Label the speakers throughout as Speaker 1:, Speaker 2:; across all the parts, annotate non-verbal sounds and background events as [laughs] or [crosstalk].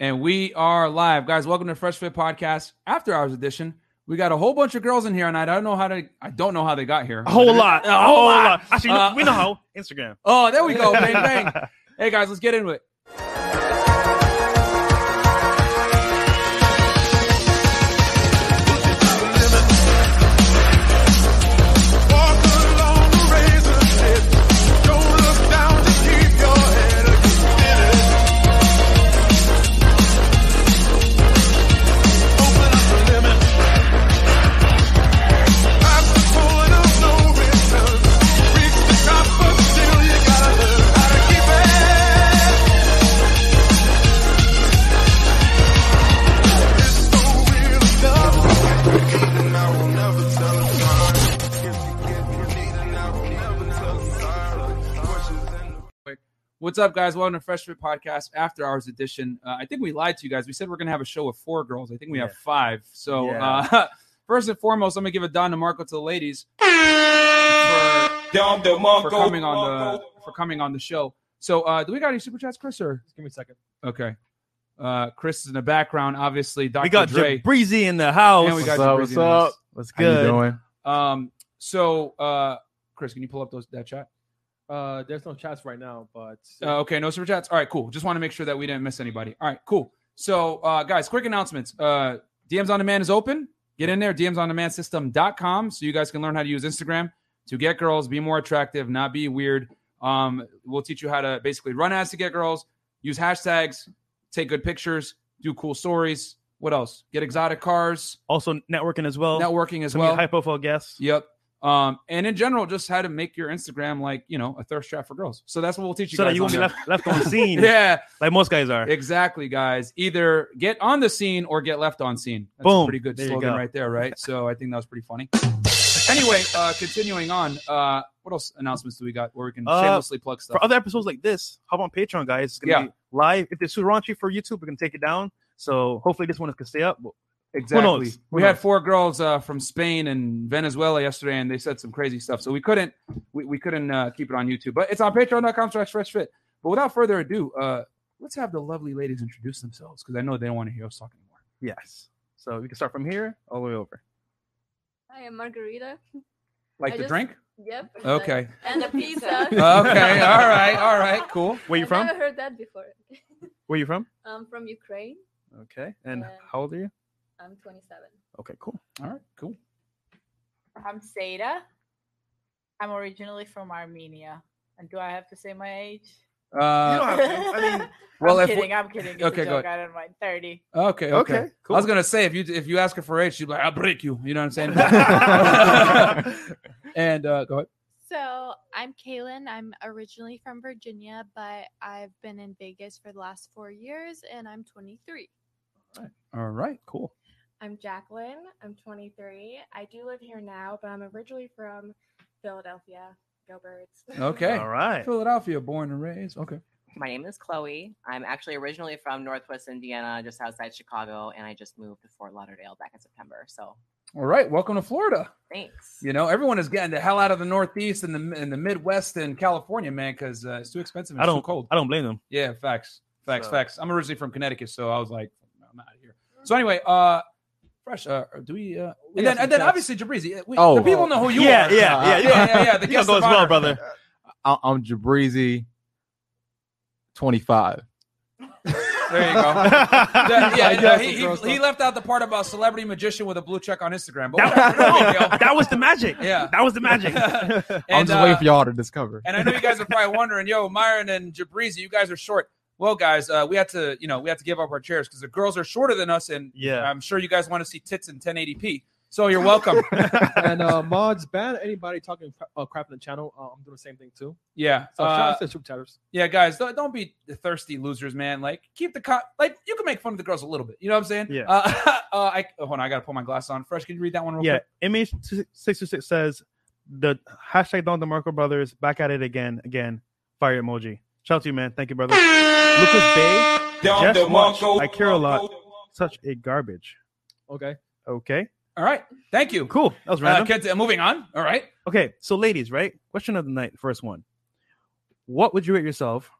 Speaker 1: And we are live. Guys, welcome to Fresh Fit Podcast After Hours Edition. We got a whole bunch of girls in here, and I don't know how to I don't know how they got here.
Speaker 2: A whole lot. A whole, lot. Actually, you know-
Speaker 1: Uh,
Speaker 2: we know how. Instagram.
Speaker 1: [laughs] Oh, there we go. Bang bang.
Speaker 2: [laughs]
Speaker 1: Hey guys, let's get into it. What's up, guys? Welcome to Fresh Fit Podcast After Hours Edition. Uh, I think we lied to you guys. We said we're gonna have a show with four girls. I think we have
Speaker 2: Yeah.
Speaker 1: five. So
Speaker 2: Yeah.
Speaker 1: uh, [laughs] first and foremost, I'm gonna give a Don DeMarco to the ladies
Speaker 3: Down the
Speaker 1: for
Speaker 3: Monko.
Speaker 1: coming on the for coming on the show. So uh, do we got any super chats, Chris? Or
Speaker 2: Give me a second.
Speaker 1: okay, uh, Chris is in the background, obviously. Dr.
Speaker 2: We got
Speaker 1: Dre.
Speaker 2: Breezy in the house.
Speaker 1: And we got
Speaker 4: What's up?
Speaker 1: Jabrizzi
Speaker 4: What's
Speaker 1: in the house.
Speaker 4: up?
Speaker 2: What's
Speaker 4: How
Speaker 2: good?
Speaker 4: you doing?
Speaker 1: Um, so, uh, Chris, can you pull up those that chat?
Speaker 5: Uh, there's no chats right now, but
Speaker 1: Uh, okay, no super chats. All right, cool. Just want to make sure that we didn't miss anybody. All right, cool. So, uh, guys, quick announcements. Uh, DMs on demand is open. Get in there, dmsondemandsystem.com, so you guys can learn how to use Instagram to get girls, be more attractive, not be weird. Um, we'll teach you how to basically run ads to get girls, use hashtags, take good pictures, do cool stories. What else? Get exotic cars,
Speaker 2: Also networking as well.
Speaker 1: networking as
Speaker 2: Some
Speaker 1: well.
Speaker 2: high profile guests.
Speaker 1: Yep. Um, and in general, just how to make your Instagram like you know a thirst trap for girls. So that's what we'll teach you
Speaker 2: so
Speaker 1: guys.
Speaker 2: that you won't
Speaker 1: on
Speaker 2: be
Speaker 1: there.
Speaker 2: left, left
Speaker 1: [laughs]
Speaker 2: on scene
Speaker 1: Yeah,
Speaker 2: like most guys are.
Speaker 1: exactly, guys. Either get on the scene or get left on scene. That's a
Speaker 2: Boom.
Speaker 1: pretty good
Speaker 2: There you
Speaker 1: slogan
Speaker 2: go.
Speaker 1: right there, right? So I think that was pretty funny. anyway, uh, continuing on. Uh, what else announcements do we got where we can
Speaker 2: Uh,
Speaker 1: shamelessly plug stuff?
Speaker 2: For other episodes like this, hop on Patreon, guys. It's gonna
Speaker 1: Yeah.
Speaker 2: be live. If it's too raunchy for YouTube, we can take it down. So hopefully this one is gonna stay up.
Speaker 1: Exactly.
Speaker 2: Who knows?
Speaker 1: We
Speaker 2: Who
Speaker 1: had
Speaker 2: knows?
Speaker 1: four girls uh, from Spain and Venezuela yesterday, and they said some crazy stuff. So we couldn't we, we couldn't uh, keep it on YouTube, but it's on patreon.com slash fresh fit. But without further ado, uh, let's have the lovely ladies introduce themselves because I know they don't want to hear us talk anymore.
Speaker 2: Yes. So we can start from here all the way over.
Speaker 6: Hi, I'm Margarita.
Speaker 1: Like
Speaker 6: I
Speaker 1: the
Speaker 6: just-
Speaker 1: drink?
Speaker 6: Yep.
Speaker 1: Okay.
Speaker 6: And a pizza.
Speaker 1: [laughs] okay. All right. All right. Cool.
Speaker 2: Where you
Speaker 6: I've
Speaker 2: from?
Speaker 6: never heard that before. [laughs]
Speaker 2: Where you from?
Speaker 6: I'm from Ukraine.
Speaker 2: Okay. And
Speaker 6: Yeah.
Speaker 2: how old are you?
Speaker 6: I'm 27.
Speaker 2: Okay, cool.
Speaker 1: All right. Cool.
Speaker 7: I'm Seda. I'm originally from Armenia. And do I have to say my age?
Speaker 1: Uh,
Speaker 2: You don't have to. I mean,
Speaker 1: [laughs]
Speaker 7: [laughs]
Speaker 1: well,
Speaker 7: I'm
Speaker 1: if we-
Speaker 7: kidding. I'm kidding. It's
Speaker 1: Okay,
Speaker 7: a
Speaker 1: go
Speaker 7: joke. I don't mind. 30.
Speaker 1: okay. Okay.
Speaker 2: Okay,
Speaker 1: I was gonna say if you if you ask her for age, she'd be like, "I'll break you." You know what I'm saying?
Speaker 2: [laughs] cool.
Speaker 1: and uh, go ahead.
Speaker 8: So I'm Kaylin. I'm originally from Virginia, but I've been in Vegas for the last four years and I'm 23.
Speaker 1: All right. Cool.
Speaker 9: I'm Jacqueline. I'm 23. I do live here now, but I'm originally from Philadelphia. Go Birds.
Speaker 1: Okay.
Speaker 2: All right.
Speaker 1: Philadelphia, born and raised. Okay.
Speaker 10: My name is Chloe. I'm actually originally from Northwest Indiana, just outside Chicago, and I just moved to Fort Lauderdale back in September. So
Speaker 1: All right, welcome to Florida.
Speaker 10: thanks.
Speaker 1: You know, everyone is getting the hell out of the Northeast and the and the Midwest and California, man, because uh, it's too expensive. And
Speaker 2: I
Speaker 1: it's
Speaker 2: don't
Speaker 1: too cold.
Speaker 2: I don't blame them.
Speaker 1: Yeah, facts, facts,
Speaker 2: So-
Speaker 1: facts. I'm originally from Connecticut, so I was like, I'm out of here. So anyway, uh, fresh. Uh, do we? Uh, and then,
Speaker 5: got some
Speaker 1: and then
Speaker 5: chats.
Speaker 1: obviously Jabrizi. uh, We,
Speaker 4: Oh.
Speaker 1: the people know who you
Speaker 2: yeah,
Speaker 1: are.
Speaker 2: yeah, yeah,
Speaker 1: yeah, yeah, yeah. The
Speaker 2: you gotta
Speaker 1: guest
Speaker 2: go
Speaker 1: of
Speaker 2: as well,
Speaker 1: honor.
Speaker 2: brother.
Speaker 4: I- I'm Jabrizi, 25.
Speaker 1: There [laughs] you
Speaker 2: [laughs]
Speaker 1: go. That- yeah,
Speaker 4: I
Speaker 1: no,
Speaker 4: guess
Speaker 1: he,
Speaker 4: it's
Speaker 1: he,
Speaker 4: girl stuff.
Speaker 1: he left out the part about celebrity magician with a blue check on Instagram. But
Speaker 2: That,
Speaker 1: whatever, no big
Speaker 2: no,
Speaker 1: deal.
Speaker 2: [laughs] that was the magic.
Speaker 1: Yeah.
Speaker 2: That was
Speaker 1: [laughs]
Speaker 2: the magic.
Speaker 4: I'm
Speaker 1: And,
Speaker 4: just
Speaker 1: uh,
Speaker 4: waiting for y'all to discover.
Speaker 1: And I know you guys are probably wondering, yo, Myron and Jabrizi, you guys are short. Well, guys, uh, we had to, you know, we had to give up our chairs because the girls are shorter than us, and
Speaker 2: yeah.
Speaker 1: I'm sure you guys want to see tits in 1080p. So you're
Speaker 2: [laughs]
Speaker 1: welcome.
Speaker 5: [laughs] and uh, mods ban anybody talking cra- uh, crap in the channel. Uh, I'm doing the same thing too.
Speaker 1: yeah,
Speaker 5: So
Speaker 1: uh,
Speaker 5: shout out to the troop chatters.
Speaker 1: yeah, guys, don't, don't be thirsty losers, man. Like, keep the co- like you can make fun of the girls a little bit. You know what I'm saying?
Speaker 2: Yeah.
Speaker 1: Uh, [laughs] uh, I oh, hold on, I gotta put my glass on. Fresh, can you read that one real
Speaker 2: yeah.
Speaker 1: quick?
Speaker 2: Image six two six says the hashtag Don DeMarco brothers back at it again, again. Fire emoji. Shout out to you, man. Thank you, brother. Lucas Bay,
Speaker 3: Down
Speaker 2: Just
Speaker 3: the
Speaker 2: watch.
Speaker 3: Monko.
Speaker 2: I care a lot. such a garbage.
Speaker 5: Okay.
Speaker 2: Okay.
Speaker 1: All right, thank you.
Speaker 2: Cool. That was
Speaker 1: Uh,
Speaker 2: random.
Speaker 1: kids, uh, moving on. All right.
Speaker 2: Okay, so ladies, right? Question of the night, first one. What would you rate yourself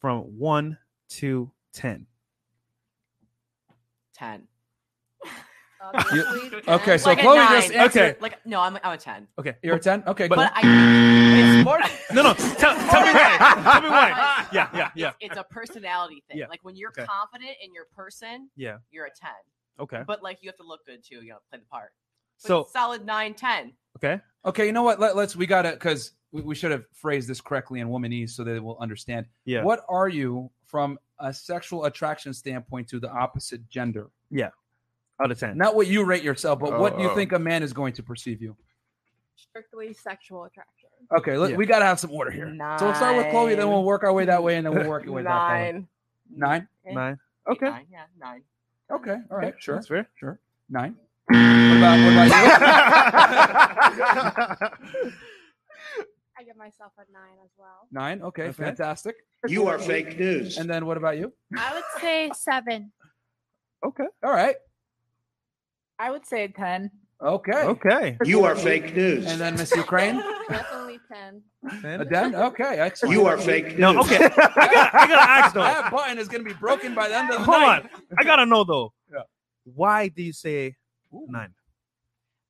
Speaker 2: from one to ten?
Speaker 10: 10. [laughs]
Speaker 6: Obviously,
Speaker 1: okay, so
Speaker 10: Like a
Speaker 1: Chloe
Speaker 10: nine.
Speaker 1: just answered.
Speaker 2: Okay.
Speaker 10: Like, no, I'm, I'm a 10.
Speaker 1: Okay, you're a ten. Okay,
Speaker 10: But,
Speaker 1: cool.
Speaker 10: I, it's more,
Speaker 2: No, no. Tell, tell me why. [laughs] Tell
Speaker 10: [laughs]
Speaker 2: me why. Yeah, yeah, yeah.
Speaker 10: it's, it's a personality thing.
Speaker 2: Yeah.
Speaker 10: Like when you're
Speaker 2: Okay.
Speaker 10: confident in your person,
Speaker 2: Yeah.
Speaker 10: you're a 10.
Speaker 2: Okay.
Speaker 10: But like you have to look good too. You know, play the part. But
Speaker 2: So
Speaker 10: solid 9, 10.
Speaker 2: okay.
Speaker 1: okay, you know what? Let, us we gotta because we, we should have phrased this correctly in womanese so that they will understand.
Speaker 2: Yeah.
Speaker 1: What are you from a sexual attraction standpoint to the opposite gender?
Speaker 2: Out of ten.
Speaker 1: Not what you rate yourself, but what do you
Speaker 4: Oh.
Speaker 1: think a man is going to perceive you?
Speaker 9: Strictly sexual attraction.
Speaker 1: Okay, let,
Speaker 2: Yeah.
Speaker 1: we gotta have some order here. So we'll start with Chloe, then we'll work our way that way, and then we'll work our way that way.
Speaker 10: Nine.
Speaker 1: Nine.
Speaker 2: Nine.
Speaker 1: Okay.
Speaker 10: Nine, yeah, nine.
Speaker 1: Okay. All
Speaker 5: Eh,
Speaker 1: right. Sure.
Speaker 2: That's fair.
Speaker 1: Sure. Nine. What about, what about you?
Speaker 9: I give myself a nine as well.
Speaker 1: Nine. Okay.
Speaker 2: Okay.
Speaker 1: Fantastic.
Speaker 3: You are fake news.
Speaker 1: And then what about you?
Speaker 8: I would say seven.
Speaker 2: Okay.
Speaker 1: All right.
Speaker 7: I would say
Speaker 1: [laughs]
Speaker 7: 10.
Speaker 1: Okay.
Speaker 2: Okay.
Speaker 3: You are fake news.
Speaker 1: And then Miss
Speaker 9: [laughs]
Speaker 1: Ukraine.
Speaker 6: definitely 10.
Speaker 1: Aden. Okay. Excellent.
Speaker 3: You are fake news.
Speaker 2: No, okay. I got I gotta ask
Speaker 1: [laughs]
Speaker 2: though.
Speaker 1: that button is going to be broken by the end of the
Speaker 2: Hold
Speaker 1: night.
Speaker 2: on. I gotta know though.
Speaker 1: Yeah.
Speaker 2: Why do you say nine?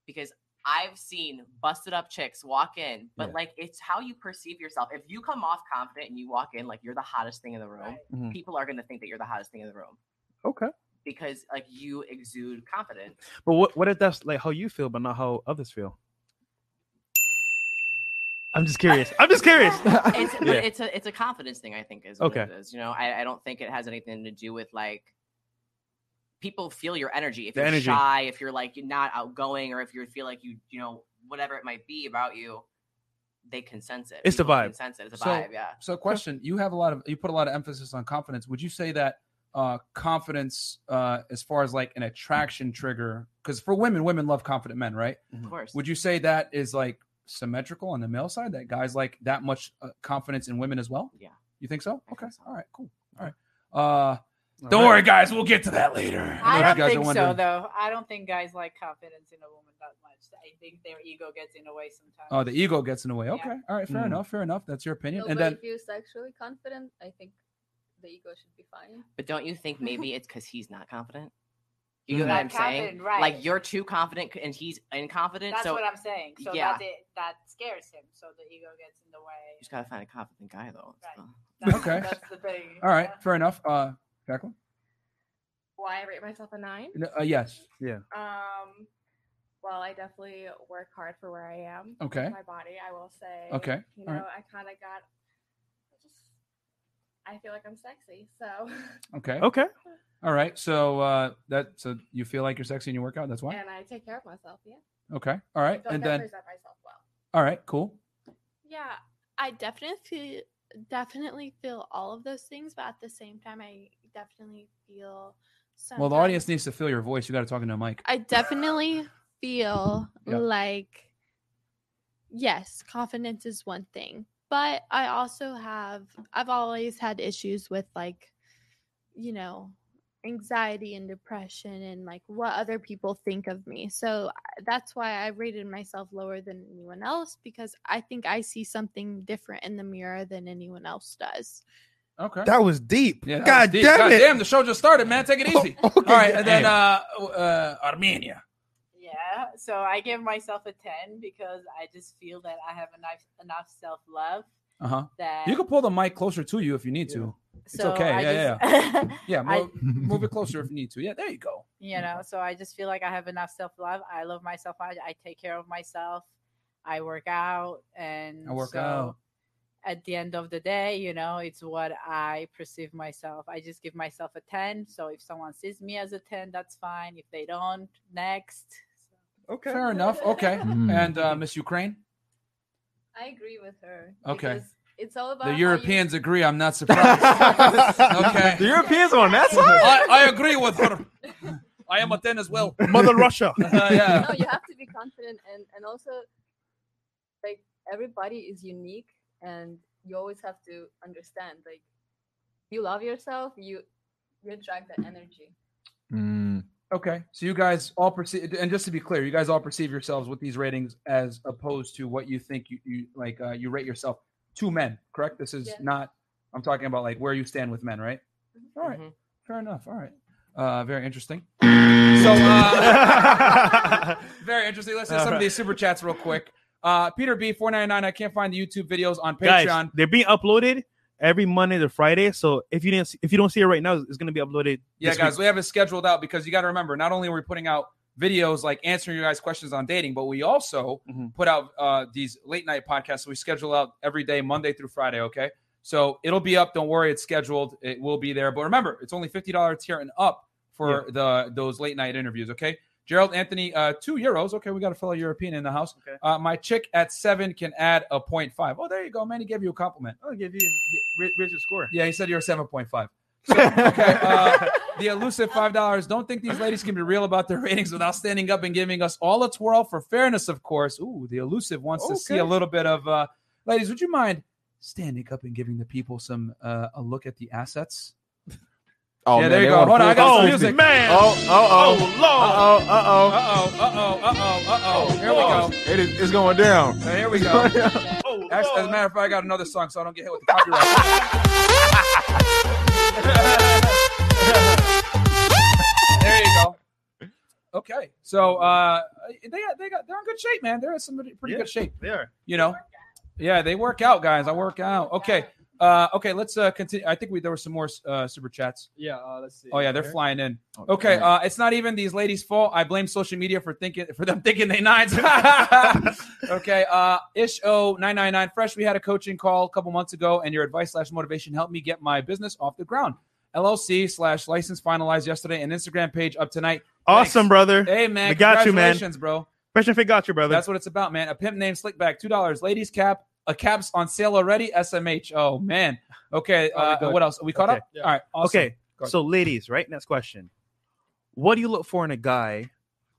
Speaker 10: Because I've seen busted up chicks walk in, but
Speaker 2: Yeah.
Speaker 10: like it's how you perceive yourself. If you come off confident and you walk in like you're the hottest thing in the room,
Speaker 2: Mhm.
Speaker 10: people are going to think that you're the hottest thing in the room
Speaker 2: Okay.
Speaker 10: because like you exude confidence.
Speaker 2: But what what if that's like how you feel, but not how others feel? I'm just curious. I'm
Speaker 1: [laughs]
Speaker 2: just curious.
Speaker 10: It's
Speaker 2: Yeah.
Speaker 10: but it's a it's a confidence thing. I think is what
Speaker 2: Okay.
Speaker 10: It is. You know, I, I don't think it has anything to do with like people feel your energy. If
Speaker 2: The
Speaker 10: you're
Speaker 2: energy.
Speaker 10: shy, if you're like you're not outgoing, or if you feel like you you know whatever it might be about you, they can sense it.
Speaker 2: It's the
Speaker 10: People
Speaker 2: vibe.
Speaker 10: Can sense it. It's a
Speaker 1: So-
Speaker 10: vibe. Yeah.
Speaker 1: So, question: You have a lot of you put a lot of emphasis on confidence. Would you say that uh, confidence, uh, as far as like an attraction trigger, because for women, women love confident men, right?
Speaker 10: Of course.
Speaker 1: Would you say that is like symmetrical on the male side? That guys like that much uh, confidence in women as well?
Speaker 10: Yeah.
Speaker 1: You think so?
Speaker 10: I
Speaker 1: Okay.
Speaker 10: think so.
Speaker 1: All right. Cool. All right. Uh, don't worry, guys. We'll get to that
Speaker 7: I
Speaker 1: later. know you
Speaker 7: don't
Speaker 1: guys
Speaker 7: think so,
Speaker 1: wondering.
Speaker 7: though. I don't think guys like confidence in a woman that much. I think their ego gets in the way sometimes.
Speaker 1: Oh, the ego gets in the way. Okay. All right. Fair
Speaker 2: Mm.
Speaker 1: enough. Fair enough. That's your opinion.
Speaker 6: No,
Speaker 1: and
Speaker 6: but
Speaker 1: then
Speaker 6: if you're sexually confident, I think the ego should be fine.
Speaker 10: But don't you think maybe it's because he's not confident? You know
Speaker 7: Not
Speaker 10: what I'm saying?
Speaker 7: confident, right.
Speaker 10: Like you're too confident and he's inconfident.
Speaker 7: That's
Speaker 10: so
Speaker 7: what I'm saying. So
Speaker 10: yeah.
Speaker 7: that's it. That scares him. So the ego gets in the way.
Speaker 10: you just gotta find a confident guy though.
Speaker 7: Right.
Speaker 10: so.
Speaker 7: That's,
Speaker 1: Okay.
Speaker 7: That's the thing.
Speaker 1: all right.
Speaker 7: Yeah.
Speaker 1: Fair enough. Uh, Jacqueline.
Speaker 9: Why I rate myself a nine?
Speaker 1: N- Uh, yes.
Speaker 9: Um, well, I definitely work hard for where I am.
Speaker 1: Okay.
Speaker 9: My body, I will say.
Speaker 1: Okay,
Speaker 9: You know,
Speaker 1: all right.
Speaker 9: I kind of got. I just, I feel like I'm sexy, so.
Speaker 1: Okay.
Speaker 2: Okay.
Speaker 1: All right. So uh, that so you feel like you're sexy and you work out. That's why.
Speaker 9: And I take care of myself. Yeah.
Speaker 1: Okay. All
Speaker 9: I
Speaker 1: right.
Speaker 9: feel like
Speaker 1: And
Speaker 9: I
Speaker 1: then
Speaker 9: present myself well.
Speaker 1: all right. Cool.
Speaker 8: Yeah, I definitely feel, definitely feel all of those things, but at the same time, I definitely feel.
Speaker 1: Well, the
Speaker 8: sometimes-
Speaker 1: audience needs to feel your voice. You got to talk into a mic.
Speaker 8: I definitely feel
Speaker 1: Yeah.
Speaker 8: like yes, confidence is one thing, but I also have I've always had issues with like you know, anxiety and depression and like what other people think of me. So I- that's why I rated myself lower than anyone else because I think I see something different in the mirror than anyone else does.
Speaker 1: Okay.
Speaker 4: That was deep.
Speaker 1: Yeah, that
Speaker 4: God
Speaker 1: was deep.
Speaker 4: damn
Speaker 1: God
Speaker 4: it.
Speaker 1: Damn, the show just started, man. Take it easy.
Speaker 4: Oh, okay.
Speaker 1: All right, and then
Speaker 2: Damn.
Speaker 1: uh, uh, Armenia.
Speaker 7: Yeah. So I give myself a 10 because I just feel that I have enough enough self love
Speaker 1: Uh huh.
Speaker 7: that
Speaker 1: You can pull the mic closer to you if you need to.
Speaker 7: it's
Speaker 1: okay,
Speaker 7: I
Speaker 1: yeah,
Speaker 7: just,
Speaker 1: Yeah,
Speaker 7: I-
Speaker 1: move, move it closer if you need to. Yeah, there you go.
Speaker 7: you know so i just feel like i have enough self-love i love myself i, I take care of myself i work out and
Speaker 1: I work
Speaker 7: so
Speaker 1: out.
Speaker 7: at the end of the day you know it's what i perceive myself i just give myself a 10 so if someone sees me as a 10 that's fine if they don't next
Speaker 2: Okay.
Speaker 1: Fair enough. Oh. Okay.
Speaker 4: Mm.
Speaker 1: And uh, Miss Ukraine.
Speaker 6: I agree with her.
Speaker 1: Okay.
Speaker 6: because It's all about
Speaker 1: The
Speaker 6: how you-
Speaker 1: Europeans agree. I'm not
Speaker 4: [laughs]
Speaker 1: surprised. [laughs] Okay.
Speaker 2: The Europeans one. That's why.
Speaker 1: I, I agree with her. I am a ten as well.
Speaker 2: [laughs] Mother
Speaker 5: [laughs]
Speaker 2: Russia.
Speaker 1: Uh, yeah.
Speaker 6: no, you have to be confident and and also like everybody is unique and you always have to understand like you love yourself, you you attract that energy.
Speaker 4: Mm.
Speaker 1: Okay. So you guys all perceive, and just to be clear, you guys all perceive yourselves with these ratings as opposed to what you think you, you like. Uh, you rate yourself two men, correct? This is
Speaker 6: Yeah.
Speaker 1: not. I'm talking about like where you stand with men, right? All right.
Speaker 10: Mhm.
Speaker 1: Fair enough. All right. Uh, very interesting. So, uh, [laughs] very interesting. Let's hit some of these super chats real quick. Uh, Peter B four ninety nine. I can't find the YouTube videos on Patreon.
Speaker 2: Guys, they're being uploaded every Monday to Friday. So if you didn't, see, if you don't see it right now, it's going to be uploaded.
Speaker 1: Yeah,
Speaker 2: this
Speaker 1: guys,
Speaker 2: week.
Speaker 1: we have it scheduled out because you got to remember, not only are we putting out videos like answering your guys' questions on dating, but we also
Speaker 2: Mm-hmm.
Speaker 1: put out uh, these late night podcasts. we schedule out every day, Monday through Friday. Okay, so it'll be up. Don't worry, it's scheduled. It will be there. But remember, it's only fifty dollars tier and up for the those late night interviews. Okay. Gerald Anthony, uh, two euros. Okay, we got a fellow European in the house. Uh, my chick at seven can add a point five. Oh, there you go, man. He gave you a compliment.
Speaker 2: I'll give you. Where, where's your score?
Speaker 1: Yeah, he said you're seven point
Speaker 4: [laughs]
Speaker 1: five. So, okay, uh, the elusive five dollars. Don't think these ladies can be real about their ratings without standing up and giving us all a twirl for fairness, of course. Ooh, the elusive wants to see
Speaker 2: Okay.
Speaker 1: a little bit of uh, ladies. Would you mind standing up and giving the people some uh, a look at the assets?
Speaker 4: Oh,
Speaker 1: yeah,
Speaker 4: man,
Speaker 1: there you
Speaker 4: they
Speaker 1: go.
Speaker 4: wanna
Speaker 1: Hold on, I got
Speaker 4: focus
Speaker 1: some
Speaker 4: me.
Speaker 1: music.
Speaker 4: Man. Oh, uh-oh. Oh, Lord. Uh-oh, uh-oh. Oh,
Speaker 1: Uh-oh, uh-oh, uh-oh, uh-oh. Here we go.
Speaker 4: It is, it's going down.
Speaker 1: So here we
Speaker 4: [laughs]
Speaker 1: go.
Speaker 4: Oh,
Speaker 1: As, as a matter of fact, I got another song, so I don't get hit with the copyright. there you go. Okay, so uh, they got, they got they're in good shape, man. They're in some pretty pretty good shape.
Speaker 2: They
Speaker 5: [laughs]
Speaker 2: are.
Speaker 1: You know, yeah, they work out, guys. I work out. Okay, uh, okay, let's uh, continue. I think we there were some more uh, super chats.
Speaker 5: Yeah, uh, let's see.
Speaker 1: Oh yeah, they're flying in. Okay, uh, it's not even these ladies' fault. I blame social media for thinking for them thinking they nines. [laughs] okay, uh, ish o nine nine nine fresh. We had a coaching call a couple months ago, and your advice slash motivation helped me get my business off the ground. LLC slash license finalized yesterday, and Instagram page up tonight.
Speaker 2: Awesome, brother.
Speaker 1: Hey man,
Speaker 2: we got you, man.
Speaker 1: congratulations, bro.
Speaker 2: Fresh and fit got you, brother.
Speaker 1: That's what it's about, man. A pimp named Slickback, two dollars. Ladies cap, a cap's on sale already. SMH. Oh man. Okay,
Speaker 2: Oh, we're
Speaker 1: uh,
Speaker 2: good.
Speaker 1: what else? we caught
Speaker 2: Okay.
Speaker 1: up. All right. awesome.
Speaker 2: Okay.
Speaker 1: Go ahead.
Speaker 2: So, ladies, right? Next question. What do you look for in a guy?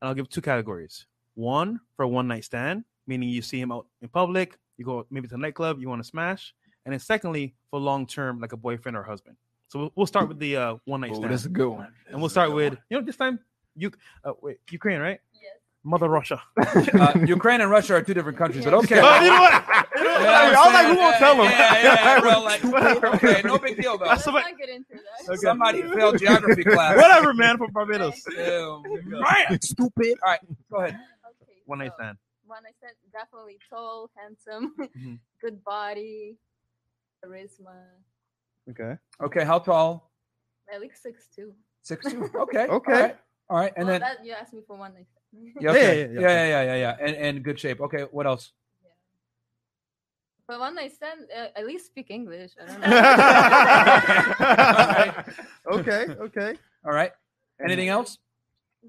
Speaker 2: And I'll give two categories. One for a one night stand, meaning you see him out in public, you go maybe to a nightclub, you want to smash. And then, secondly, for long term, like a boyfriend or husband. So, we'll, we'll start with the uh, one night
Speaker 4: Ooh,
Speaker 2: stand.
Speaker 4: that's a good one.
Speaker 2: And we'll start with, you know, this time, you, uh, wait, Ukraine, right?
Speaker 6: Yes.
Speaker 2: Mother Russia.
Speaker 1: [laughs] uh, Ukraine and Russia are two different countries, but okay.
Speaker 2: Oh, [laughs] you know what? You know what?
Speaker 1: Yeah,
Speaker 2: I was like,
Speaker 1: I'm
Speaker 2: who won't
Speaker 1: saying,
Speaker 2: tell him?
Speaker 1: Yeah, yeah,
Speaker 2: [laughs]
Speaker 1: yeah, bro, like, okay, no big deal, though.
Speaker 2: That's
Speaker 6: Let's not get into that.
Speaker 2: Okay.
Speaker 1: Somebody
Speaker 2: [laughs]
Speaker 1: failed geography class.
Speaker 2: Whatever, man,
Speaker 1: [laughs]
Speaker 2: from Barbados.
Speaker 1: Ew, man, stupid. All right, go ahead.
Speaker 6: Okay,
Speaker 2: One night
Speaker 6: so-
Speaker 2: stand.
Speaker 6: when I said definitely tall, handsome,
Speaker 1: Mm-hmm.
Speaker 6: [laughs] good body, charisma.
Speaker 2: Okay.
Speaker 1: Okay, how tall?
Speaker 6: I like six two.
Speaker 1: Six
Speaker 2: [laughs]
Speaker 1: two. Okay.
Speaker 2: Okay.
Speaker 1: All right. all right, and
Speaker 6: well,
Speaker 1: then
Speaker 6: that, you asked me for one night. stand.
Speaker 1: yeah, okay.
Speaker 2: Yeah, yeah,
Speaker 1: yeah,
Speaker 2: yeah,
Speaker 1: yeah,
Speaker 2: yeah.
Speaker 1: yeah, yeah, yeah, and and good shape. Okay, what else?
Speaker 6: [laughs] But one night stand, uh, at least speak English. I
Speaker 2: [laughs]
Speaker 1: [laughs]
Speaker 6: don't know.
Speaker 2: okay, okay.
Speaker 1: All right. Anything else?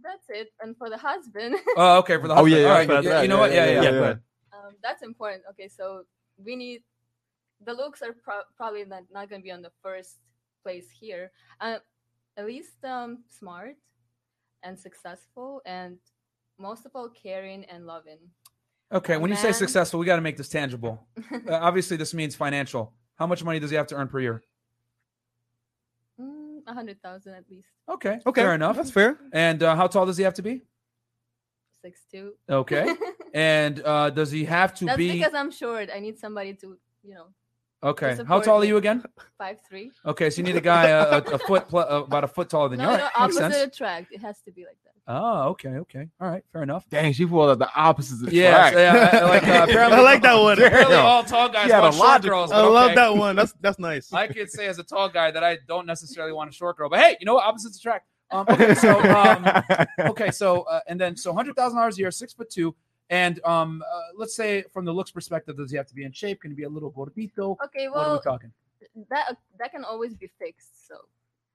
Speaker 6: that's it. And for the husband,
Speaker 1: Oh, okay. For the
Speaker 4: Oh, yeah,
Speaker 1: husband.
Speaker 4: yeah,
Speaker 1: All right,
Speaker 4: for
Speaker 1: you-
Speaker 4: that,
Speaker 1: you know
Speaker 4: yeah,
Speaker 1: what? Yeah,
Speaker 4: yeah,
Speaker 1: yeah.
Speaker 4: yeah,
Speaker 2: Yeah,
Speaker 4: yeah.
Speaker 2: go ahead.
Speaker 6: um, that's important. Okay, so we need the looks are pro- probably not, not going to be on the first place here. Uh, at least um, smart and successful, and most of all, caring and loving.
Speaker 1: Okay. When you say
Speaker 6: Oh, Man.
Speaker 1: successful, we got to make
Speaker 6: [laughs]
Speaker 1: this tangible. Uh, obviously, this means financial. How much money does he have to earn per year?
Speaker 6: Mm, a hundred thousand at least,
Speaker 1: Okay. Okay. Fair enough.
Speaker 2: That's fair.
Speaker 1: And uh, how tall does he have to be?
Speaker 6: six two.
Speaker 1: [laughs]
Speaker 6: [laughs]
Speaker 1: Okay. and uh, does he have to
Speaker 6: That's
Speaker 1: be?
Speaker 6: because I'm short. I need somebody to, you know,
Speaker 1: okay.
Speaker 6: to
Speaker 1: How
Speaker 6: support
Speaker 1: tall are
Speaker 6: me.
Speaker 1: you again?
Speaker 6: five three.
Speaker 1: Okay, so you need a guy a, a, a foot pl- uh, about a foot taller than
Speaker 6: No,
Speaker 1: you. All
Speaker 6: no,
Speaker 1: right, makes
Speaker 6: opposite
Speaker 1: sense.
Speaker 6: attract. It has to be like that.
Speaker 1: Oh, okay, okay. All right, fair enough.
Speaker 4: Dang, she pulled out the opposite.
Speaker 1: Yeah, yeah, I- I like,
Speaker 4: [laughs]
Speaker 1: uh, apparently-
Speaker 2: I like that one.
Speaker 4: Damn.
Speaker 1: Really, all tall guys
Speaker 4: Yeah,
Speaker 1: want
Speaker 4: the
Speaker 1: short
Speaker 4: logic-
Speaker 1: girls.
Speaker 2: I
Speaker 1: but
Speaker 2: love
Speaker 1: okay.
Speaker 2: that one. That's that's nice.
Speaker 1: I could say as a tall guy that I don't necessarily want a short girl, but hey, you know what? Opposites attract. Um, okay, so um,
Speaker 4: [laughs]
Speaker 1: okay, so uh, and then so hundred thousand dollars a year, six foot two, and um, uh, let's say from the looks perspective, does he have to be in shape? Can he be a little gordito?
Speaker 6: Okay,
Speaker 1: what are we
Speaker 6: well,
Speaker 1: talking?
Speaker 6: that that can always be fixed. So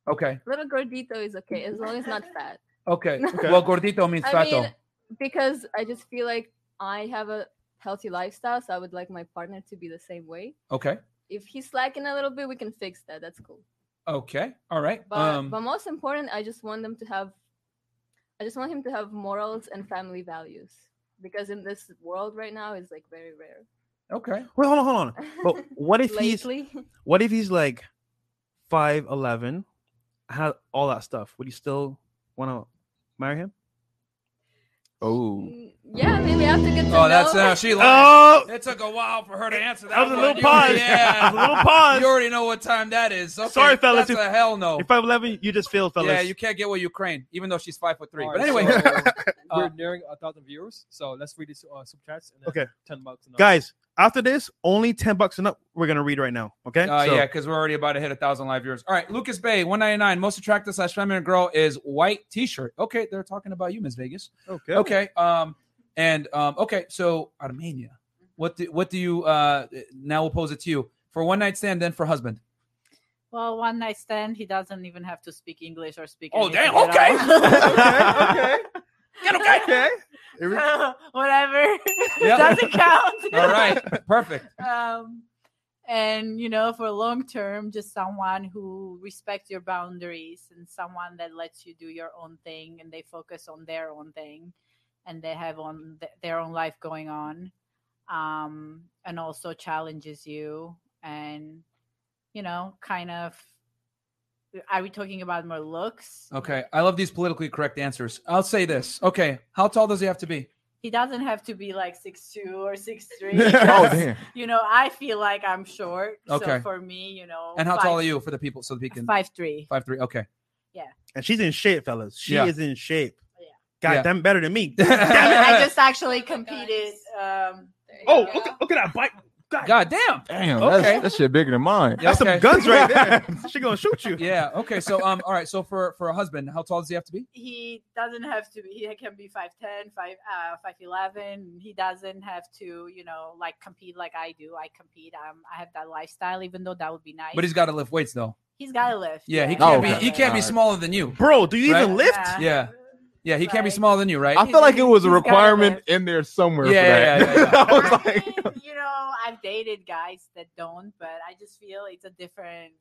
Speaker 1: Okay,
Speaker 6: little gordito is okay as long as not fat. [laughs]
Speaker 1: okay.
Speaker 6: Okay.
Speaker 1: Well, gordito means
Speaker 6: I
Speaker 1: fato.
Speaker 6: mean, because I just feel like I have a healthy lifestyle, so I would like my partner to be the same way.
Speaker 1: okay,
Speaker 6: If he's slacking a little bit, we can fix that. That's cool.
Speaker 1: okay, all right.
Speaker 6: But
Speaker 1: um,
Speaker 6: but most important, I just want them to have, I just want him to have morals and family values because in this world right now is like very rare.
Speaker 1: okay.
Speaker 2: Wait, hold on, hold on.
Speaker 6: [laughs]
Speaker 2: But what if he's
Speaker 6: Lately,
Speaker 2: what if he's like five eleven, had all that stuff? Would you still want to marry him?
Speaker 4: Oh.
Speaker 6: Mm, Yeah, I mean, we have to get to
Speaker 1: Oh, that's
Speaker 6: know.
Speaker 1: how she laughs. It took a while for her to answer that.
Speaker 2: That Oh! was a
Speaker 1: one.
Speaker 2: little
Speaker 1: You-
Speaker 2: pause.
Speaker 1: [laughs] Yeah,
Speaker 2: That was a little pause.
Speaker 1: You already know what time that is. Okay,
Speaker 2: Sorry, fellas.
Speaker 1: That's a hell no.
Speaker 2: You're five eleven. You just failed, fellas.
Speaker 1: Yeah, you can't get with Ukraine, even though she's five foot three.
Speaker 5: All
Speaker 1: But
Speaker 5: right,
Speaker 1: anyway,
Speaker 5: so,
Speaker 2: [laughs]
Speaker 5: we're nearing a thousand viewers, so let's read these uh, super chats. And then
Speaker 2: Okay.
Speaker 5: ten bucks. and up.
Speaker 2: guys. After this, only ten bucks and up. We're gonna read right now. Okay.
Speaker 1: Uh,
Speaker 2: So,
Speaker 1: Yeah, because we're already about to hit a thousand live viewers. All right, Lucas Bay, one ninety nine. Most attractive slash feminine girl is white t shirt. Okay, they're talking about you, Miss Vegas.
Speaker 2: Okay.
Speaker 1: Okay. Um, and um, okay, so Armenia, what do what do you uh now? We'll pose it to you for one night stand, then for husband.
Speaker 7: Well, one night stand. He doesn't even have to speak English or speak.
Speaker 1: Oh, damn,
Speaker 7: anything [laughs] at
Speaker 1: okay.
Speaker 7: all.
Speaker 1: Okay,
Speaker 7: okay,
Speaker 2: okay.
Speaker 7: [laughs] Whatever. [laughs]
Speaker 1: Yep.
Speaker 7: doesn't count.
Speaker 1: [laughs]
Speaker 7: [laughs]
Speaker 1: All right, perfect.
Speaker 7: um, and you know for long term just someone who respects your boundaries and someone that lets you do your own thing and they focus on their own thing and they have on th- their own life going on um, and also challenges you and you know kind of are we talking about more looks
Speaker 1: Okay, I love these politically correct answers. I'll say this. Okay, how tall does he have to be?
Speaker 7: he doesn't have to be like six two or six three
Speaker 1: [laughs] Oh, damn.
Speaker 7: you know i feel like i'm short
Speaker 1: Okay.
Speaker 7: so for me you know
Speaker 1: And how tall
Speaker 7: five-
Speaker 1: are you for the people so that we can
Speaker 7: Five three.
Speaker 1: Five three. Okay. [laughs]
Speaker 7: yeah
Speaker 2: And she's in shape, fellas. She
Speaker 1: Yeah.
Speaker 2: is in shape.
Speaker 1: Yeah.
Speaker 2: God damn, better
Speaker 1: [laughs]
Speaker 2: than me.
Speaker 7: I just actually competed. Um,
Speaker 2: oh, okay, okay, that bike. God,
Speaker 1: God damn.
Speaker 4: Damn,
Speaker 1: Okay.
Speaker 4: that's, that shit bigger than mine.
Speaker 1: Yeah, okay.
Speaker 2: she gonna shoot you.
Speaker 1: Yeah. Okay. So um. All right. So for for a husband, how tall does he have to be?
Speaker 7: He doesn't have to be. He can be 5'10", 5, uh, 5'11". He doesn't have to, you know, like compete like I do. I compete. Um, I have that lifestyle, even though that would be nice.
Speaker 1: But he's got to lift weights though.
Speaker 7: He's got to lift.
Speaker 1: Yeah. He [laughs] can't
Speaker 4: Oh,
Speaker 1: be.
Speaker 4: okay.
Speaker 1: He can't be smaller than you.
Speaker 2: Bro, do you
Speaker 1: Right?
Speaker 2: even lift?
Speaker 7: Yeah.
Speaker 1: Yeah. Yeah. He can't be smaller than you, right?
Speaker 4: I feel like it was a
Speaker 7: He's got
Speaker 4: requirement in there somewhere
Speaker 1: Yeah,
Speaker 4: for
Speaker 1: yeah,
Speaker 4: that.
Speaker 1: yeah, yeah.
Speaker 4: I was
Speaker 7: I
Speaker 4: like,
Speaker 1: [laughs]
Speaker 7: mean, you know, I've dated guys that don't, but I just feel it's a different.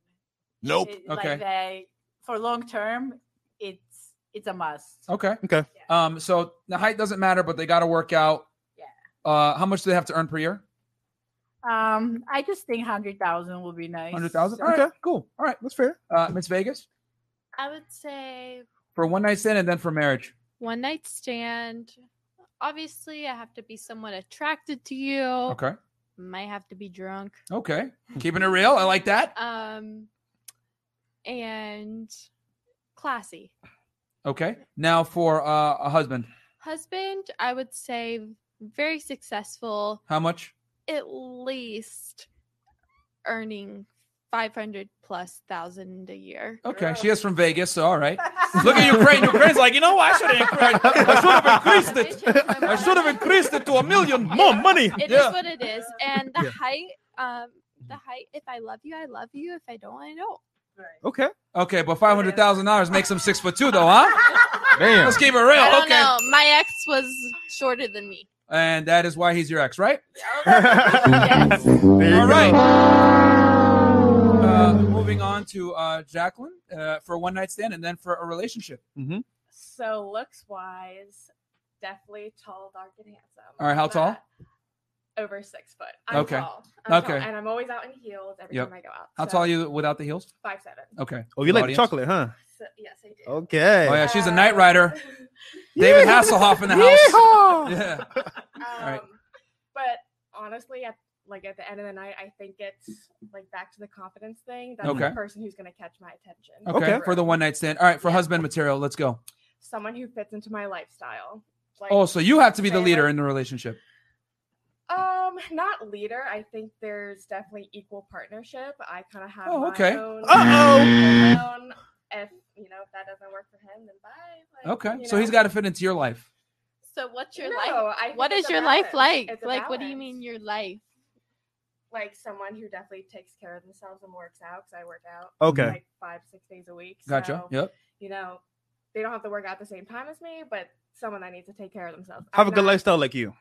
Speaker 4: nope.
Speaker 7: It,
Speaker 1: Okay.
Speaker 7: Like they, for long term, it's it's a must.
Speaker 4: [laughs]
Speaker 1: Okay.
Speaker 2: Okay.
Speaker 1: Um. So the height doesn't matter, but they got to work out.
Speaker 7: Yeah.
Speaker 1: Uh. How much do they have to earn per year?
Speaker 7: Um, I just think hundred thousand will be nice.
Speaker 1: Hundred thousand.
Speaker 7: So-
Speaker 1: Okay. Cool. All right.
Speaker 2: That's fair.
Speaker 1: Uh. Miss Vegas
Speaker 8: I would say
Speaker 1: for one night stand and then for marriage.
Speaker 8: one night stand. Obviously, I have to be somewhat attracted to you.
Speaker 7: Oh.
Speaker 1: Okay.
Speaker 8: Might have to be drunk.
Speaker 1: Okay. Keeping it real. I like that.
Speaker 8: Um, and classy.
Speaker 1: Okay. Now for uh, a husband,
Speaker 8: Husband, I would say very successful,
Speaker 1: how much?
Speaker 8: at least earning 500 plus thousand a year.
Speaker 1: Okay, she is from Vegas, so all
Speaker 7: [laughs]
Speaker 1: right. Look at Ukraine. Ukraine's like, you know what? I should have
Speaker 9: [laughs]
Speaker 1: I should have increased it. I should have increased it to a million more money.
Speaker 8: [laughs] It is
Speaker 1: Yeah. Mm.
Speaker 8: what it is. And the
Speaker 2: Yeah.
Speaker 8: height, um, the height, if I love you, I love you. If I don't, I don't.
Speaker 2: Okay.
Speaker 1: Okay, but five hundred thousand dollars makes him six foot two, though, huh?
Speaker 4: Damn.
Speaker 1: Let's keep it
Speaker 8: I
Speaker 1: real.
Speaker 8: don't
Speaker 1: Okay,
Speaker 8: know. My ex was shorter than me.
Speaker 1: and that is why he's your ex, right?
Speaker 8: Yes.
Speaker 2: [laughs] There you
Speaker 1: All
Speaker 2: go.
Speaker 1: right. Uh, moving on to uh, Jacqueline uh, for a one night stand and then for a relationship.
Speaker 2: Mm-hmm.
Speaker 9: So looks wise, definitely tall, dark, and handsome.
Speaker 1: All right, how tall?
Speaker 9: That- Over six foot. I'm
Speaker 1: Okay.
Speaker 9: tall. I'm tall,
Speaker 1: Okay.
Speaker 9: And I'm always out in heels every
Speaker 1: Yep.
Speaker 9: time I go out.
Speaker 1: How
Speaker 9: so
Speaker 1: tall are you without the heels?
Speaker 9: Five seven.
Speaker 1: Okay.
Speaker 2: Oh, you like the
Speaker 1: Audience.
Speaker 2: chocolate, huh?
Speaker 9: So, yes, I do.
Speaker 2: Okay.
Speaker 1: Oh yeah, she's a night
Speaker 9: Um,
Speaker 4: [laughs]
Speaker 1: rider. David Hasselhoff in the house. Yeah.
Speaker 9: Um,
Speaker 1: right.
Speaker 9: But honestly, at like at the end of the night, I think it's like back to the confidence thing. That's
Speaker 1: Okay.
Speaker 9: the person who's going to catch my attention.
Speaker 1: Okay.
Speaker 2: Okay.
Speaker 1: For the one night stand. All right, for husband material, let's go.
Speaker 9: someone who fits into my lifestyle. Like,
Speaker 1: Oh, so you have to be the
Speaker 9: say,
Speaker 1: leader
Speaker 9: like-
Speaker 1: in the relationship.
Speaker 9: Um, not leader. I think there's definitely equal partnership. I kind of have
Speaker 1: Oh,
Speaker 9: my
Speaker 1: okay.
Speaker 9: own.
Speaker 2: Uh-oh.
Speaker 9: my own- If you know if that doesn't work for him, then bye. Like,
Speaker 1: Okay.
Speaker 9: you
Speaker 1: So he's
Speaker 9: know?
Speaker 1: got to fit into your life.
Speaker 8: So what's your
Speaker 9: No, I
Speaker 8: life?
Speaker 9: think
Speaker 8: What
Speaker 9: it's
Speaker 8: is
Speaker 9: a
Speaker 8: your life
Speaker 9: balance.
Speaker 8: like?
Speaker 9: It's a
Speaker 8: Like, what do you
Speaker 9: balance.
Speaker 8: mean your life?
Speaker 9: like someone who definitely takes care of themselves and works out because I work out.
Speaker 2: Okay.
Speaker 9: Like five six days a week.
Speaker 1: Gotcha.
Speaker 9: So,
Speaker 1: Yep.
Speaker 9: You know, they don't have to work out at the same time as me, but someone that needs to take care of themselves.
Speaker 2: Have a
Speaker 9: I'm
Speaker 2: good
Speaker 9: not-
Speaker 2: lifestyle like you.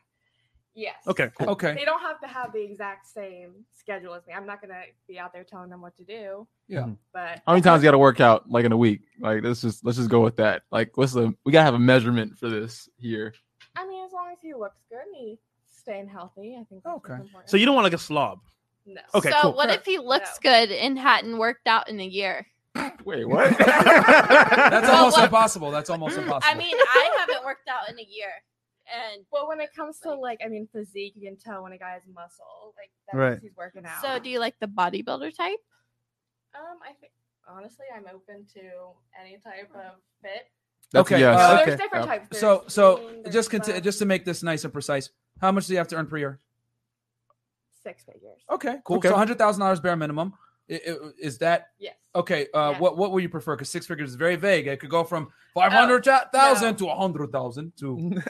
Speaker 9: Yes.
Speaker 2: Okay. Cool.
Speaker 1: Okay.
Speaker 9: They don't have to have the exact same schedule as me. I'm not gonna be out there telling them what to do.
Speaker 1: [laughs] Yeah.
Speaker 9: But
Speaker 4: Mm-hmm. How many times you got to work out like in a week? Like let's just let's just go with that. Like what's the we gotta have a measurement for this here.
Speaker 9: I mean, as long as he looks good and he's staying healthy, I think. That's what's
Speaker 1: Okay.
Speaker 9: important.
Speaker 2: So you don't want like a slob.
Speaker 9: No.
Speaker 2: Okay,
Speaker 8: so
Speaker 2: cool.
Speaker 8: what if he looks good and hadn't worked out in a year?
Speaker 4: Wait, what?
Speaker 1: [laughs]
Speaker 4: [laughs]
Speaker 1: That's
Speaker 8: Well,
Speaker 1: almost
Speaker 8: what-
Speaker 1: impossible. That's almost impossible.
Speaker 4: [laughs]
Speaker 8: I mean, I haven't worked out in a year.
Speaker 6: and
Speaker 9: But when it comes to like, I mean, physique, you can tell when a guy has muscle. Like that
Speaker 2: Right.
Speaker 9: means he's working out.
Speaker 8: So, do you like the bodybuilder type?
Speaker 9: Um, I think honestly, I'm open to any type
Speaker 8: Hmm.
Speaker 9: of fit.
Speaker 4: That's a yes.
Speaker 1: uh,
Speaker 4: So there's
Speaker 9: different types. There's
Speaker 1: So, so
Speaker 9: lean, there's
Speaker 1: just conti-
Speaker 9: buff.
Speaker 1: just to make this nice and precise, how much do you have to earn per year?
Speaker 9: Six figures.
Speaker 1: Okay, cool.
Speaker 4: Okay.
Speaker 1: So, hundred thousand dollars bare minimum. I- i- Is that
Speaker 9: Yes.
Speaker 1: okay? Uh,
Speaker 9: Yeah. Oh,
Speaker 1: What what would you prefer? Because six figures is very vague. It could go from five hundred thousand
Speaker 9: no.
Speaker 1: to a hundred thousand to.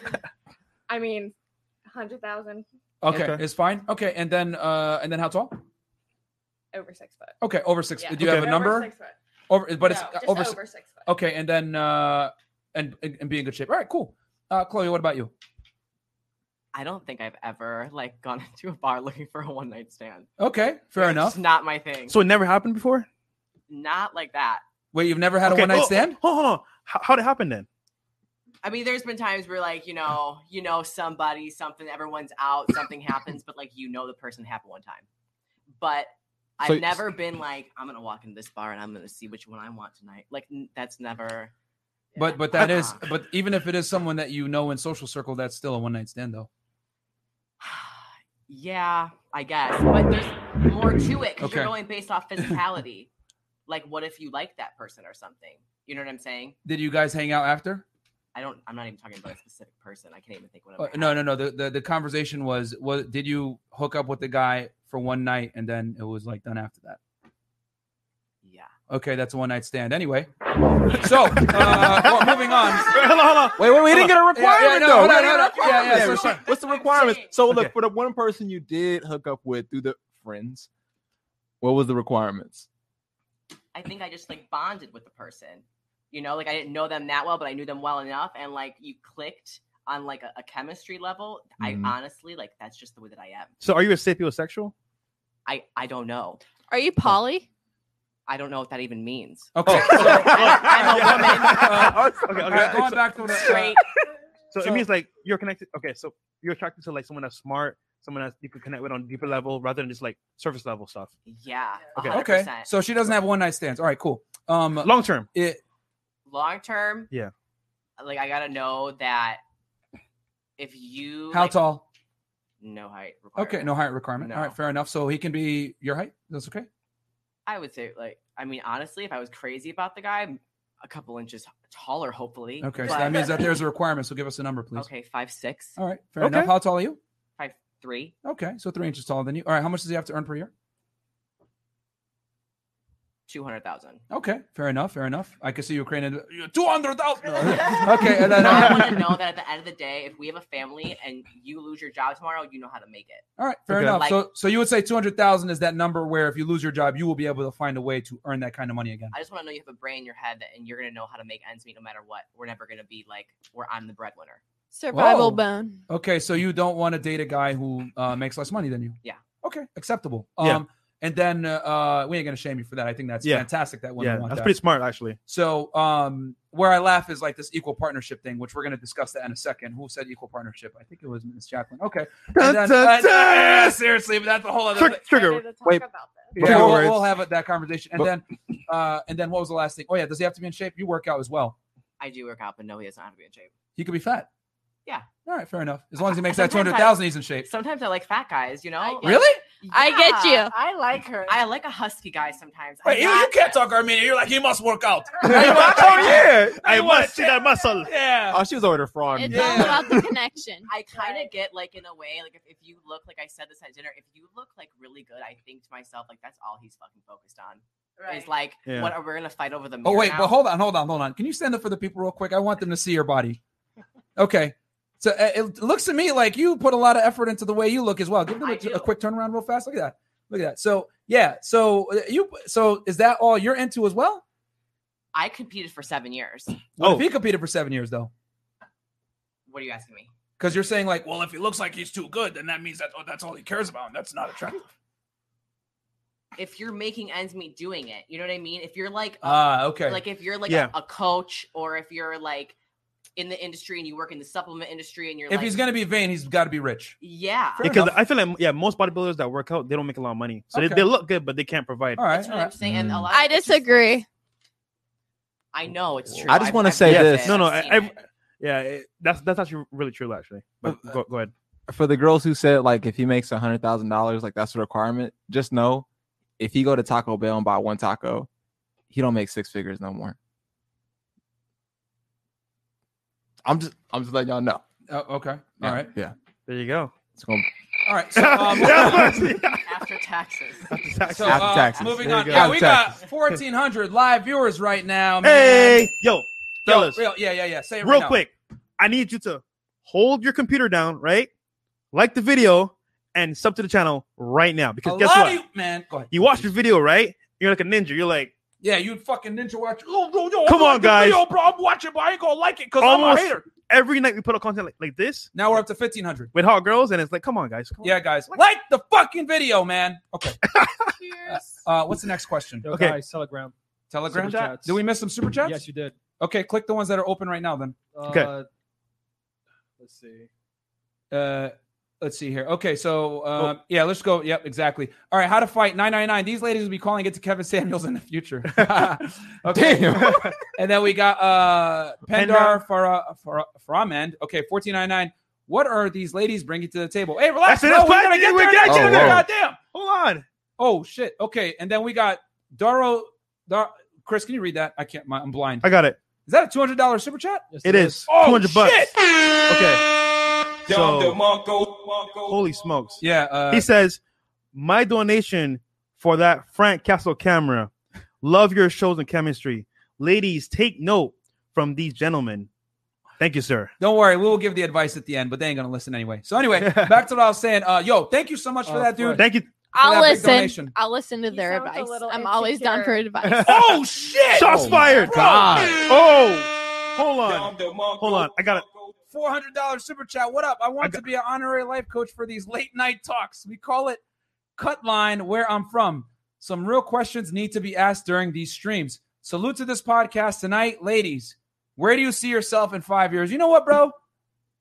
Speaker 9: I mean, hundred thousand
Speaker 1: Okay,
Speaker 2: Okay.
Speaker 1: it's fine. Okay, and then uh, and then how tall?
Speaker 9: over six foot.
Speaker 1: Okay, over six.
Speaker 9: Yeah.
Speaker 1: Do you have
Speaker 9: Over
Speaker 1: a number?
Speaker 9: Six foot.
Speaker 1: Over, but it's
Speaker 9: No,
Speaker 1: uh,
Speaker 9: just
Speaker 1: over.
Speaker 9: over,
Speaker 1: si-
Speaker 9: six foot.
Speaker 1: Okay, and then uh, and and and be in good shape. All right, cool. Uh, Chloe, what about you?
Speaker 10: I don't think I've ever like gone [laughs] into a bar looking for a one night stand.
Speaker 1: Okay, fair
Speaker 10: It's
Speaker 1: enough.
Speaker 10: not my thing.
Speaker 2: So it never happened before.
Speaker 10: not like that.
Speaker 1: Wait, you've never had a one night
Speaker 2: oh,
Speaker 1: stand?
Speaker 2: Hold, hold on. How, how'd it happen then?
Speaker 10: I mean, there's been times where like you know, you know somebody, something, everyone's out, something happens, but like you know the person it happened one time. But I've
Speaker 4: So-
Speaker 10: never been like I'm gonna walk into this bar and I'm gonna see which one I want tonight. Like n- that's never.
Speaker 1: But but that is but even if it is someone that you know in social circle, that's still a one night stand though.
Speaker 10: yeah, I guess. But there's more to it because
Speaker 1: Okay.
Speaker 10: you're going based off physicality. like, what if you like that person or something? You know what I'm saying?
Speaker 1: Did you guys hang out after?
Speaker 10: I don't. I'm not even talking about a specific person. I can't even think what.
Speaker 1: Uh, no, no, no. The, the the conversation was was did you hook up with the guy for one night and then it was like done after that?
Speaker 10: Yeah.
Speaker 1: Okay, that's a one night stand. Anyway,
Speaker 10: [laughs]
Speaker 1: so uh, well, moving on.
Speaker 2: [laughs] Wait, hold on, hold on.
Speaker 4: Wait, wait, we didn't get a
Speaker 1: Yeah, yeah,
Speaker 4: requirement
Speaker 1: no,
Speaker 4: though.
Speaker 1: hold
Speaker 4: We
Speaker 1: on,
Speaker 4: didn't
Speaker 1: hold
Speaker 4: get
Speaker 1: on.
Speaker 4: a
Speaker 1: Yeah, yeah,
Speaker 4: requirement.
Speaker 1: so
Speaker 4: What's-
Speaker 1: sorry.
Speaker 4: What's the requirements? So
Speaker 2: Okay.
Speaker 4: look, for the one person you did hook up with through the friends, what was the requirements?
Speaker 10: I think I just like bonded with the person. You know, like I didn't know them that well, but I knew them well enough, and like you clicked on like a, a chemistry level.
Speaker 1: Mm-hmm.
Speaker 4: Mhm.
Speaker 10: I honestly like that's just the way that I am.
Speaker 2: So are you
Speaker 1: [laughs]
Speaker 2: a sapiosexual?
Speaker 10: I I don't know.
Speaker 8: Are you poly?
Speaker 10: I don't know what that even means.
Speaker 1: [laughs] Okay,
Speaker 10: So,
Speaker 1: so,
Speaker 10: I'm a woman.
Speaker 2: okay,
Speaker 1: uh,
Speaker 2: okay.
Speaker 1: going back to the uh,
Speaker 10: Straight.
Speaker 2: So,
Speaker 1: So-
Speaker 2: it means like you're connected. Okay, so you're attracted to like someone that's smart, someone that you could connect with on a deeper level rather than just like surface level stuff.
Speaker 10: Yeah.
Speaker 2: Okay.
Speaker 1: okay.
Speaker 10: 100%.
Speaker 1: So she doesn't have one night stands. All right, cool. Um,
Speaker 2: Long term.
Speaker 1: it,
Speaker 10: long term.
Speaker 2: Yeah.
Speaker 10: Like I gotta know that if you
Speaker 1: how
Speaker 10: like,
Speaker 1: tall?
Speaker 10: No height.
Speaker 1: Okay,
Speaker 10: requirement.
Speaker 1: no height requirement. All
Speaker 10: No.
Speaker 1: right, fair enough. So he can be your height. That's okay.
Speaker 10: I would say, like, I mean, honestly, if I was crazy about the guy, m- a couple inches taller, hopefully.
Speaker 1: Okay, so
Speaker 10: but- [laughs]
Speaker 1: that means that there's a requirement. So give us a number, please.
Speaker 10: okay, five six,
Speaker 1: All right, fair
Speaker 2: Okay.
Speaker 1: enough. How tall are you?
Speaker 10: five three.
Speaker 1: Okay, so three inches taller than you. All right, how much does he have to earn per year?
Speaker 10: Two hundred thousand.
Speaker 1: Okay, fair enough, fair enough. I can see you Ukrainian two hundred
Speaker 10: [laughs]
Speaker 1: thousand. okay, and then
Speaker 10: I
Speaker 1: uh,
Speaker 10: want to know that at the end of the day, if we have a family and you lose your job tomorrow, you know how to make it.
Speaker 1: all [laughs] right, fair
Speaker 2: Okay.
Speaker 1: enough.
Speaker 10: Like-
Speaker 1: so, so you would say two hundred thousand is that number where if you lose your job, you will be able to find a way to earn that kind of money again.
Speaker 10: I just want to know you have a brain in your head that, and you're gonna know how to make ends meet no matter what. We're never gonna be like where I'm the breadwinner.
Speaker 8: Survival
Speaker 1: Whoa.
Speaker 8: bone.
Speaker 1: Okay, so you don't want to date a guy who uh, makes less money than you.
Speaker 10: Yeah.
Speaker 1: Okay, acceptable. Um,
Speaker 2: Yeah.
Speaker 1: [laughs] and then uh, uh, we ain't gonna shame you for that. I think that's
Speaker 2: Yeah.
Speaker 1: fantastic that women
Speaker 2: Yeah,
Speaker 1: want
Speaker 2: that's
Speaker 1: that.
Speaker 2: pretty smart actually.
Speaker 1: So um, where I laugh is like this equal partnership thing, which we're going to discuss that in a second. Who said equal partnership? I think it was Ms. Jacqueline. Okay. And
Speaker 2: Dun,
Speaker 1: then-
Speaker 2: dun,
Speaker 1: uh,
Speaker 2: dun!
Speaker 1: yeah, seriously, but that's a whole other.
Speaker 2: Trigger,
Speaker 9: Excited
Speaker 2: trigger.
Speaker 9: to talk
Speaker 4: Wait.
Speaker 9: about this.
Speaker 1: Yeah,
Speaker 2: Before
Speaker 1: we'll,
Speaker 2: words.
Speaker 1: we'll have that conversation, and
Speaker 4: But-
Speaker 1: then, uh, and then what was the last thing? Oh yeah, does he have to be in shape? You work out as well.
Speaker 10: I do work out, but no, he doesn't have to be in shape.
Speaker 1: He could be fat.
Speaker 10: Yeah.
Speaker 1: All right, fair enough. As long as he makes that two
Speaker 10: Sometimes I-
Speaker 1: hundred thousand, he's in shape.
Speaker 10: Sometimes I like fat guys, you know.
Speaker 9: I-
Speaker 1: Really?
Speaker 8: I get
Speaker 9: Yeah,
Speaker 8: you.
Speaker 9: I like her.
Speaker 10: I like a husky guy sometimes. I'm
Speaker 1: Wait, you, you
Speaker 10: not-
Speaker 1: can't talk Armenian. You're like he must work out.
Speaker 9: [laughs]
Speaker 2: [laughs] oh yeah, I
Speaker 1: wanna
Speaker 2: must see that muscle.
Speaker 1: yeah.
Speaker 4: Oh, she was over there for me.
Speaker 8: It's
Speaker 1: Yeah.
Speaker 8: all about
Speaker 1: [laughs]
Speaker 8: the connection.
Speaker 10: I kind
Speaker 9: Right.
Speaker 10: of get like in a way, like if, if you look like I said this at dinner, if you look like really good, I think to myself like that's all he's fucking focused on. Right. Is like
Speaker 2: Yeah.
Speaker 10: what are we gonna fight over the?
Speaker 1: Oh
Speaker 10: mirror
Speaker 1: wait,
Speaker 10: now?
Speaker 1: but hold on, hold on, hold on. Can you stand up for the people real quick? I want them to see
Speaker 10: [laughs]
Speaker 1: your body. Okay. So uh, it looks to me like you put a lot of effort into the way you look as well. Give them
Speaker 10: I
Speaker 1: a,
Speaker 10: do.
Speaker 1: a quick turnaround real fast. Look at that. Look at that. So yeah. So uh, you. So is that all you're into as well?
Speaker 10: I competed for seven years.
Speaker 1: What
Speaker 2: Oh.
Speaker 1: if he competed for seven years though?
Speaker 10: What are you asking me?
Speaker 1: Because you're saying like, well, if he looks like he's too good, then that means that oh, that's all he cares about, and that's not attractive.
Speaker 10: If you're making ends meet doing it, you know what I mean. If you're like, a-
Speaker 1: Ah, okay.
Speaker 10: like if you're like
Speaker 2: Yeah.
Speaker 10: a, a coach, or if you're like in the industry and you work in the supplement industry, and you're
Speaker 1: if
Speaker 10: like,
Speaker 1: he's gonna be vain, he's got to be rich.
Speaker 10: yeah,
Speaker 1: Fair
Speaker 2: Because
Speaker 1: enough.
Speaker 2: I feel like yeah, most bodybuilders that work out they don't make a lot of money, so
Speaker 1: Okay.
Speaker 2: they, they look good but they can't provide.
Speaker 1: All right.
Speaker 10: that's
Speaker 1: all
Speaker 10: what I'm
Speaker 1: right.
Speaker 10: saying. And a
Speaker 4: Mm.
Speaker 10: lot. of
Speaker 8: I
Speaker 10: it's just-
Speaker 8: disagree.
Speaker 10: I know it's true.
Speaker 4: I just
Speaker 10: I've-
Speaker 4: wanna
Speaker 10: I've
Speaker 4: say
Speaker 10: lived
Speaker 4: this.
Speaker 10: it.
Speaker 2: No, no,
Speaker 10: I've
Speaker 2: I,
Speaker 10: seen
Speaker 2: I
Speaker 10: it.
Speaker 2: Yeah, it, that's that's actually really true, actually. But go, go ahead.
Speaker 4: for the girls who said like if he makes a hundred thousand dollars, like that's a requirement. Just know if he go to Taco Bell and buy one taco, he don't make six figures no more. I'm just I'm just letting y'all know.
Speaker 1: Oh, okay.
Speaker 4: Yeah,
Speaker 1: All right.
Speaker 4: Yeah.
Speaker 2: There you go.
Speaker 4: It's gonna
Speaker 1: All right. So,
Speaker 10: [laughs]
Speaker 1: um,
Speaker 10: after
Speaker 1: [laughs]
Speaker 10: taxes.
Speaker 1: so,
Speaker 4: After
Speaker 1: uh,
Speaker 4: taxes.
Speaker 1: moving
Speaker 4: There you
Speaker 1: on.
Speaker 4: go.
Speaker 1: Yeah,
Speaker 4: After
Speaker 1: we
Speaker 4: taxes.
Speaker 1: got 1,400 live viewers right now. Oh, man.
Speaker 2: Hey, yo,
Speaker 1: Yo,
Speaker 2: fellas,
Speaker 1: real- yeah, yeah, yeah. Say it right
Speaker 2: real
Speaker 1: now.
Speaker 2: quick. I need you to hold your computer down, right? Like the video and sub to the channel right now because
Speaker 1: A
Speaker 2: guess
Speaker 1: lot
Speaker 2: what?
Speaker 1: of
Speaker 2: You-,
Speaker 1: you, man. Go ahead.
Speaker 2: watch the video, right? You're like a ninja. You're like
Speaker 1: Yeah, you fucking ninja watch. Yo, yo, yo,
Speaker 2: Come
Speaker 1: I
Speaker 2: on,
Speaker 1: like the
Speaker 2: guys.
Speaker 1: Video, bro, I'm watching, but I ain't gonna like it because I'm a
Speaker 2: almost
Speaker 1: hater.
Speaker 2: every night we put out content like, like this
Speaker 1: Now we're up to 1,500.
Speaker 2: with hot girls, and it's like, come on, guys. Come on.
Speaker 1: Yeah, guys, like the fucking video, man.
Speaker 2: [laughs]
Speaker 1: Okay.
Speaker 7: Cheers.
Speaker 1: Uh, what's the next question?
Speaker 5: Yo,
Speaker 2: Okay.
Speaker 5: guys, Telegram.
Speaker 1: Telegram.
Speaker 5: Super chats.
Speaker 1: Did we miss some super chats?
Speaker 5: Yes, you did.
Speaker 1: Okay, click the ones that are open right now. Then.
Speaker 2: Okay.
Speaker 5: Uh, let's see.
Speaker 1: Uh, let's see here. Okay, so um, yeah, let's go. Yep, exactly. All right, how to fight 999. These ladies will be calling it to Kevin Samuels in the
Speaker 2: [laughs]
Speaker 1: future. [laughs] okay.
Speaker 4: Damn.
Speaker 1: [laughs] And then we got uh Pendar
Speaker 2: Pendar.
Speaker 1: for for Framand. Okay, 1499. What are these ladies bringing to the table? Hey, relax.
Speaker 2: That's
Speaker 1: bro.
Speaker 2: it, that's
Speaker 1: We're gonna
Speaker 2: plenty.
Speaker 1: get
Speaker 2: We
Speaker 1: there.
Speaker 2: got
Speaker 1: next
Speaker 4: you.
Speaker 1: year.
Speaker 4: Oh, wow.
Speaker 1: Goddamn.
Speaker 2: Hold on.
Speaker 1: Oh shit. Okay, and then we got Daro Dar- Chris, can you read that? I can't. My, I'm blind.
Speaker 2: I got it.
Speaker 1: Is that a $200 super chat?
Speaker 5: Yes,
Speaker 2: It is
Speaker 1: Oh,
Speaker 2: 200 bucks.
Speaker 1: shit.
Speaker 2: Okay. So, holy smokes.
Speaker 1: Yeah. Uh,
Speaker 2: He says, My donation for that Frank Castle camera. Love your shows and chemistry. Ladies, take note from these gentlemen. Thank you, sir.
Speaker 1: Don't worry, we will give the advice at the end, but they ain't gonna listen anyway. So anyway,
Speaker 2: [laughs]
Speaker 1: back to what I was saying. Uh, yo, thank you so much for
Speaker 5: Of
Speaker 1: that, dude.
Speaker 5: course.
Speaker 2: Oh, Thank you.
Speaker 8: I'll
Speaker 1: that big
Speaker 8: listen.
Speaker 2: [laughs]
Speaker 1: donation.
Speaker 8: I'll listen to
Speaker 9: You
Speaker 8: their
Speaker 9: sound a
Speaker 8: advice. I'm
Speaker 9: little
Speaker 8: always down for advice.
Speaker 1: Oh shit!
Speaker 2: Shots fired.
Speaker 4: God.
Speaker 2: Oh, hold on. Hold on. I got it.
Speaker 1: Four hundred dollars super chat. What up? I want
Speaker 2: I got-
Speaker 1: to be an honorary life coach for these late night talks. We call it cut line where I'm from. Some real questions need to be asked during these streams. Salute to this podcast tonight, ladies. Where do you see yourself in five years? You know what, bro?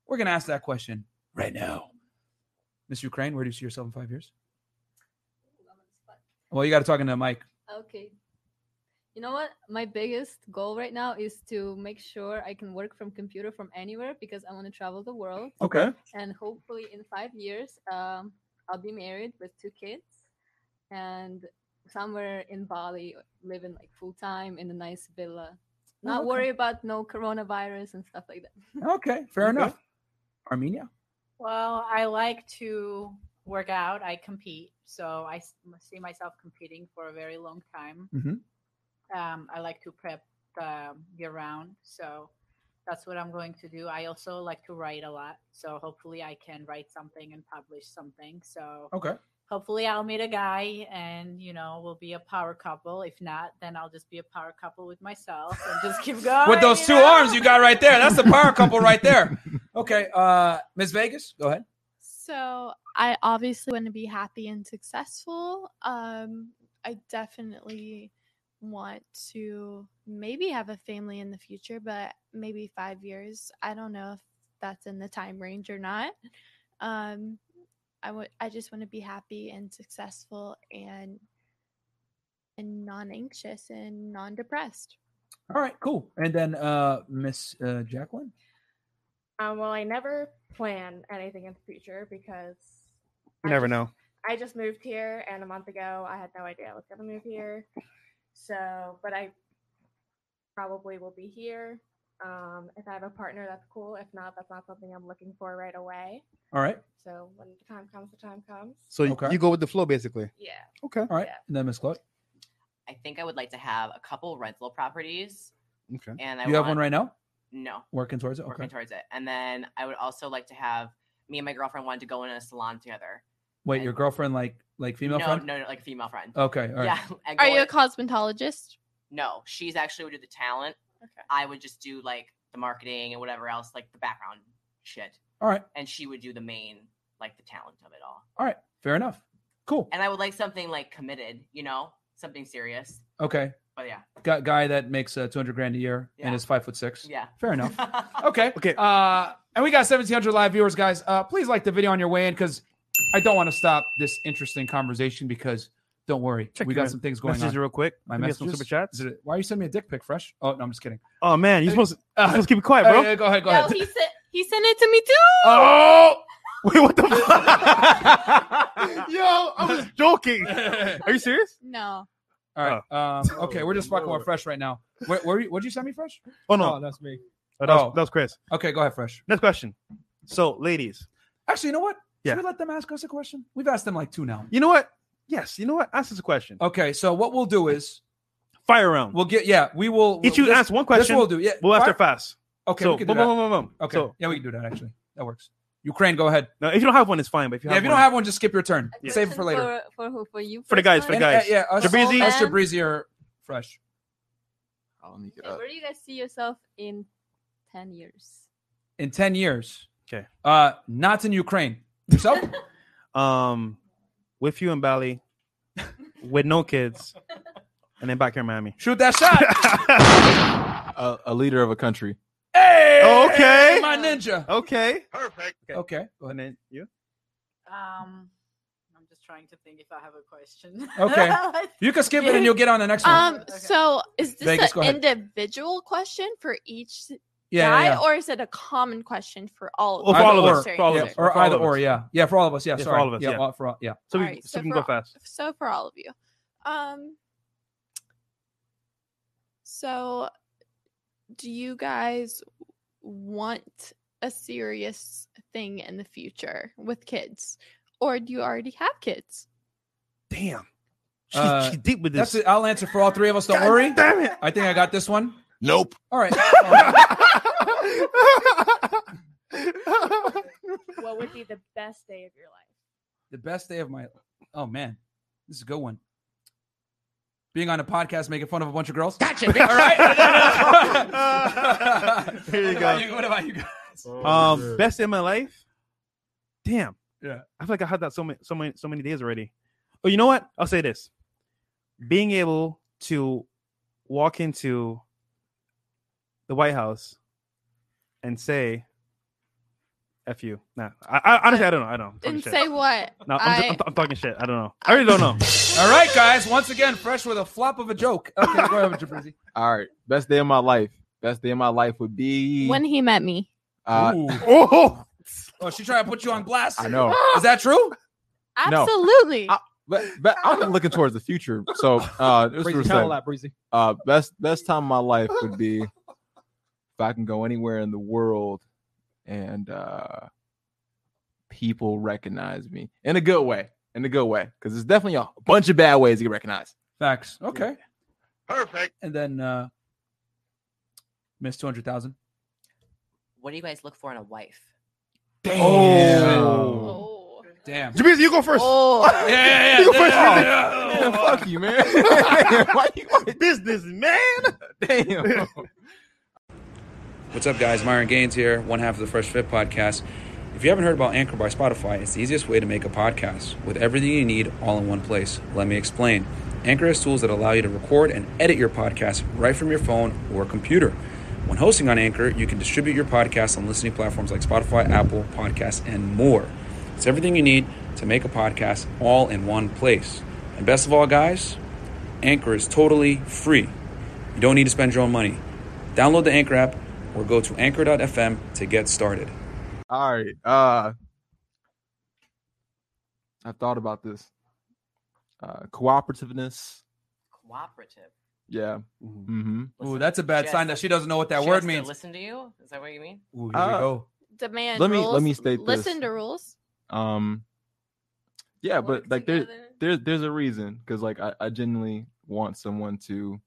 Speaker 1: We're gonna ask that question right now. Miss Ukraine, where do you see yourself in five years? Well, you got to talk into the mic.
Speaker 6: Okay. You know what? My biggest goal right now is to make sure I can work from computer from anywhere because I want to travel the world.
Speaker 1: Okay.
Speaker 6: And hopefully, in five years, um, I'll be married with two kids and somewhere in Bali, living like full time in a nice villa. Not
Speaker 1: okay.
Speaker 6: worry about no coronavirus and stuff like that.
Speaker 1: Okay, fair enough. Armenia.
Speaker 7: Well, I like to work out. I compete, so I s- see myself competing for a very long time.
Speaker 1: Mhm.
Speaker 7: Um, I like to prep um, year round, so that's what I'm going to do. I also like to write a lot, so hopefully I can write something and publish something. So
Speaker 1: Okay.
Speaker 7: hopefully I'll meet a guy, and you know we'll be a power couple. If not, then I'll just be a power couple with myself and just keep going.
Speaker 1: [laughs] With those
Speaker 7: you
Speaker 1: two
Speaker 7: know?
Speaker 1: arms you got right there, that's the power couple
Speaker 10: [laughs]
Speaker 1: right there. Okay, uh, Miss Vegas, go ahead.
Speaker 8: So I obviously want to be happy and successful. Um, I definitely want to maybe have a family in the future, but maybe five years. I don't know if that's in the time range or not. Um, I would. I just want to be happy and successful and and non-anxious and non-depressed.
Speaker 1: All right, cool. And then uh, Miss uh, Jacqueline.
Speaker 9: Um, well, I never plan anything in the future because I
Speaker 2: You never
Speaker 9: just-
Speaker 2: know.
Speaker 9: I just moved here, and a month ago, I had no idea I was gonna move here. So, but I probably will be here. Um, if I have a partner, that's cool. If not, that's not something I'm looking for right away.
Speaker 1: All right,
Speaker 9: So when the time comes, the time comes.
Speaker 1: [laughs]
Speaker 2: So
Speaker 1: Okay.
Speaker 2: you go with the flow, basically.
Speaker 9: Yeah.
Speaker 2: Okay.
Speaker 1: all right. And then Miss Chloe.
Speaker 10: I think I would like to have a couple rental properties,
Speaker 2: Okay.
Speaker 10: and I
Speaker 1: You have
Speaker 10: want,
Speaker 1: one right now,
Speaker 10: No,
Speaker 1: working towards it.
Speaker 10: working
Speaker 1: Okay.
Speaker 10: towards it. And then I would also like to have me and my girlfriend wanted to go in a salon together.
Speaker 1: Wait, your girlfriend, like, like female
Speaker 10: no,
Speaker 1: friend?
Speaker 10: no, no, like a female friend.
Speaker 1: Okay. All right.
Speaker 10: Yeah. [laughs] and
Speaker 8: Are
Speaker 10: go
Speaker 8: you a
Speaker 10: in-
Speaker 8: cosmetologist?
Speaker 10: no, she's actually would do the talent.
Speaker 8: Okay.
Speaker 10: I would just do like the marketing and whatever else, like the background shit,
Speaker 1: All right.
Speaker 10: and she would do the main, like the talent of it all.
Speaker 1: All right. Fair enough. Cool.
Speaker 10: And I would like something like committed, you know, something serious.
Speaker 1: Okay.
Speaker 10: But Oh, yeah,
Speaker 1: Got guy that makes uh, two hundred grand a year
Speaker 10: Yeah.
Speaker 1: and is five foot six.
Speaker 10: yeah. [laughs]
Speaker 1: Fair enough. Okay.
Speaker 2: Okay.
Speaker 1: Uh, and we got 1,700 live viewers, guys. Uh, please like the video on your way in because I don't want to stop this interesting conversation because Don't worry,
Speaker 2: Check
Speaker 1: we
Speaker 2: your
Speaker 1: got some things going
Speaker 2: messages
Speaker 1: on.
Speaker 2: real quick.
Speaker 1: My
Speaker 2: Give me some
Speaker 1: messages.
Speaker 2: super chats.
Speaker 1: Is it- why are you sending me a dick pic, Fresh? Oh no, I'm just kidding.
Speaker 2: Oh man, you're supposed to, you're
Speaker 1: Uh,
Speaker 2: supposed to keep it
Speaker 1: [laughs]
Speaker 2: quiet,
Speaker 1: hey,
Speaker 2: bro.
Speaker 1: hey, go ahead, go
Speaker 7: No,
Speaker 1: ahead.
Speaker 7: he sent he sent it to me too.
Speaker 1: Oh,
Speaker 2: [laughs] Wait, what the
Speaker 1: [laughs]
Speaker 2: fuck? Yo, I was
Speaker 1: [laughs]
Speaker 2: joking. Are you serious?
Speaker 7: No,
Speaker 1: all right.
Speaker 2: Oh.
Speaker 1: Um, okay, we're just fucking with Fresh right now. Where, where you, what'd you send me, Fresh?
Speaker 2: Oh
Speaker 5: Oh,
Speaker 2: no,
Speaker 5: that's me.
Speaker 2: Oh, that, was,
Speaker 1: Oh.
Speaker 2: that was Chris.
Speaker 1: Okay, go ahead, Fresh.
Speaker 2: Next question. So, ladies,
Speaker 1: Actually, you know what? Should
Speaker 2: Yeah.
Speaker 1: we let them ask us a question? We've asked them like two now.
Speaker 2: you know what? Yes, you know what? Ask us a question.
Speaker 1: Okay, so what we'll do is
Speaker 2: Fire round.
Speaker 1: we'll get yeah we will.
Speaker 2: Each you
Speaker 1: this-
Speaker 2: ask one question.
Speaker 1: This we'll do yeah.
Speaker 2: We'll
Speaker 1: fi-
Speaker 2: answer fast.
Speaker 1: Okay,
Speaker 2: so,
Speaker 1: we can do
Speaker 2: boom,
Speaker 1: that.
Speaker 2: boom, boom, boom, boom.
Speaker 1: Okay,
Speaker 2: So,
Speaker 1: yeah, we can do that actually. That works. Ukraine, go ahead.
Speaker 2: no, if you don't have one, it's fine. But if you
Speaker 1: Yeah, if
Speaker 2: have
Speaker 1: you
Speaker 2: one,
Speaker 1: don't have one, just skip your turn.
Speaker 6: A
Speaker 1: Save it
Speaker 6: [laughs]
Speaker 1: for
Speaker 6: question
Speaker 1: later.
Speaker 6: For, for who? For you?
Speaker 2: For the
Speaker 6: first
Speaker 2: guys, for the
Speaker 6: one?
Speaker 1: And, uh,
Speaker 2: guys.
Speaker 1: yeah, us,
Speaker 2: Jabrizi?
Speaker 1: us
Speaker 6: Man.
Speaker 1: Jabrizi are fresh.
Speaker 4: Oh, let me get
Speaker 6: Okay,
Speaker 4: up.
Speaker 6: where do you guys see yourself in 10 years?
Speaker 1: in 10 years.
Speaker 2: Okay.
Speaker 1: Uh, not in Ukraine. Yourself?
Speaker 2: [laughs] um, with you in Bali, with no kids, and then back here in Miami. [laughs]
Speaker 1: Shoot that shot.
Speaker 4: A, a leader of a country.
Speaker 1: hey!
Speaker 2: Okay.
Speaker 1: My ninja.
Speaker 2: okay.
Speaker 1: Okay. go ahead.
Speaker 2: And then you.
Speaker 7: um, I'm just trying to think if I have a question. [laughs]
Speaker 1: Okay. You can skip it and you'll get on the next one.
Speaker 8: Um,
Speaker 7: Okay.
Speaker 8: so is this
Speaker 1: Vegas, go
Speaker 8: an
Speaker 1: ahead.
Speaker 8: individual question for each
Speaker 1: yeah,
Speaker 8: guy,
Speaker 1: yeah,
Speaker 8: or is it a common question for all
Speaker 2: Well,
Speaker 8: of
Speaker 2: for all of
Speaker 1: Either
Speaker 2: us.
Speaker 8: or.
Speaker 2: For all
Speaker 1: yeah.
Speaker 2: of
Speaker 1: Yeah,
Speaker 2: us.
Speaker 1: Or
Speaker 2: for all
Speaker 1: either
Speaker 2: of us.
Speaker 1: or, yeah. Yeah, for all of us. Yeah,
Speaker 2: Yeah, for
Speaker 1: sorry.
Speaker 2: all of us, yeah.
Speaker 1: all- for all- yeah.
Speaker 2: So we,
Speaker 8: All right,
Speaker 2: so
Speaker 8: so
Speaker 2: we can
Speaker 8: for
Speaker 2: go
Speaker 8: all-
Speaker 2: fast.
Speaker 8: So for all of you, um, so do you guys want a serious thing in the future with kids, or do you already have kids?
Speaker 2: Damn. She's,
Speaker 1: Uh,
Speaker 2: she's deep with this.
Speaker 1: That's it. I'll answer for all three of us. Don't
Speaker 2: God
Speaker 1: worry.
Speaker 2: Damn it.
Speaker 1: I think I got this one.
Speaker 11: Nope.
Speaker 8: [laughs]
Speaker 1: All right.
Speaker 9: What would be the best day of your life?
Speaker 1: the best day of my oh man this is a good one being on a podcast making fun of a bunch of girls gotcha [laughs] all right
Speaker 2: There you
Speaker 1: what
Speaker 2: go.
Speaker 1: about what about you guys
Speaker 2: um, best day of my life. Damn.
Speaker 1: Yeah.
Speaker 2: I feel like I had that so many, so many, so many days already. Oh, you know what? I'll say this: being able to walk into the White House and say "f you." Nah, I, I honestly, I don't know. I don't. know. I'm talking
Speaker 8: And
Speaker 2: shit.
Speaker 8: say what?
Speaker 2: no, I'm, just,
Speaker 8: I-
Speaker 2: I'm, I'm talking shit. I don't know. I really don't
Speaker 8: [laughs]
Speaker 2: know.
Speaker 1: all right guys once again fresh with a flop of a joke okay go ahead Jabrizzi.
Speaker 4: All right. Best day of my life. Best day of my life would be
Speaker 8: When he met me.
Speaker 4: uh,
Speaker 1: Ooh.
Speaker 2: oh,
Speaker 1: oh she trying to put you on blast [laughs]
Speaker 4: I know.
Speaker 1: is that true
Speaker 4: No.
Speaker 8: Absolutely.
Speaker 2: Ah,
Speaker 4: I- But, but I'm looking towards the future. So uh, this is
Speaker 5: Breezy,
Speaker 4: what I'm
Speaker 5: channel
Speaker 4: saying.
Speaker 5: that, Breezy.
Speaker 4: uh, best best time of my life would be if I can go anywhere in the world and uh, people recognize me in a good way. In a good way, because there's definitely a bunch of bad ways to get recognized.
Speaker 1: facts okay
Speaker 11: Perfect.
Speaker 1: and then uh miss 200000
Speaker 10: What do you guys look for in a wife?
Speaker 4: Damn.
Speaker 2: Oh.
Speaker 8: oh.
Speaker 1: damn
Speaker 2: Jabriz, you go first. [laughs]
Speaker 1: yeah yeah yeah,
Speaker 2: You first,
Speaker 1: yeah,
Speaker 4: Man,
Speaker 2: [laughs]
Speaker 1: yeah.
Speaker 4: fuck you, man. Why you
Speaker 2: This, this man. [laughs]
Speaker 4: Damn.
Speaker 1: What's up, guys? Myron Gaines here, one half of the Fresh Fit podcast. If you haven't heard about Anchor by Spotify, it's the easiest way to make a podcast with everything you need all in one place. Let me explain. Anchor has tools that allow you to record and edit your podcast right from your phone or computer. When hosting on Anchor, you can distribute your podcast on listening platforms like Spotify, Apple Podcasts, and more. It's everything you need to make a podcast all in one place. And best of all, guys, Anchor is totally free. You don't need to spend your own money. Download the Anchor app or go to anchor.fm to get started.
Speaker 4: All right. Uh, I thought about this. Uh, cooperativeness.
Speaker 10: Cooperative.
Speaker 4: Yeah. Mm-hmm.
Speaker 1: Ooh, that's a bad
Speaker 10: Just-
Speaker 1: sign that she doesn't know what that
Speaker 10: She
Speaker 1: word
Speaker 10: has to
Speaker 1: means. Ooh,
Speaker 10: Listen to you. Is that what you mean?
Speaker 1: here we
Speaker 4: Uh,
Speaker 1: go.
Speaker 8: Demand.
Speaker 4: Let me-
Speaker 8: rules.
Speaker 4: let me state this.
Speaker 8: Listen to rules.
Speaker 4: Um. Yeah, but
Speaker 6: Work
Speaker 4: like there,
Speaker 6: together.
Speaker 4: there, there's a reason because like I, I genuinely want someone to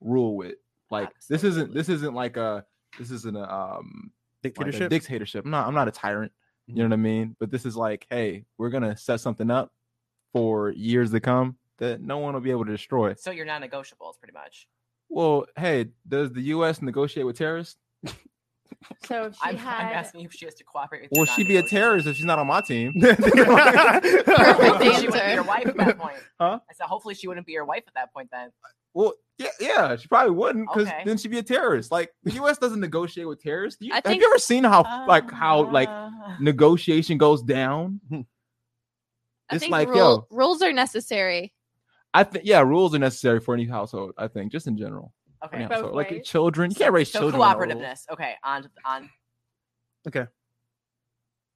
Speaker 4: rule with. Like this isn't this isn't like a this isn't a um like a
Speaker 2: Dictatorship.
Speaker 4: dictatorship. I'm not I'm not a tyrant. You know what I mean? But this is like, hey, we're gonna set something up for years to come that no one will be able to destroy.
Speaker 10: So you're non-negotiables, pretty much.
Speaker 4: Well, hey, does the U.S. negotiate with terrorists?
Speaker 9: So if she
Speaker 10: I'm,
Speaker 9: had
Speaker 10: I'm asking you if she has to cooperate with. your
Speaker 4: Will she be a
Speaker 10: non-negotiables.
Speaker 4: terrorist if she's not on my team?
Speaker 1: [laughs]
Speaker 4: [laughs]
Speaker 8: Perfect
Speaker 10: Hopefully she wouldn't be
Speaker 8: answer.
Speaker 10: your wife at that point.
Speaker 4: Huh?
Speaker 10: I said, hopefully she wouldn't be your wife at that point. Then
Speaker 4: well, yeah, yeah, she probably wouldn't because
Speaker 10: Okay.
Speaker 4: then she'd be a terrorist. Like the U.S. doesn't negotiate with terrorists. Do you-
Speaker 8: I
Speaker 4: have
Speaker 8: think-
Speaker 4: you ever seen how like how like
Speaker 10: Uh,
Speaker 4: negotiation goes down?
Speaker 8: I
Speaker 4: It's
Speaker 8: think
Speaker 4: like,
Speaker 8: rule-
Speaker 4: yo.
Speaker 8: rules are necessary.
Speaker 4: I think yeah, rules are necessary for any household. I think just in general.
Speaker 10: Okay.
Speaker 4: Any
Speaker 10: Both
Speaker 4: household. like
Speaker 10: ways.
Speaker 4: children, you can't raise
Speaker 10: so
Speaker 4: children. without rules.
Speaker 10: cooperativeness. Okay, on to- on.
Speaker 2: Okay.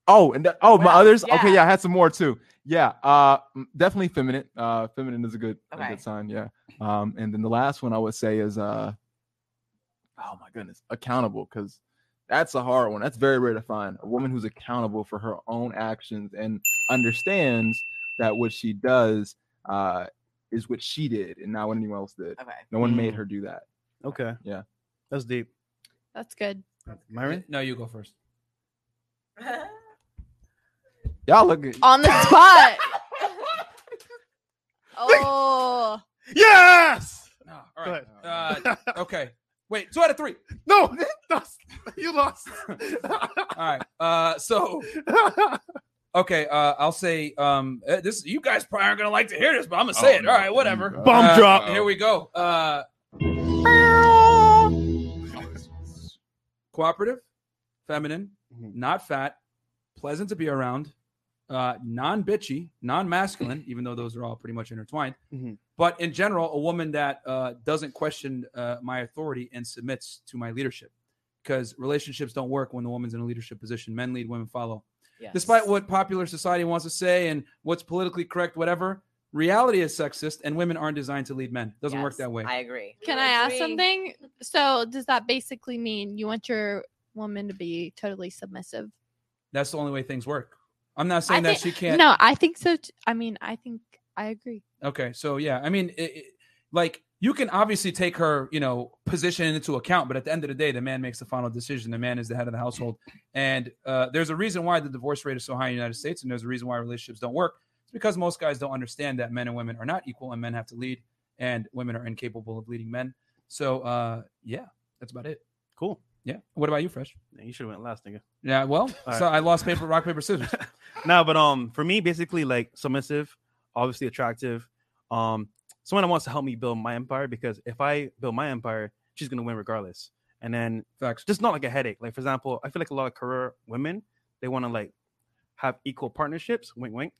Speaker 4: Oh, and th- oh, my
Speaker 10: Well,
Speaker 4: others. Okay,
Speaker 10: yeah.
Speaker 4: yeah, I had some more too. Yeah, uh, m- definitely feminine. Uh, feminine is a good, a
Speaker 10: Okay.
Speaker 4: good sign. Yeah. Um, and then the last one I would say is uh, oh my goodness, accountable because that's a hard one. That's very rare to find a woman who's accountable for her own actions and understands that what she does uh is what she did and not what anyone else did.
Speaker 10: Okay. Mm-hmm.
Speaker 4: No one made
Speaker 2: Mm.
Speaker 4: her do that.
Speaker 2: Okay.
Speaker 4: Yeah.
Speaker 2: That's deep.
Speaker 8: That's good.
Speaker 2: Myron?
Speaker 1: No, you go first.
Speaker 4: [laughs] Y'all look good.
Speaker 8: On the
Speaker 2: [laughs]
Speaker 8: spot. oh.
Speaker 2: Yes.
Speaker 1: No, all
Speaker 2: Go
Speaker 1: right. Uh, okay. Wait, two out of three.
Speaker 2: No, [laughs] that's, you lost.
Speaker 1: All right. Uh,
Speaker 2: [laughs]
Speaker 1: so okay, uh, I'll say um, eh, this. You guys probably aren't gonna like to hear this, but I'm gonna say
Speaker 4: Oh,
Speaker 1: it.
Speaker 4: no.
Speaker 1: All right, whatever.
Speaker 4: Bomb
Speaker 1: Uh,
Speaker 2: drop.
Speaker 1: Here we go. Uh, cooperative, feminine, not fat, pleasant to be around, uh, non bitchy, non masculine, even though those are all pretty much intertwined.
Speaker 2: Mhm.
Speaker 1: But in general, a woman that uh, doesn't question uh, my authority and submits to my leadership. Because relationships don't work when the woman's in a leadership position. Men lead, women follow. Despite what popular society wants to say and what's politically correct, whatever, reality is sexist and women aren't designed to lead men. Doesn't work
Speaker 10: Yes,
Speaker 1: that way.
Speaker 10: I agree.
Speaker 8: Can I ask
Speaker 9: Agree.
Speaker 8: something? So, does that basically mean you want your woman to be totally submissive?
Speaker 1: That's the only way things work. I'm not saying
Speaker 8: I
Speaker 1: that she
Speaker 8: think-
Speaker 1: can't.
Speaker 8: No, I think so. T- I mean, I think I agree.
Speaker 1: Okay, so yeah, I mean, it, it- like you can obviously take her, you know, position into account, but at the end of the day, the man makes the final decision. The man is the head of the household, and uh, there's a reason why the divorce rate is so high in the United States, and there's a reason why relationships don't work. It's because most guys don't understand that men and women are not equal, and men have to lead, and women are incapable of leading men. So, uh, yeah, that's about it.
Speaker 2: Cool.
Speaker 1: Yeah. What about you, Fresh?
Speaker 2: Man, you should have went [laughs] last, nigga.
Speaker 1: Yeah. Well,
Speaker 2: All
Speaker 1: so I lost paper, rock, paper, scissors.
Speaker 2: [laughs] No, but um, for me, basically like submissive, obviously attractive, um, someone that wants to help me build my empire because if I build my empire, she's gonna win regardless. And then
Speaker 1: Facts.
Speaker 2: just not like a headache. Like for example, I feel like a lot of career women they want to like have equal partnerships. Wink, wink.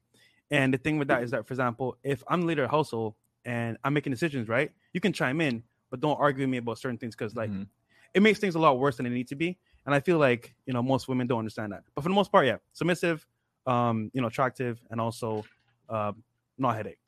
Speaker 2: And the thing with that is
Speaker 1: Mm-hmm.
Speaker 2: that, for example, if I'm the leader of the household and I'm making decisions, right? You can chime in, but don't argue with me about certain things because
Speaker 1: Mm-hmm.
Speaker 2: like
Speaker 4: Mhm.
Speaker 2: it makes things a lot worse than they need to be. And I feel like you know most women don't understand that. But for the most part, yeah, submissive, um, you know, attractive, and also um, not a headache.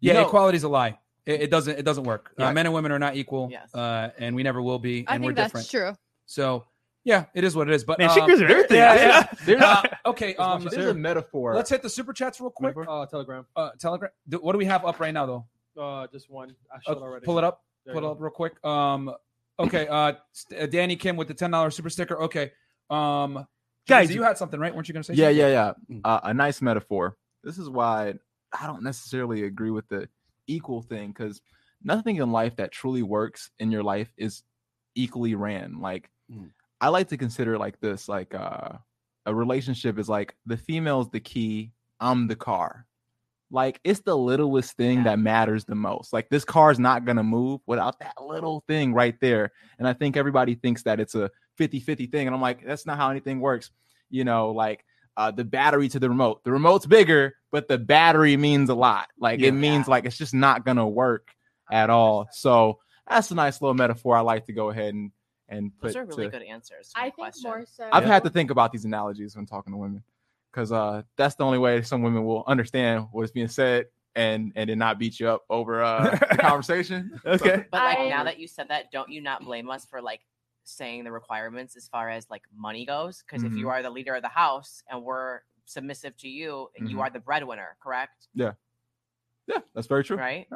Speaker 1: Yeah,
Speaker 2: You know-
Speaker 1: equality is a lie. It, it doesn't. It doesn't work.
Speaker 2: Yeah.
Speaker 1: Uh, men and women are not equal,
Speaker 10: Yes.
Speaker 1: uh, and we never will be, and
Speaker 8: I
Speaker 1: we're
Speaker 8: think that's
Speaker 1: different.
Speaker 8: true.
Speaker 1: So, yeah, it is what it is. But
Speaker 2: Man, she
Speaker 1: um,
Speaker 2: agrees with everything.
Speaker 1: yeah,
Speaker 2: Yeah,
Speaker 4: There's,
Speaker 1: uh, okay,
Speaker 4: um,
Speaker 1: um,
Speaker 4: there's a metaphor.
Speaker 1: let's hit the super chats real quick.
Speaker 2: Remember?
Speaker 5: Uh, Telegram.
Speaker 1: Uh, Telegram. th- What do we have up right now though?
Speaker 5: Uh, just one. I
Speaker 1: Uh,
Speaker 5: showed already.
Speaker 1: pull it up.
Speaker 5: There
Speaker 1: pull
Speaker 5: you
Speaker 1: it up real quick. Um, okay. Uh, st- uh, Danny Kim with the ten dollars super sticker. Okay. Um,
Speaker 2: Guys,
Speaker 1: Jay-Z, you had something right? Weren't you gonna say?
Speaker 4: yeah,
Speaker 1: something?
Speaker 4: yeah, yeah.
Speaker 2: Mm.
Speaker 4: Uh, a nice metaphor. This is why I don't necessarily agree with the equal thing because nothing in life that truly works in your life is equally ran. Like
Speaker 2: Mm.
Speaker 4: I like to consider it like this, like uh, a relationship is like the female's the key, I'm the car. Like it's the littlest thing
Speaker 10: Yeah.
Speaker 4: that matters the most. Like this car's not gonna move without that little thing right there. And I think everybody thinks that it's a 50-50 thing. And I'm like, that's not how anything works. You know, like uh, the battery to the remote. The remote's bigger, but the battery means a lot. Like
Speaker 2: Yeah.
Speaker 4: it means like it's just not gonna work at all. So that's a nice little metaphor. I like to go ahead and and put.
Speaker 10: Those are really
Speaker 4: to-
Speaker 10: good answers. to my
Speaker 9: I think
Speaker 10: question.
Speaker 9: more so.
Speaker 4: uh, I've had to think about these analogies when talking to women because uh, that's the only way some women will understand what is being said and and then not beat you up over uh, [laughs] the conversation.
Speaker 2: Okay.
Speaker 10: But like
Speaker 9: I-
Speaker 10: now that you said that, don't you not blame us for like saying the requirements as far as like money goes? Because if
Speaker 4: Mm-hmm.
Speaker 10: you are the leader of the house and we're submissive to you, you
Speaker 4: Mhm.
Speaker 10: are the breadwinner, correct?
Speaker 4: Yeah, that's very true.
Speaker 10: Right?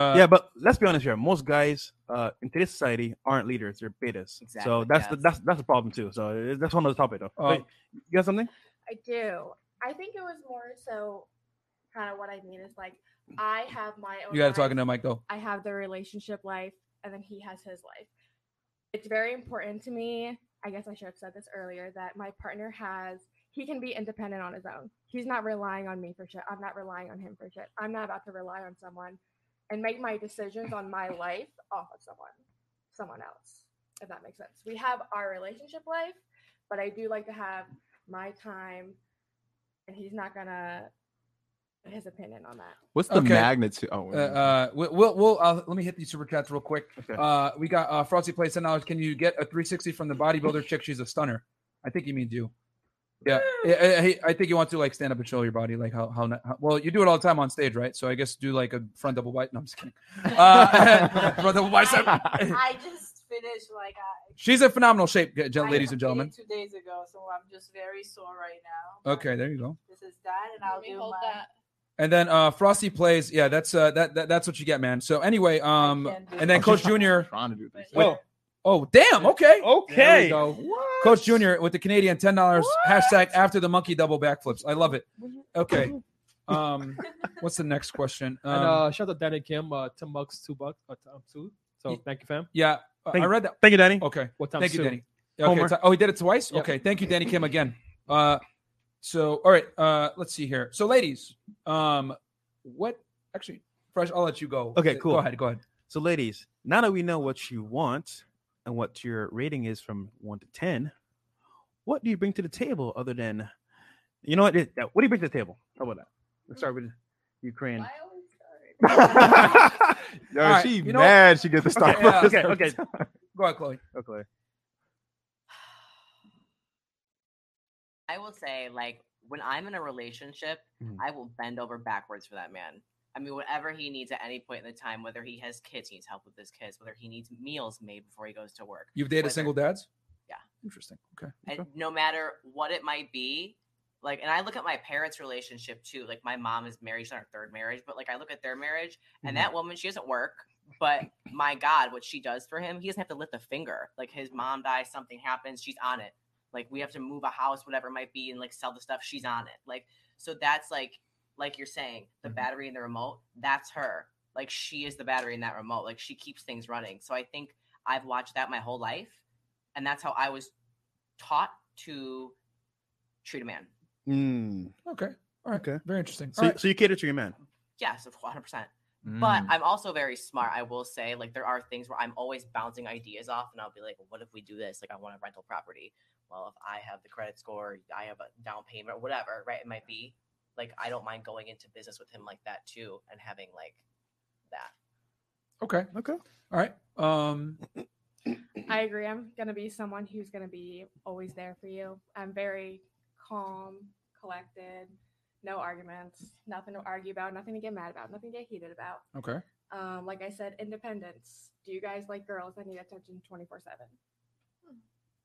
Speaker 1: Uh,
Speaker 2: yeah, but let's be honest here. Most guys uh, in today's society aren't leaders; they're betas.
Speaker 10: Exactly,
Speaker 2: so that's the
Speaker 10: yes.
Speaker 2: that's that's the problem too. So it- that's one other topic though.
Speaker 1: Uh,
Speaker 2: Wait, you got something?
Speaker 9: I do. I think it was more so kind of what I mean is like I have my own
Speaker 1: You got to talk
Speaker 9: life,
Speaker 1: into the mic though.
Speaker 9: I have the relationship life and then he has his life. It's very important to me. I guess I should have said this earlier that my partner has he can be independent on his own. He's not relying on me for shit. I'm not relying on him for shit. I'm not about to rely on someone and make my decisions on my life off of someone someone else. If that makes sense. We have our relationship life, but I do like to have my time and he's not gonna his opinion on that.
Speaker 4: What's the magnitude? Oh,
Speaker 1: uh, uh, we- we'll, we'll uh, let me hit these super chats real quick. Uh, we got uh, Frosty Play ten dollars. Can you get a 360 from the bodybuilder chick? She's a stunner. I think you mean you. Yeah, I, I- I think you want to like stand up and show your body, like how, how how well you do it all the time on stage, right? So I guess do like a front double bicep. No, I'm just kidding. Uh, [laughs] front double bicep.
Speaker 7: I just finished like I,
Speaker 1: She's in phenomenal shape, g- gen-
Speaker 7: I
Speaker 1: ladies and
Speaker 7: did
Speaker 1: gentlemen.
Speaker 7: two days ago, so I'm just very sore right now.
Speaker 1: Okay, there you go.
Speaker 7: This is that, and I'll do hold that.
Speaker 1: And then uh Frosty plays. Yeah, that's uh that, that that's what you get, man. So anyway, um,
Speaker 7: can't do
Speaker 1: and then
Speaker 7: that.
Speaker 1: Coach Junior.
Speaker 5: Oh.
Speaker 1: Oh, damn. Okay.
Speaker 5: There we
Speaker 1: go. Coach Junior with the Canadian ten dollars hashtag after the monkey double backflips. I love it.
Speaker 7: [laughs]
Speaker 1: Okay. Um, what's the next question? Um,
Speaker 5: and uh, shout out Danny Kim, uh, ten bucks, two bucks, uh, t- um, two. So thank you, fam.
Speaker 1: yeah, I-
Speaker 5: Thank-
Speaker 1: I read
Speaker 2: [laughs]
Speaker 1: that.
Speaker 2: Thank you, Danny.
Speaker 1: Okay.
Speaker 5: What time
Speaker 1: Thank you,
Speaker 5: soon?
Speaker 1: Danny. Okay.
Speaker 5: Homer.
Speaker 1: ti- oh, he did it twice. Okay. Thank you, Danny Kim, again. Uh, so all right. Uh, let's see here. So, ladies, um, what actually, Fresh? I'll let you go. Uh,
Speaker 2: Okay, cool.
Speaker 1: Go ahead. Go ahead.
Speaker 2: So, ladies, now that we know what you want and what your rating is from one to ten, what do you bring to the table other than, you know what? it- What do you bring to the table? How about that? Let's start with Ukraine. [laughs]
Speaker 1: [laughs]
Speaker 4: Yo,
Speaker 1: All right,
Speaker 4: she
Speaker 1: you know what? uh,
Speaker 4: mad. She get the start.
Speaker 1: yeah,
Speaker 4: first
Speaker 2: okay, [laughs]
Speaker 4: every
Speaker 2: okay.
Speaker 1: [laughs]
Speaker 4: time.
Speaker 1: Go ahead, Chloe.
Speaker 2: Okay.
Speaker 10: I will say, like, when I'm in a relationship,
Speaker 4: Mm-hmm.
Speaker 2: Mhm.
Speaker 10: I will bend over backwards for that man. I mean, whatever he needs at any point in the time, whether he has kids, he needs help with his kids, whether he needs meals made before he goes to work.
Speaker 1: You've dated
Speaker 10: whether-
Speaker 1: single dads.
Speaker 10: Yeah.
Speaker 1: Interesting. Okay.
Speaker 10: and no matter what it might be like and i look at my parents relationship too like my mom is married she's on her third marriage but like i look at their marriage and
Speaker 1: Mhm.
Speaker 10: that woman she doesn't work but my god what she does for him he doesn't have to lift a finger like his mom dies something happens she's on it like we have to move a house whatever it might be and like sell the stuff she's on it like so that's like like you're saying the
Speaker 1: Mhm.
Speaker 10: battery in the remote that's her like she is the battery in that remote like she keeps things running so i think i've watched that my whole life and that's how i was taught to treat a man.
Speaker 2: Mm.
Speaker 1: Okay. All right.
Speaker 2: Okay.
Speaker 1: Very interesting.
Speaker 2: So,
Speaker 1: All right.
Speaker 2: so you cater to your man.
Speaker 10: Yes, of 100%. But I'm also very smart. I will say, like, there are things where I'm always bouncing ideas off, and I'll be like, what if we do this? Like, I want a rental property. Well, if I have the credit score, I have a down payment, whatever, right? It might be like, I don't mind going into business with him like that too, and having like that.
Speaker 1: Okay.
Speaker 2: Okay.
Speaker 1: All right. Um,
Speaker 9: I agree. I'm gonna be someone who's gonna be always there for you. I'm very calm, collected, no arguments, nothing to argue about, nothing to get mad about, nothing to get heated about.
Speaker 1: okay.
Speaker 9: Um, like I said, independence. Do you guys like girls that need attention 24 7?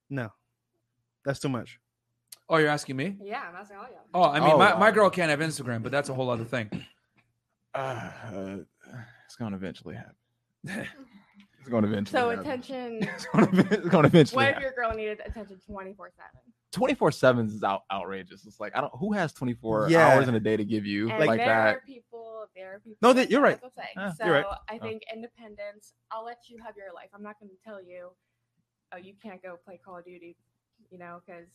Speaker 2: No, that's too much.
Speaker 1: Oh, you're asking me?
Speaker 9: Yeah, I'm asking all y'all.
Speaker 1: Oh, I mean,
Speaker 4: Oh,
Speaker 1: my, my
Speaker 4: wow.
Speaker 1: girl can't have Instagram, but that's a whole other thing.
Speaker 4: Uh, it's gonna eventually happen. [laughs] It's gonna eventually.
Speaker 9: So,
Speaker 4: happen.
Speaker 9: attention.
Speaker 4: It's gonna, [laughs] it's gonna eventually.
Speaker 9: what if
Speaker 4: happen.
Speaker 9: your girl needed attention 24
Speaker 4: Twenty four sevens is out, outrageous. It's like I don't. Who has twenty four
Speaker 2: Yeah.
Speaker 4: hours in a day to give
Speaker 9: 7?
Speaker 4: you
Speaker 9: And
Speaker 4: like
Speaker 9: there
Speaker 4: that?
Speaker 9: are people, there are people.
Speaker 2: No,
Speaker 9: like
Speaker 2: that- you're
Speaker 9: that,
Speaker 2: right.
Speaker 9: that's what I'm
Speaker 2: Yeah,
Speaker 9: saying. so,
Speaker 2: you're right.
Speaker 9: I
Speaker 4: Oh.
Speaker 9: think independence, I'll let you have your life. I'm not going to tell you, oh, you can't go play Call of Duty, you know, because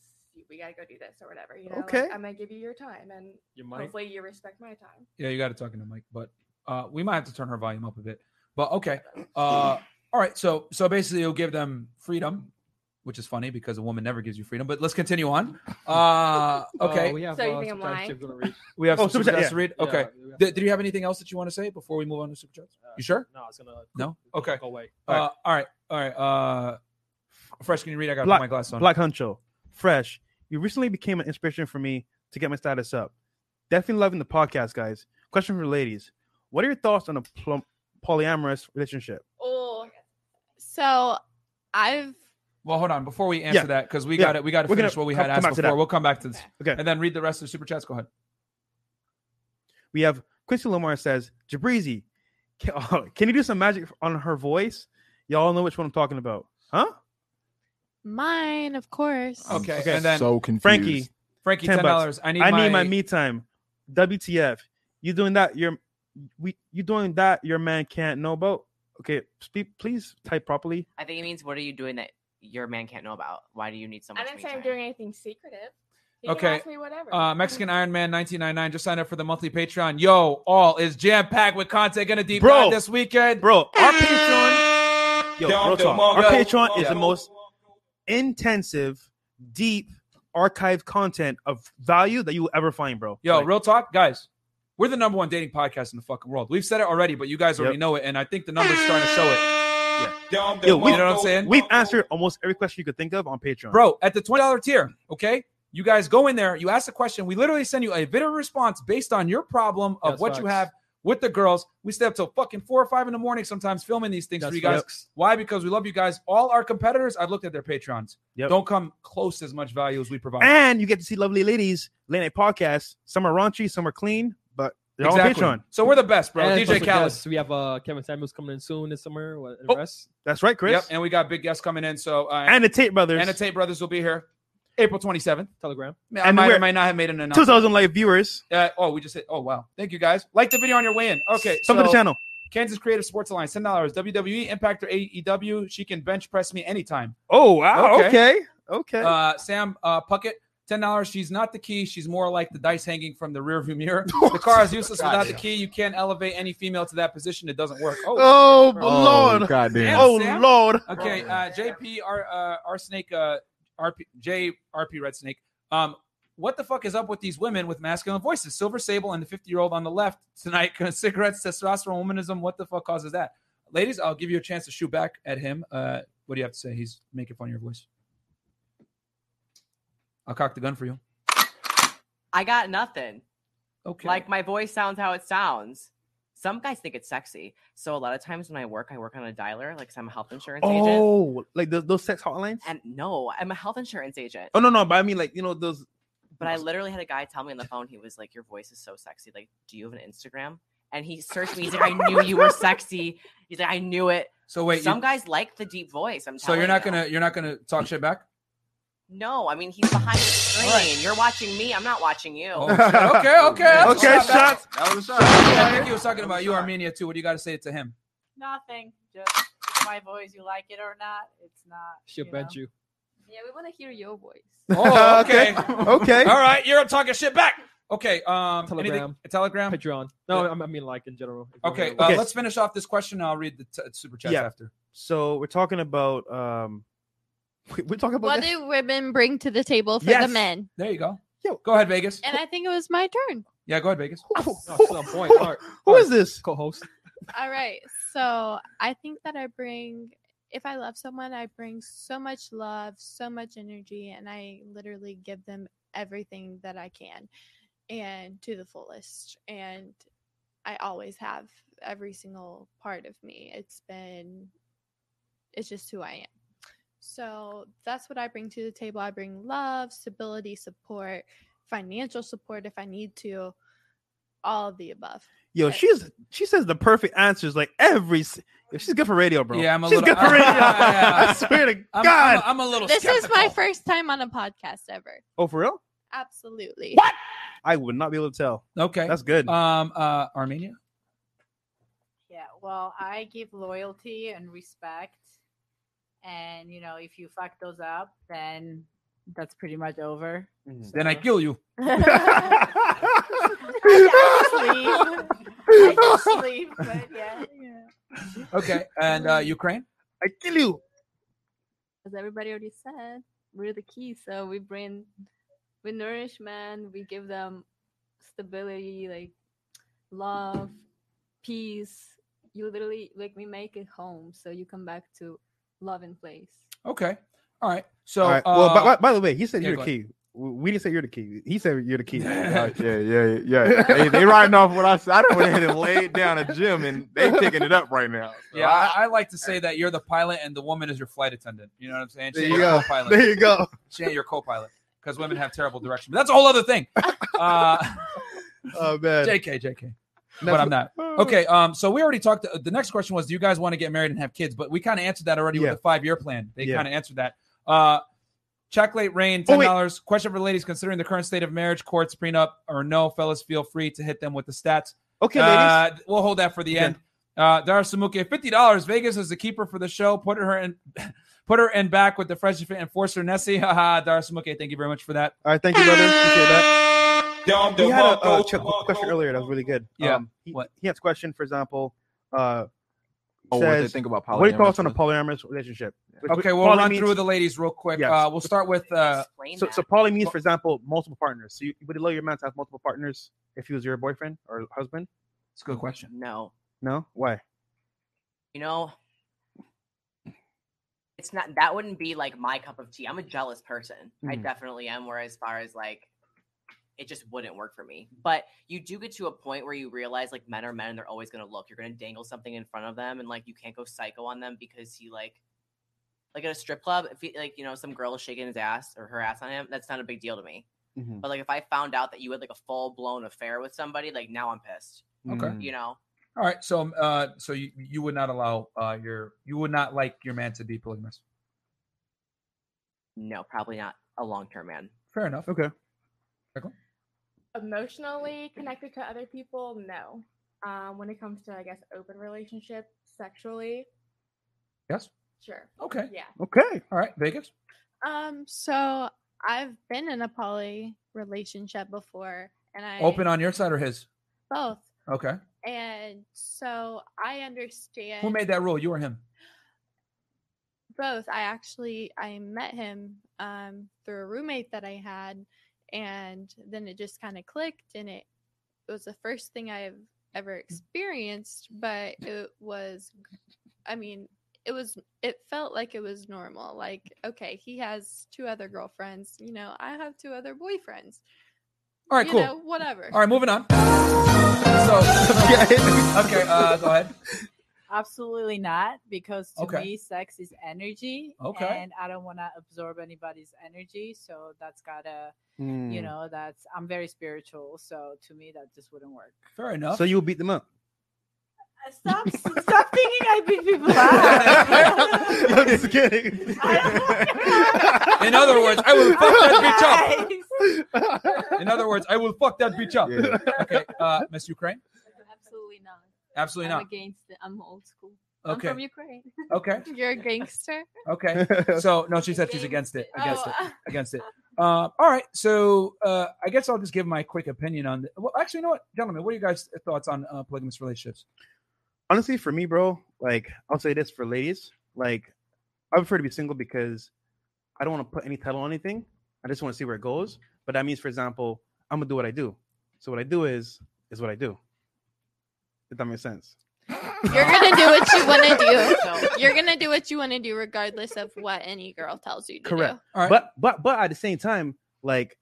Speaker 9: we got to go do this or whatever. You know, Like,
Speaker 2: Okay.
Speaker 9: I'm going to give you your time and
Speaker 5: Your mic.
Speaker 9: hopefully you respect my time.
Speaker 1: Yeah, you got to talk into Mike, but uh, we might have to turn her volume up a bit. But okay, uh, all right. So so basically, you'll give them freedom, which is funny because a woman never gives you freedom. But let's continue on. Uh, okay,
Speaker 5: [laughs] Uh, we have,
Speaker 9: So you
Speaker 5: uh,
Speaker 9: think I'm
Speaker 5: some time
Speaker 9: lying?
Speaker 5: Chip's gonna read.
Speaker 1: we have
Speaker 2: Oh,
Speaker 1: some super
Speaker 2: super chat,
Speaker 1: chats
Speaker 2: yeah.
Speaker 1: to read.
Speaker 5: Yeah,
Speaker 1: Okay,
Speaker 5: we have-
Speaker 1: Did, did you have anything else that you want to say before we move on to super chats?
Speaker 5: uh,
Speaker 1: You sure?
Speaker 5: No, it's gonna
Speaker 1: No.
Speaker 5: it's gonna
Speaker 1: Okay.
Speaker 5: Go away.
Speaker 1: All right, all right, all right. Uh, Fresh, can you read? I got to put
Speaker 2: Black-
Speaker 1: my glass on.
Speaker 2: Black Huncho, Fresh, you recently became an inspiration for me to get my status up. Definitely loving the podcast, guys. Question for ladies: What are your thoughts on a plum, polyamorous relationship?
Speaker 8: Oh, so I've
Speaker 1: Well, hold on before we answer
Speaker 2: Yeah.
Speaker 1: that because we
Speaker 2: Yeah.
Speaker 1: got it. We got to
Speaker 2: We're gonna
Speaker 1: finish what we
Speaker 2: come-
Speaker 1: had
Speaker 2: come back
Speaker 1: asked
Speaker 2: to
Speaker 1: before.
Speaker 2: that.
Speaker 1: We'll come back to this
Speaker 2: Okay,
Speaker 1: and then read the rest of the super chats. Go ahead.
Speaker 2: we have Quincy Lamar says, "Jabrizi, can, [laughs] can you do some magic on her voice? Y'all know which one I'm talking about, huh?"
Speaker 8: mine, of course.
Speaker 4: I'm
Speaker 1: Okay, and then-
Speaker 4: so confused.
Speaker 2: Frankie,
Speaker 1: Frankie, ten
Speaker 2: $10.
Speaker 1: dollars. I need.
Speaker 2: I
Speaker 1: my,
Speaker 2: need my me time. WTF? You doing that? Your we you doing that? Your man can't know about. Okay, speak, please type properly.
Speaker 10: I think it means, what are you doing that your man can't know about? Why do you need so much?
Speaker 9: I didn't
Speaker 10: me
Speaker 9: say I'm
Speaker 10: time?
Speaker 9: doing anything secretive. You
Speaker 1: Okay,
Speaker 9: Can ask me whatever.
Speaker 1: Uh, Mexican Iron Man 1999 just signed up for the monthly Patreon. Yo, all is jam packed with content. Gonna deep
Speaker 2: Bro.
Speaker 1: dive this weekend.
Speaker 2: bro. Our Patreon, yo, real talk. Our
Speaker 1: Yeah.
Speaker 2: Patreon is
Speaker 1: Yeah.
Speaker 2: the most intensive, deep, archived content of value that you will ever find, bro.
Speaker 1: Yo,
Speaker 2: Like,
Speaker 1: real talk, guys. We're the number one dating podcast in the fucking world. We've said it already, but you guys already
Speaker 2: Yep.
Speaker 1: know it, and I think the numbers starting to show it. Yeah.
Speaker 2: Yo, we,
Speaker 1: you know what I'm saying?
Speaker 2: We've answered almost every question you could think of on Patreon.
Speaker 1: Bro, at the $20 tier, okay? You guys go in there, you ask a question. We literally send you a video response based on your problem of
Speaker 2: That's
Speaker 1: what you
Speaker 2: facts.
Speaker 1: have with the girls. We stay up till fucking four or five in the morning sometimes filming these things for
Speaker 2: That's
Speaker 1: you guys.
Speaker 2: facts.
Speaker 1: Why? Because we love you guys. All our competitors, I've looked at their Patrons. Don't come close as much value as we provide.
Speaker 2: and you get to see lovely ladies late night podcasts. Some are raunchy, some are clean, but [laughs] they're all on Patreon.
Speaker 1: So we're the best, bro.
Speaker 5: And
Speaker 1: DJ
Speaker 5: special
Speaker 1: Khaled.
Speaker 5: guests. We have uh, Kevin Samuels coming in soon this summer. What, and
Speaker 1: Oh,
Speaker 5: rest.
Speaker 2: That's right, Chris.
Speaker 1: Yep, and we got big guests coming in. So uh,
Speaker 2: And the Tate brothers.
Speaker 1: and the Tate brothers will be here April 27th.
Speaker 5: Telegram.
Speaker 1: I
Speaker 2: And
Speaker 1: might
Speaker 2: we're-
Speaker 1: or might not have made an
Speaker 2: Two
Speaker 1: announcement.
Speaker 2: thousand live viewers.
Speaker 1: Uh, oh, we just hit. Oh, wow. Thank you guys. Like the video on your way in. Okay.
Speaker 2: Sub to the
Speaker 1: so,
Speaker 2: channel.
Speaker 1: Kansas Creative Sports Alliance, ten dollars. E, WWE Impact or AEW. She can bench press me anytime.
Speaker 2: Oh wow. Okay. Okay.
Speaker 1: Uh, Sam uh, Puckett. Ten dollars. She's not the key. She's more like the dice hanging from the rearview
Speaker 2: [laughs]
Speaker 1: mirror. The car is useless without the key. You can't elevate any female to that position. It doesn't work. Oh,
Speaker 2: Oh,
Speaker 1: bro.
Speaker 2: Lord.
Speaker 4: goddamn.
Speaker 2: Oh
Speaker 1: Sam?
Speaker 2: Lord.
Speaker 1: Okay, uh, JP R uh, R Snake uh, RP J RP Red Snake. Um, what the fuck is up with these women with masculine voices? Silver Sable and the fifty year old on the left tonight. [laughs] Cigarettes, testosterone, womanism. What the fuck causes that? Ladies, I'll give you a chance to shoot back at him. Uh, what do you have to say? He's making fun of your voice. I'll cock the gun for you.
Speaker 10: I got nothing.
Speaker 1: Okay.
Speaker 10: Like my voice sounds how it sounds. Some guys think it's sexy. So a lot of times when I work, I work on a dialer, like i I'm a health insurance agent.
Speaker 2: Oh, like those, those sex hotlines.
Speaker 10: And no, I'm a health insurance agent.
Speaker 2: Oh no, no, but I mean like you know those.
Speaker 10: But I literally had a guy tell me on the phone, he was like, Your voice is so sexy. Like, do you have an Instagram? And he searched me. He's like, I knew you were sexy. He's like, I knew it.
Speaker 1: So wait,
Speaker 10: Some
Speaker 1: you-
Speaker 10: guys like the deep voice. I'm
Speaker 1: So you're
Speaker 10: telling
Speaker 1: not
Speaker 10: you.
Speaker 1: gonna you're not gonna talk shit back.
Speaker 10: No, I mean he's behind the screen. You're watching me. I'm not watching you.
Speaker 1: Oh, shit.
Speaker 4: [laughs]
Speaker 1: Okay, okay, that's
Speaker 2: Okay,
Speaker 1: a back.
Speaker 2: shots.
Speaker 4: That was a
Speaker 1: I think he was talking about you, Armenia, too. What do you got to say to him?
Speaker 7: Nothing. Just it's my voice. You like it or not? It's not.
Speaker 5: She'll
Speaker 7: you know.
Speaker 5: bet you.
Speaker 6: Yeah, we want to hear your voice.
Speaker 2: [laughs]
Speaker 1: Oh, okay.
Speaker 2: Okay.
Speaker 1: All right, you're talking shit back. Okay. Um, anything-
Speaker 5: Telegram.
Speaker 1: Telegram.
Speaker 2: [laughs]
Speaker 5: Patreon. No, I I mean like in general. if you wanna
Speaker 1: Okay, uh,
Speaker 5: know.
Speaker 2: Okay.
Speaker 1: let's finish off this question. I'll read the t- super chats
Speaker 2: Yeah.
Speaker 1: after.
Speaker 2: So we're talking about um, [laughs] we- we're talking about
Speaker 8: What
Speaker 2: that?
Speaker 8: do women bring to the table for
Speaker 2: Yes.
Speaker 8: the men?
Speaker 1: There you go.
Speaker 2: Yo.
Speaker 1: Go ahead, Vegas.
Speaker 8: And I think it was my turn.
Speaker 1: Yeah, go ahead, Vegas.
Speaker 2: Who-
Speaker 5: No,
Speaker 2: who-
Speaker 5: she's on point. All right.
Speaker 2: who is this?
Speaker 5: Co-host.
Speaker 8: All right. So I think that I bring, if I love someone, I bring so much love, so much energy, and I literally give them everything that I can and to the fullest. And I always have every single part of me. It's been, it's just who I am. So that's what I bring to the table. I bring love, stability, support, financial support if I need to, all of the above.
Speaker 2: Yo, she's she says the perfect answers like every. s- Yo, she's good for radio, bro.
Speaker 1: Yeah, I'm a
Speaker 2: she's
Speaker 1: little-
Speaker 2: good for
Speaker 1: [laughs]
Speaker 2: radio. [laughs]
Speaker 1: Yeah.
Speaker 2: I swear to
Speaker 1: [laughs] I'm, I'm,
Speaker 2: God.
Speaker 1: I'm a little.
Speaker 8: This is my
Speaker 1: skeptical.
Speaker 8: first time on a podcast ever.
Speaker 2: oh, for real?
Speaker 8: Absolutely.
Speaker 2: I would not be able to tell.
Speaker 1: Okay.
Speaker 2: That's good.
Speaker 1: um, uh, Armenia.
Speaker 7: Yeah, well, I give loyalty and respect. And, you know, if you fuck those up, [laughs] then that's pretty much over.
Speaker 2: Mm-hmm.
Speaker 1: Then I kill you.
Speaker 7: I, I sleep. I just sleep,
Speaker 9: [laughs]
Speaker 7: but yeah. yeah.
Speaker 1: Okay. And uh, Ukraine.
Speaker 2: I kill you.
Speaker 6: As everybody already said, we're the key. So we bring, we nourish men. We give them stability, like love, peace. You literally like we make it home, so you come back to love and place.
Speaker 1: Okay. All right. So.
Speaker 2: All right.
Speaker 1: uh,
Speaker 2: well, by, by- by the way, he said
Speaker 1: yeah,
Speaker 2: you're
Speaker 1: go
Speaker 2: the key. We we didn't say you're the key. He said you're the key.
Speaker 4: Yeah, yeah,
Speaker 1: [laughs]
Speaker 4: yeah. They, they riding off what I said. I don't want to lay it down at gym, and they taking it up right now. So
Speaker 1: yeah,
Speaker 4: I-
Speaker 1: I, I like to say that you're the pilot and the woman is your flight attendant. You know what I'm saying?
Speaker 2: There
Speaker 1: She
Speaker 2: you
Speaker 1: ain't your
Speaker 2: go.
Speaker 1: co-pilot.
Speaker 2: there you go.
Speaker 1: She ain't your co-pilot because women have terrible direction. But that's a whole other thing. Uh,
Speaker 2: [laughs] Oh man.
Speaker 1: JK, JK. but I'm not. Okay. Um. So we already talked. The next question was, do you guys want to get married and have kids? But we kind of answered that already
Speaker 2: Yeah.
Speaker 1: with the five year plan. They
Speaker 2: Yeah.
Speaker 1: kind of answered that. Uh, chocolate rain,
Speaker 2: Oh,
Speaker 1: ten
Speaker 2: wait.
Speaker 1: dollars. question for the ladies: Considering the current state of marriage, courts, prenup, or no, fellas, feel free to hit them with the stats.
Speaker 2: Okay, ladies.
Speaker 1: Uh, we'll hold that for the
Speaker 2: Okay.
Speaker 1: end. Uh, Dara Samuke, fifty dollars. Vegas is the keeper for the show. Put her in. [laughs] Put her in back with the fresh fit enforcer Nessie. [laughs] Haha, Dara Samuke, thank you very much for that.
Speaker 2: All right. Thank you, brother. Appreciate that. We had a, uh, ch- question earlier that was really good.
Speaker 1: Yeah.
Speaker 2: Um, he,
Speaker 1: What?
Speaker 2: he has a question, for example, uh,
Speaker 4: Oh, what they think about
Speaker 2: What are your thoughts
Speaker 4: polyamorous
Speaker 2: on a polyamorous relationship?
Speaker 1: Okay, we'll
Speaker 2: Poly
Speaker 1: run
Speaker 2: means-
Speaker 1: through the ladies real quick.
Speaker 2: Yes.
Speaker 1: Uh, we'll start with uh,
Speaker 2: So, so poly means, for example, multiple partners. So you would you allow your man to have multiple partners if he was your boyfriend or husband?
Speaker 1: It's a good question.
Speaker 10: No,
Speaker 2: No, why?
Speaker 10: you know, it's not that wouldn't be like my cup of tea. I'm a jealous person. I
Speaker 2: Mhm.
Speaker 10: definitely am. Where as far as like, it just wouldn't work for me. But you do get to a point where you realize like men are men and they're always gonna look. You're gonna dangle something in front of them and like you can't go psycho on them because he like. Like at a strip club, if he, like you know some girl is shaking his ass or her ass on him, that's not a big deal to me.
Speaker 7: Mm-hmm.
Speaker 1: Mm-hmm.
Speaker 2: Mhm.
Speaker 10: But like if I found out that you had like a full blown affair with somebody, like now I'm pissed.
Speaker 1: Okay.
Speaker 10: you know,
Speaker 1: All right, so um, uh, so you, you would not allow uh, your you would not like your man to be polygamous.
Speaker 10: no, probably not a long term man.
Speaker 1: Fair enough.
Speaker 2: Okay.
Speaker 9: emotionally connected to other people no um, when it comes to i guess open relationships sexually
Speaker 1: Yes.
Speaker 9: sure
Speaker 1: Okay.
Speaker 9: yeah
Speaker 2: Okay.
Speaker 1: All right, Vegas.
Speaker 8: Um, so I've been in a poly relationship before, and I
Speaker 1: Open on your side or his?
Speaker 8: both,
Speaker 1: Okay.
Speaker 8: and so I understand
Speaker 1: Who made that rule? You or him?
Speaker 8: both. I actually I met him um, through a roommate that I had, and then it just kind of clicked, and it, it was the first thing I've
Speaker 1: Mm.
Speaker 8: ever experienced. But it was, I mean, it was it felt like it was normal. Like okay, he has two other girlfriends. You know, I have two other boyfriends.
Speaker 1: All right,
Speaker 8: you
Speaker 1: cool.
Speaker 8: know, whatever.
Speaker 1: All right, moving on.
Speaker 2: [laughs]
Speaker 1: So [laughs] okay, okay uh, go ahead.
Speaker 7: Absolutely not, because to
Speaker 1: Okay.
Speaker 7: me, sex is energy.
Speaker 1: Okay.
Speaker 7: And I don't want to absorb anybody's energy. So that's gotta, you
Speaker 2: Mm.
Speaker 7: know, that's, I'm very spiritual. So to me, that just wouldn't work.
Speaker 1: Fair enough.
Speaker 2: So you'll beat them up. [laughs]
Speaker 7: Stop, stop thinking I beat people up.
Speaker 2: [laughs] I'm just kidding.
Speaker 1: uh, In other words, I will fuck that bitch up. In other words, I will fuck that bitch up. Okay, uh, Miss Ukraine.
Speaker 6: Absolutely not.
Speaker 1: Absolutely
Speaker 6: I'm
Speaker 1: not.
Speaker 6: against it. I'm old school.
Speaker 1: Okay.
Speaker 6: I'm from Ukraine. [laughs]
Speaker 1: Okay.
Speaker 8: You're a gangster.
Speaker 1: Okay. So no, she said she's against it. Against
Speaker 8: Oh,
Speaker 1: it. Against it. Uh, all right. So uh, I guess I'll just give my quick opinion on. The, well, actually, you know what, gentlemen, what are you guys' thoughts on uh, polygamous relationships?
Speaker 2: honestly, for [laughs] me, bro, like I'll say this for ladies, like I prefer to be single because I don't want to put any title on anything. I just want to see where it goes. But that means, for example, I'm gonna do what I do. So what I do is is what I do. If that makes sense.
Speaker 8: You're gonna do what you
Speaker 1: [laughs]
Speaker 8: want to
Speaker 10: So-
Speaker 8: do. You're gonna do what you want to do, regardless of what any girl tells you to
Speaker 2: Correct.
Speaker 8: do.
Speaker 1: All right.
Speaker 2: But but but at the same time, like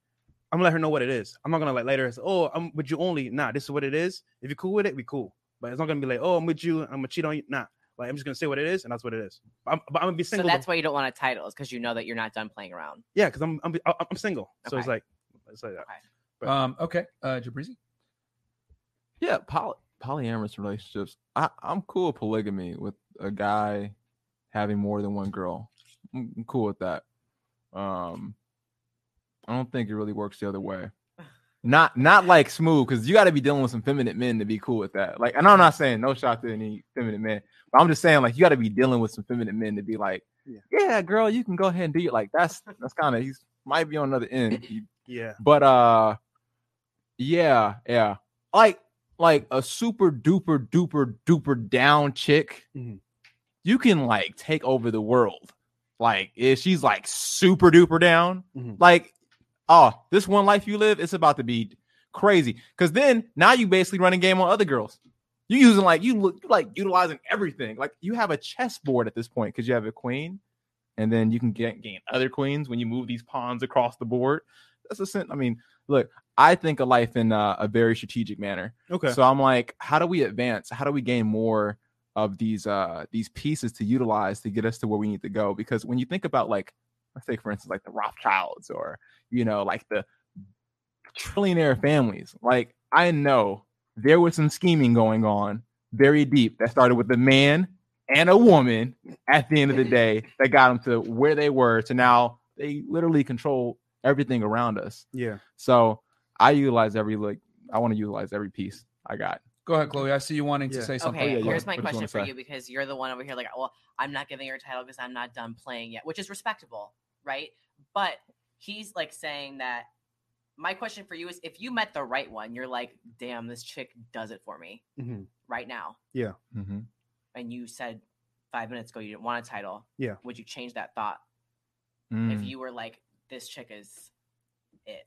Speaker 2: I'm gonna let her know what it is. I'm not gonna like let her say, oh, I'm with you only. Nah, this is what it is. If you're cool with it, we cool. But it's not gonna be like, oh, I'm with you. I'm gonna cheat on you. Nah. Like I'm just gonna say what it is, and that's what it is. I'm, but I'm gonna be
Speaker 10: So
Speaker 2: single.
Speaker 10: that's why you don't want a title, is because you know that you're not done playing around.
Speaker 2: Yeah, because I'm, I'm I'm I'm single, so it's
Speaker 10: Okay.
Speaker 2: like it's like that. But-
Speaker 1: Um, okay, uh, Jabrizi.
Speaker 4: Yeah, poly- polyamorous relationships. I, I'm cool with polygamy with a guy having more than one girl. I'm, I'm cool with that. Um, I don't think it really works the other way. Not not like smooth because you got to be dealing with some feminine men to be cool with that. Like, and I'm not saying no shot to any feminine men, but I'm just saying like you got to be dealing with some feminine men to be like,
Speaker 2: Yeah.
Speaker 4: yeah, girl, you can go ahead and do it. Like that's that's kind of he's might be on another end. You
Speaker 2: Yeah,
Speaker 4: but uh yeah yeah like like a super duper duper duper down chick
Speaker 2: Mhm.
Speaker 4: you can like take over the world like if she's like super duper down
Speaker 2: Mhm.
Speaker 4: like oh this one life you live it's about to be crazy because then now you basically running game on other girls you using like you look you, like utilizing everything like you have a chessboard at this point because you have a queen and then you can get gain other queens when you move these pawns across the board that's a sin. I mean, look, I think of life in uh, a very strategic manner.
Speaker 2: okay.
Speaker 4: So I'm like, how do we advance? How do we gain more of these uh these pieces to utilize to get us to where we need to go? Because when you think about like, let's take for instance like the Rothschilds or you know like the trillionaire families, like I know there was some scheming going on very deep that started with a man and a woman at the end of the day that got them to where they were to now they literally control everything around us.
Speaker 2: yeah,
Speaker 4: So I utilize every like I want to utilize every piece I got.
Speaker 1: Go ahead, Chloe. I see you wanting to
Speaker 2: Yeah.
Speaker 1: say something. Oh,
Speaker 10: Okay,
Speaker 4: yeah, yeah.
Speaker 10: here's my
Speaker 4: What did you
Speaker 10: question
Speaker 4: wanna
Speaker 10: for
Speaker 8: [laughs]
Speaker 1: [laughs]
Speaker 4: say?
Speaker 10: you because you're the one over here, like, well, I'm not giving her a title because I'm not done playing yet, which is respectable, right? But he's like saying that. My question for you is if you met the
Speaker 1: Mm-hmm.
Speaker 10: right one, you're like, damn, this chick does it for me
Speaker 2: Mhm.
Speaker 10: right now.
Speaker 4: Mm-hmm.
Speaker 10: and you said five minutes ago you didn't want a title,
Speaker 2: Yeah.
Speaker 10: would you change that thought if
Speaker 2: Mm.
Speaker 10: you were like, this chick is it?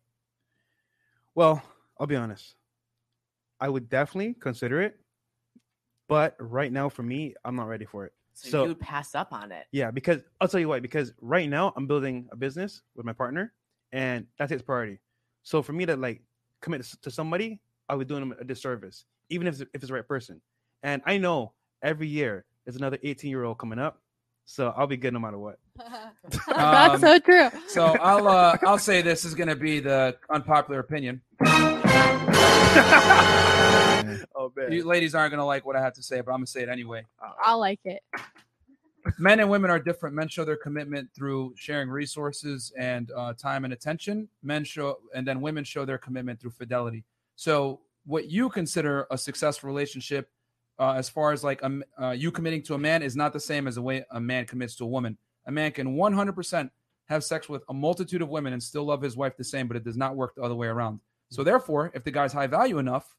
Speaker 2: Well, I'll be honest. I would definitely consider it, but right now for me, I'm not ready for it.
Speaker 10: So, you would pass up on it.
Speaker 2: Yeah, because I'll tell you why. Because right now I'm building a business with my partner, and that takes priority. So for me to like commit s- to somebody, I would doing them a disservice, even if it's, if it's the right person. And I know every year there's another 18 year old coming up, so I'll be good no matter what.
Speaker 1: Um, So I'll [laughs] uh, I'll say this is going to be the unpopular opinion.
Speaker 2: oh man,
Speaker 1: you ladies aren't going to like what I have to say, but I'm going to say it anyway.
Speaker 11: Ah,
Speaker 8: I like it.
Speaker 1: men and women are different. Men show their commitment through sharing resources and uh, time and attention. Men show, and then women show their commitment through fidelity. So, what you consider a successful relationship, uh, as far as like um, uh, you committing to a man, is not the same as the way a man commits to a woman. A man can 100% have sex with a multitude of women and still love his wife the same, but it does not work the other way around. So, therefore, if the guy's high value enough,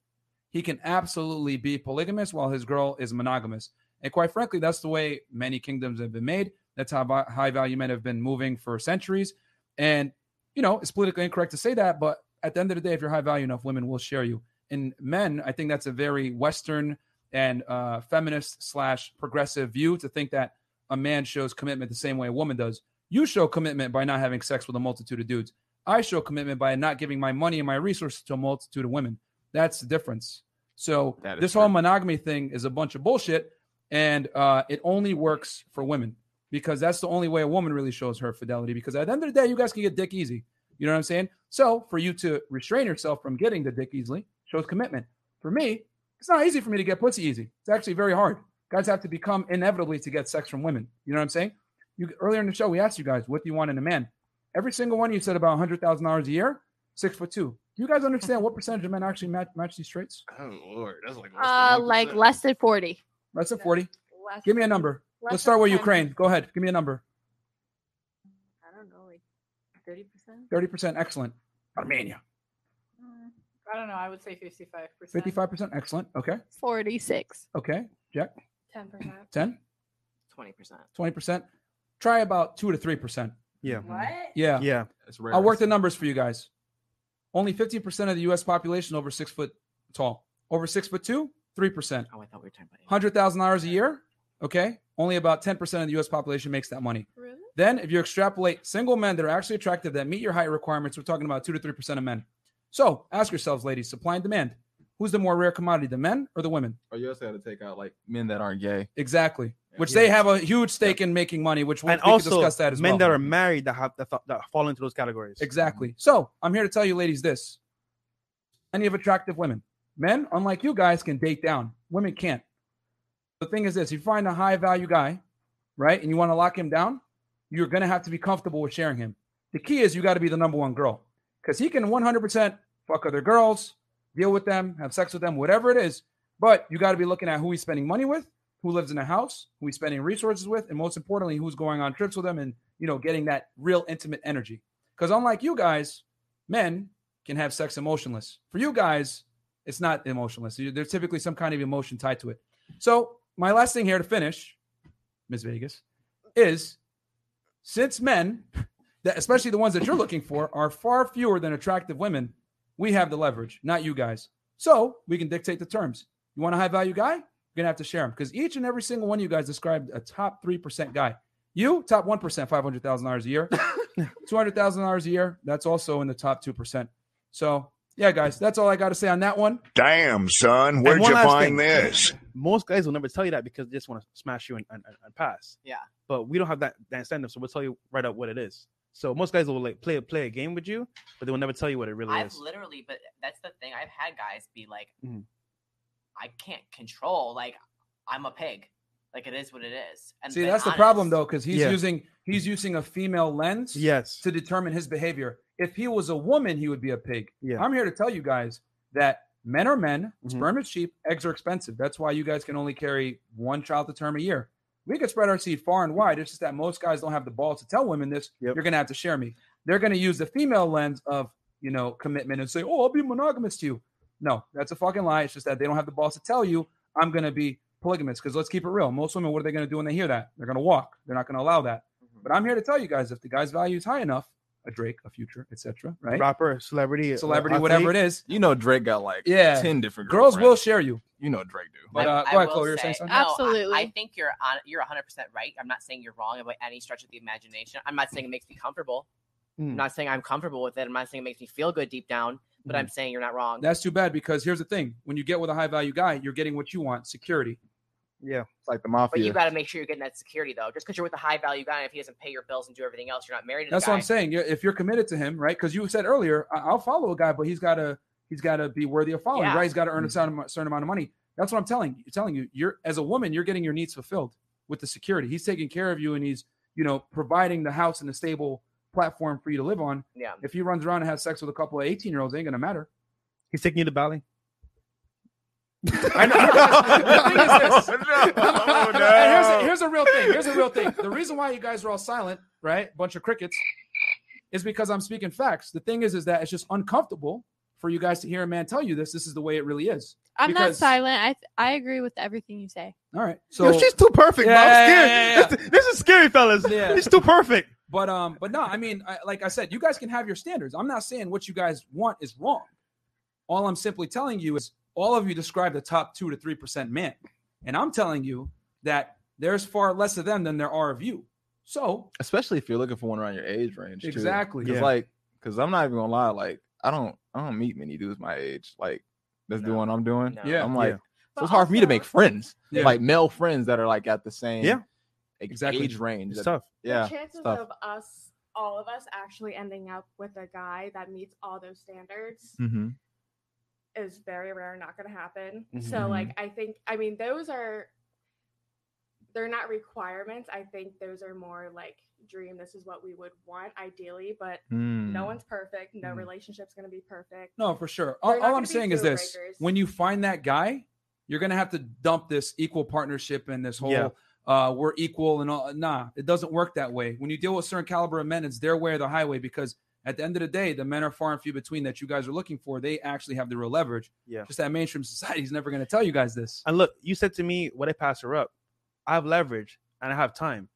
Speaker 1: he can absolutely be polygamous while his girl is monogamous. And quite frankly, that's the way many kingdoms have been made. That's how high value men have been moving for centuries. And, you know, it's politically incorrect to say that, but at the end of the day, if you're high value enough, women will share you. And men, I think that's a very Western and uh, feminist slash progressive view to think that a man shows commitment the same way a woman does. You show commitment by not having sex with a multitude of dudes. I show commitment by not giving my money and my resources to a multitude of women. That's the difference. So
Speaker 4: That is
Speaker 1: this whole monogamy thing is a bunch of bullshit, and uh, it only works for women because that's the only way a woman really shows her fidelity. Because at the end of the day, you guys can get dick easy. You know what I'm saying? So for you to restrain yourself from getting the dick easily shows commitment. For me, it's not easy for me to get pussy easy. It's actually very hard. Guys have to become inevitably to get sex from women. You know what I'm saying? You earlier in the show we asked you guys what do you want in a man. Every single one of you said about hundred thousand dollars a year, six foot two. Do you guys understand what percentage of men actually match, match these traits?
Speaker 11: Oh lord, that's like
Speaker 8: Uh, like less than forty.
Speaker 1: Less than forty.
Speaker 6: Less-
Speaker 1: Give me a number.
Speaker 6: less
Speaker 1: Let's start
Speaker 6: than
Speaker 1: with
Speaker 6: 10.
Speaker 1: Ukraine. Go ahead. Give me a number.
Speaker 6: I don't know, like thirty percent.
Speaker 1: Thirty percent. Excellent. Armenia.
Speaker 7: Mm, I don't know. I would say 55%.
Speaker 1: Fifty-five percent. Excellent. Okay.
Speaker 8: Forty-six.
Speaker 1: Okay. Jack.
Speaker 9: 10%.
Speaker 1: Ten.
Speaker 10: 20%.
Speaker 1: Twenty percent. Try about two to three percent.
Speaker 2: Yeah.
Speaker 10: What?
Speaker 1: Yeah.
Speaker 2: Yeah.
Speaker 4: That's rare.
Speaker 1: I'll work the numbers for you guys. Only 15% of the US population over six foot tall. Over six foot two, 3%.
Speaker 10: Oh, I thought we were talking about
Speaker 1: $100,000 a year. Okay. Only about 10% of the US population makes that money.
Speaker 8: Really?
Speaker 1: Then, if you extrapolate single men that are actually attractive that meet your height requirements, we're talking about 2 to 3% of men. So ask yourselves, ladies, supply and demand. Who's the more rare commodity, the men or the women?
Speaker 4: Or you also got to take out like men that aren't gay.
Speaker 1: Exactly. Which they have a huge stake in making money, which we'll
Speaker 2: And
Speaker 1: we can
Speaker 2: also,
Speaker 1: discuss that as
Speaker 2: men
Speaker 1: well.
Speaker 2: that are married that have that, fa- that fall into those categories.
Speaker 1: Exactly.
Speaker 4: Mm-hmm.
Speaker 1: So I'm here to tell you, ladies, this. Any of attractive women, men, unlike you guys, can date down. Women can't. The thing is this: you find a high value guy, right, and you want to lock him down, you're gonna have to be comfortable with sharing him. The key is you got to be the number one girl because he can 100% fuck other girls, deal with them, have sex with them, whatever it is. But you got to be looking at who he's spending money with, who lives in a house, who he's spending resources with, and most importantly, who's going on trips with them and you know getting that real intimate energy. Because unlike you guys, men can have sex emotionless. For you guys, it's not emotionless. You- There's typically some kind of emotion tied to it. So my last thing here to finish, Ms. Vegas, is since men, that especially the ones that you're looking for, are far fewer than attractive women, we have the leverage, not you guys. So we can dictate the terms. You want a high value guy? You're gonna have to share him because each and every single one of you guys described a top three percent guy. You top one percent, five hundred thousand dollars a year, two hundred thousand dollars a year. That's also in the top two percent. So yeah, guys, that's all I got to say on that one.
Speaker 11: Damn, son, where'd
Speaker 2: And one
Speaker 11: you
Speaker 2: last
Speaker 11: find
Speaker 2: thing.
Speaker 11: this?
Speaker 2: Most guys will never tell you that because they just want to smash you and, and, and- and pass.
Speaker 10: Yeah.
Speaker 2: But we don't have that, that incentive, so we'll tell you right up what it is. So most guys will like play play a game with you, but they will never tell you what it really
Speaker 10: I've
Speaker 2: is.
Speaker 10: literally, but that's the thing. I've had guys be like,
Speaker 1: Hmm.
Speaker 2: Mhm.
Speaker 10: I can't control. Like, I'm a pig. Like, it is what it is. And
Speaker 1: See,
Speaker 10: been
Speaker 1: that's the
Speaker 10: honest.
Speaker 1: problem though, because he's
Speaker 2: Yeah.
Speaker 1: using he's using a female lens
Speaker 2: Yes.
Speaker 1: to determine his behavior. If he was a woman, he would be a pig.
Speaker 2: Yeah.
Speaker 1: I'm here to tell you guys that men are men,
Speaker 2: Mhm.
Speaker 1: sperm is cheap, eggs are expensive. That's why you guys can only carry one child to term a year. We could spread our seed far and wide. It's just that most guys don't have the balls to tell women this.
Speaker 2: Yep.
Speaker 1: You're gonna have to share me. They're gonna use the female lens of you know commitment and say, "Oh, I'll be monogamous to you." No, that's a fucking lie. It's just that they don't have the balls to tell you I'm gonna be polygamists because let's keep it real. Most women, what are they going to do when they hear that? They're going to walk. They're not going to allow that.
Speaker 10: Mm-hmm.
Speaker 1: But I'm here to tell you guys if the guy's value is high enough, a Drake, a Future, etc. Right?
Speaker 2: Rapper, celebrity, uh,
Speaker 1: celebrity, whatever it
Speaker 2: athlete.
Speaker 1: is.
Speaker 4: You know, Drake got like
Speaker 1: yeah,
Speaker 4: 10 different
Speaker 1: girls will share you.
Speaker 4: You know, Drake do.
Speaker 1: But uh,
Speaker 10: I
Speaker 1: go ahead,
Speaker 10: will
Speaker 1: Chloe. You're saying
Speaker 10: say-
Speaker 1: something.
Speaker 10: no, I- I, think you're on. You're 100 percent right. I'm not saying you're wrong by any stretch of the imagination. I'm not saying it makes me comfortable.
Speaker 1: Hmm.
Speaker 2: Hmm.
Speaker 10: I'm not saying I'm comfortable with it. I'm not saying it makes me feel good deep down. But I'm
Speaker 1: Mm.
Speaker 10: saying you're not wrong.
Speaker 1: That's too bad because here's the thing: when you get with a high value guy, you're getting what you want: security.
Speaker 2: Yeah,
Speaker 4: it's like the
Speaker 10: But
Speaker 4: mafia.
Speaker 10: you got to make sure you're getting that security though. Just because you're with a high value guy, and if he doesn't pay your bills and do everything else, you're not married to the
Speaker 1: That's
Speaker 10: guy.
Speaker 1: what I'm saying. You're- If you're committed to him, right? Because you said earlier, I- I'll follow a guy, but he's got to he's got to be worthy of following,
Speaker 10: Yeah.
Speaker 1: right? He's got to earn a
Speaker 2: Mm-hmm.
Speaker 1: certain amount- certain amount of money. That's what I'm telling you. Telling you, you're as a woman, you're getting your needs fulfilled with the security. He's taking care of you, and he's you know providing the house and the stable platform for you to live on.
Speaker 10: Yeah.
Speaker 1: If he runs around and has sex with a couple of 18 year olds, it ain't gonna matter.
Speaker 2: He's taking you to Bali.
Speaker 8: [laughs]
Speaker 1: And- and here's, a, here's a real thing. Here's a real thing. The reason why you guys are all silent, right? Bunch of crickets, is because I'm speaking facts. The thing is, is that it's just uncomfortable for you guys to hear a man tell you this. This is the way it really is.
Speaker 8: I'm not
Speaker 1: Because-
Speaker 8: silent. I th- I agree with everything you say.
Speaker 1: All right. So
Speaker 2: Yo, she's too perfect, bro. I'm scared. This, this is scary, fellas.
Speaker 1: Yeah.
Speaker 2: She's too perfect.
Speaker 1: But um, but no, I mean, I, like I said, you guys can have your standards. I'm not saying what you guys want is wrong. All I'm simply telling you is all of you describe the top two to three percent men, and I'm telling you that there's far less of them than there are of you. So
Speaker 4: especially if you're looking for one around your age range. too.
Speaker 1: Exactly.
Speaker 4: Cause
Speaker 1: Yeah.
Speaker 4: like, cause I'm not even gonna lie. Like, I don't, I don't meet many dudes my age. Like, that's doing what I'm doing.
Speaker 1: No. Yeah.
Speaker 4: I'm like,
Speaker 1: Yeah.
Speaker 4: so it's hard for me to make friends.
Speaker 1: Yeah.
Speaker 4: Like male friends that are like at the same.
Speaker 1: Yeah.
Speaker 4: like,
Speaker 1: Exactly.
Speaker 4: Age range.
Speaker 1: It's
Speaker 4: that-
Speaker 1: tough.
Speaker 9: The
Speaker 4: Yeah.
Speaker 9: chances
Speaker 4: it's tough.
Speaker 9: of us, all of us, actually ending up with a guy that meets all those standards
Speaker 1: Mm-hmm.
Speaker 4: Mhm.
Speaker 9: is very rare, not going to happen. So,
Speaker 1: Mm-hmm.
Speaker 4: Mhm.
Speaker 9: like, I think, I mean, those are, they're not requirements. I think those are more like dream. This is what we would want ideally, but no
Speaker 1: Mm.
Speaker 9: one's perfect. No
Speaker 1: Mm.
Speaker 9: relationship's going to be perfect.
Speaker 1: No, for sure.
Speaker 9: They're
Speaker 1: All,
Speaker 9: not
Speaker 1: all
Speaker 9: gonna
Speaker 1: I'm
Speaker 9: be
Speaker 1: saying is
Speaker 9: deal
Speaker 1: this:
Speaker 9: breakers.
Speaker 1: when you find that guy, you're gonna have to dump this equal partnership and this whole
Speaker 2: Yeah.
Speaker 1: uh, "we're equal" and all. Nah, it doesn't work that way. When you deal with certain caliber of men, it's their way or the highway. Because at the end of the day, the men are far and few between that you guys are looking for. They actually have the real leverage.
Speaker 2: Yeah.
Speaker 1: Just that mainstream [laughs] society is never gonna tell you guys this.
Speaker 2: And look, you said to me when I pass her up, I have leverage and I have time.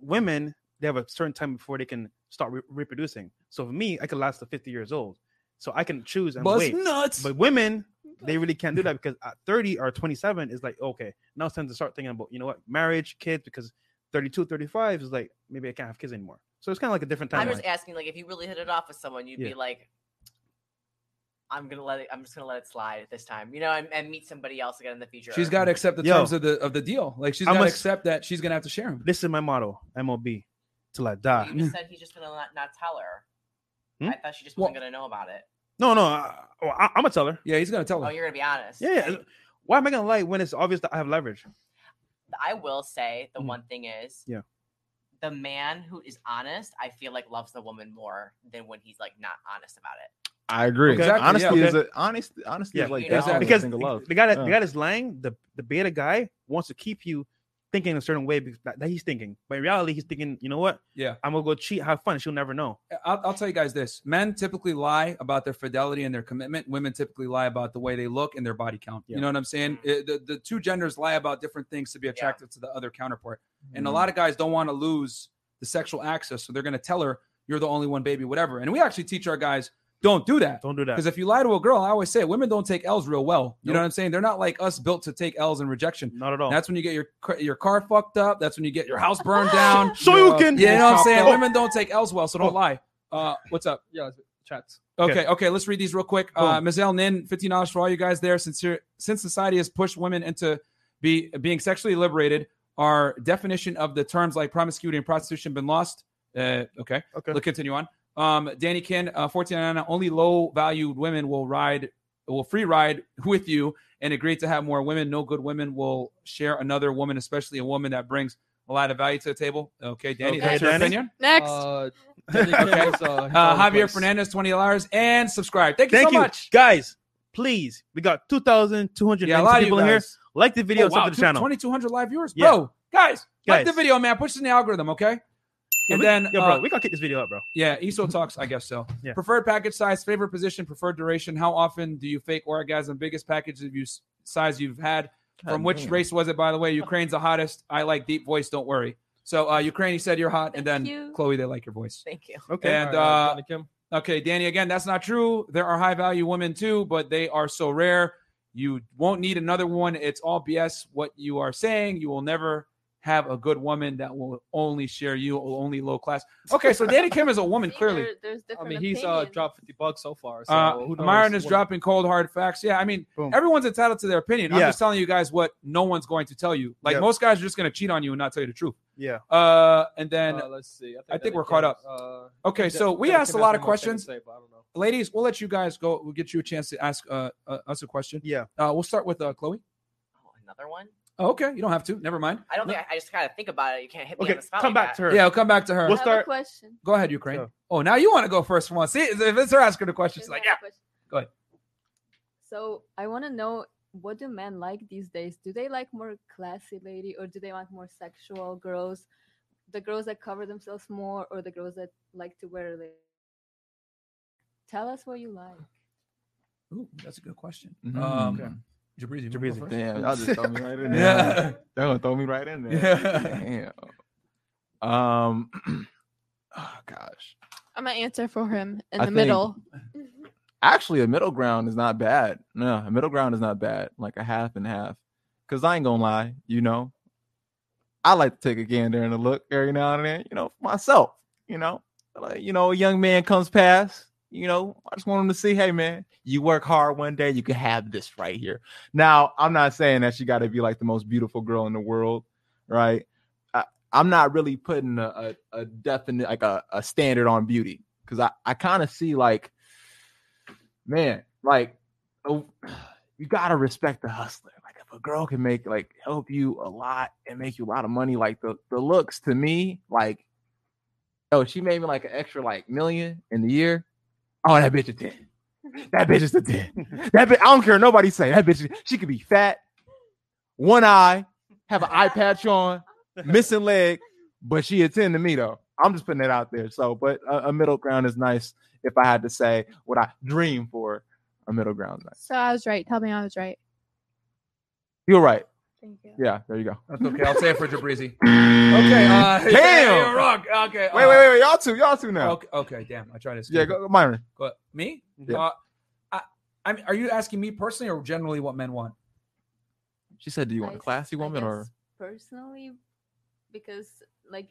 Speaker 2: Women, they have a certain time before they can start re- reproducing. So for me, I could last to 50 years old. So I can choose and
Speaker 1: Bust
Speaker 2: wait.
Speaker 1: nuts.
Speaker 2: But women, they really can't
Speaker 1: [laughs]
Speaker 2: do that because at 30 or 27 is like, okay, now it's time to start thinking about, you know what, marriage, kids, because 32, 35 is like, maybe I can't have kids anymore. So it's kind of like a different time.
Speaker 10: I'm just asking, like, if you really hit it off with someone, you'd
Speaker 2: Yeah.
Speaker 10: be like, "I'm gonna let it. I'm just gonna let it slide at this time," you know, and, and meet somebody else again in the future.
Speaker 1: She's got to accept the
Speaker 2: Yo.
Speaker 1: terms of the of the deal. Like she's
Speaker 2: I'm
Speaker 1: got to
Speaker 2: a-
Speaker 1: accept that she's gonna have to share him.
Speaker 2: This is my motto, MOB, till I die.
Speaker 1: uh,
Speaker 10: You
Speaker 1: [laughs]
Speaker 10: just said he's just gonna not, not tell her.
Speaker 2: Hmm?
Speaker 10: I thought she just wasn't gonna know about it.
Speaker 2: No, no, I, I, I'm gonna tell her.
Speaker 1: Yeah, he's gonna tell
Speaker 10: Oh, you're gonna be honest.
Speaker 2: Yeah, yeah. Why am I gonna lie when it's obvious that I have leverage?
Speaker 10: I will say the
Speaker 1: Mm-hmm.
Speaker 2: Mhm.
Speaker 10: one thing is
Speaker 2: Yeah.
Speaker 10: the man who is honest, I feel like loves the woman more than when he's like not honest about it.
Speaker 4: I agree.
Speaker 2: Exactly,
Speaker 4: honesty
Speaker 2: yeah.
Speaker 4: is a, honest, honesty is like that.
Speaker 2: because
Speaker 4: single
Speaker 2: the-
Speaker 4: love.
Speaker 2: the guy that the
Speaker 4: Yeah.
Speaker 2: guy that's lying, the the beta guy wants to keep you thinking a certain way because that, that he's thinking, but in reality he's thinking, you know what?
Speaker 1: Yeah.
Speaker 2: I'm gonna go cheat, have fun. She'll never know.
Speaker 1: I'll, I'll tell you guys this men typically lie about their fidelity and their commitment women typically lie about the way they look and their body count you know what i'm saying It- the, the two genders lie about different things to be attractive to the other counterpart and a
Speaker 2: Mm-hmm.
Speaker 4: Mhm.
Speaker 1: lot of guys don't want to lose the sexual access so they're going to tell her you're the only one baby whatever and we actually teach our guys don't do that
Speaker 2: don't do that
Speaker 1: because if you lie to a girl i always say women don't take l's real well you know what i'm saying they're not like us built to take l's and rejection
Speaker 2: not at all
Speaker 1: that's when you get your ca- your car fucked up that's when you get your house
Speaker 2: [laughs]
Speaker 1: burned down
Speaker 2: So you can-
Speaker 1: yeah you know what i'm
Speaker 2: [laughs]
Speaker 1: saying
Speaker 2: Oh.
Speaker 1: women don't take l's well so don't lie uh, what's up?
Speaker 5: Yeah, it's- chats.
Speaker 1: Okay, okay, let's read these real quick. Uh,
Speaker 5: Boom.
Speaker 1: Ms. El Nin, fifteen dollars for all you guys there. Since you're- since society has pushed women into be being sexually liberated, our definition of the terms like promiscuity and prostitution been lost. Uh, okay,
Speaker 2: okay,
Speaker 1: we'll continue on. Um, Danny Kin, uh, fourteen ninety nine. Only low valued women will ride will free ride with you and agree to have more women. No good women will share another woman, especially a woman that brings a lot of value to the table. Okay, Danny,
Speaker 5: Okay,
Speaker 1: that's your
Speaker 5: Danny.
Speaker 1: opinion.
Speaker 5: Next. Uh, Danny Kim
Speaker 1: okay.
Speaker 5: was, uh, he
Speaker 1: Uh,
Speaker 5: found a
Speaker 1: Javier
Speaker 5: place.
Speaker 1: Fernandez, twenty dollars, and subscribe. Thank you so much.
Speaker 2: guys. Please, we got 2,200
Speaker 1: Yeah, a lot of you
Speaker 2: people in here.
Speaker 1: guys.
Speaker 2: Like the video,
Speaker 1: Oh, wow,
Speaker 2: sub to the channel.
Speaker 1: 2200 live viewers,
Speaker 2: Yeah.
Speaker 1: bro. Guys, like
Speaker 2: Guys.
Speaker 1: the video, man. Push in the algorithm, okay?
Speaker 2: Yeah,
Speaker 1: and
Speaker 2: we-
Speaker 1: then,
Speaker 2: yo, bro,
Speaker 1: uh,
Speaker 2: we gotta kick this video up, bro.
Speaker 1: Yeah,
Speaker 2: [laughs]
Speaker 1: ESO talks. I guess so.
Speaker 2: Yeah.
Speaker 1: Preferred package size, favorite position, preferred duration. How often do you fake orgasm? Biggest package of you size you've had. From which race was it, by the way? Ukraine's the hottest. I like deep voice. Don't worry. So uh, Ukraine, you said you're hot, and then Chloe, they like your voice.
Speaker 10: Thank you.
Speaker 1: And uh, okay, Danny, again, that's not true. There are high value women too, but they are so rare. You won't need another one. It's all BS what you are saying. You will never have a good woman that will only share you, will only low class. Okay, so Danny Kim is a
Speaker 6: [laughs]
Speaker 1: woman, clearly.
Speaker 6: There- there's
Speaker 5: I
Speaker 6: different
Speaker 5: mean, he's uh, dropped 50 bucks so far. So
Speaker 1: Uh,
Speaker 5: who knows
Speaker 1: Myron is
Speaker 5: what-
Speaker 1: dropping cold hard facts. Yeah, I mean, everyone's entitled to their opinion. I'm
Speaker 5: Yeah.
Speaker 1: just telling you guys what no one's going to tell you. Like
Speaker 5: Yeah.
Speaker 1: most guys are just going to cheat on you and not tell you the truth.
Speaker 2: Yeah.
Speaker 1: Uh, and then
Speaker 5: Uh, let's see. I think,
Speaker 1: I think
Speaker 5: that
Speaker 1: we're
Speaker 5: it
Speaker 1: caught
Speaker 5: is,
Speaker 1: up.
Speaker 5: uh,
Speaker 1: okay,
Speaker 5: that-
Speaker 1: so we
Speaker 5: that
Speaker 1: asked a
Speaker 5: Kim
Speaker 1: lot
Speaker 5: has
Speaker 1: of
Speaker 5: one more thing to
Speaker 1: questions.
Speaker 5: say, but I don't know.
Speaker 1: Ladies, we'll let you guys go. We'll get you a chance to ask uh, uh, us a question.
Speaker 2: Yeah.
Speaker 1: Uh, we'll start with uh, Chloe.
Speaker 10: Another one.
Speaker 1: Oh, okay, you don't have to. Never mind.
Speaker 10: I don't think I, I just gotta think about it. You can't hit me
Speaker 1: Okay,
Speaker 10: on the spot.
Speaker 1: come
Speaker 10: like
Speaker 1: back
Speaker 10: that.
Speaker 1: to her. Yeah, we'll come back to her. We'll
Speaker 6: I have
Speaker 1: start-
Speaker 6: a question.
Speaker 1: Go ahead, Ukraine. Oh, now you want to go first for once. See, if it's her asking the question, she's like, yeah. Go ahead.
Speaker 6: So I want to know what do men like these days? Do they like more classy lady or do they want more sexual girls? The girls that cover themselves more or the girls that like to wear like Tell us what you like.
Speaker 1: Ooh, that's a good question.
Speaker 4: Mhm.
Speaker 1: Um,
Speaker 4: Okay.
Speaker 1: Jabrizi, you wanna go
Speaker 4: Jabrizi.
Speaker 1: first?
Speaker 4: Damn, y'all just throw
Speaker 1: [laughs]
Speaker 4: me right in there.
Speaker 1: Yeah.
Speaker 4: [laughs] Y'all gonna throw me right in there.
Speaker 1: Yeah.
Speaker 4: Damn. Um, oh gosh.
Speaker 8: I'm gonna answer for him in
Speaker 4: I
Speaker 8: the
Speaker 4: think-
Speaker 8: middle.
Speaker 4: Actually, a middle ground is not bad. No, a middle ground is not bad. Like a half and half. Cause I ain't gonna lie, you know. I like to take a gander and a look every now and then, you know, for myself. You know, like you know, a young man comes past. You know, I just want him to see, hey man, you work hard one day, you can have this right here. Now, I'm not saying that she got to be like the most beautiful girl in the world, right? I, I'm not really putting a, a, a definite like a, a standard on beauty because I, I kind of see like, man, like oh, you gotta respect the hustler. Like if a girl can make like help you a lot and make you a lot of money, like the the looks to me, like oh, she made me like an extra like million in the year. Oh, that bitch a ten. That bitch is a ten. That bitch, I don't care what nobody say. That bitch, she could be fat, one eye, have an eye patch on, missing leg, but she a ten to me though. I'm just putting it out there. So, but a, a middle ground is nice. If I had to say what I dream for, a middle ground is nice.
Speaker 8: So I was right. Tell me I was right.
Speaker 4: You're right. Yeah, there you go.
Speaker 1: That's [laughs] okay. I'll say it for
Speaker 4: [laughs]
Speaker 1: Jabrizi. okay. Uh,
Speaker 4: Damn.
Speaker 1: yeah, you're wrong. Okay.
Speaker 4: Wait,
Speaker 1: uh,
Speaker 4: wait, wait, wait. Y'all two, y'all two now.
Speaker 1: Okay, okay, damn. I tried to.
Speaker 4: Yeah,
Speaker 1: escape
Speaker 4: go-
Speaker 1: it.
Speaker 4: Myron.
Speaker 1: Go me?
Speaker 4: Yeah.
Speaker 1: Uh, I, I mean, are you asking me personally or generally what men want?
Speaker 4: She said, "Do you
Speaker 6: I
Speaker 4: want a
Speaker 6: s-
Speaker 4: classy
Speaker 6: I
Speaker 4: woman or?"
Speaker 6: personally because like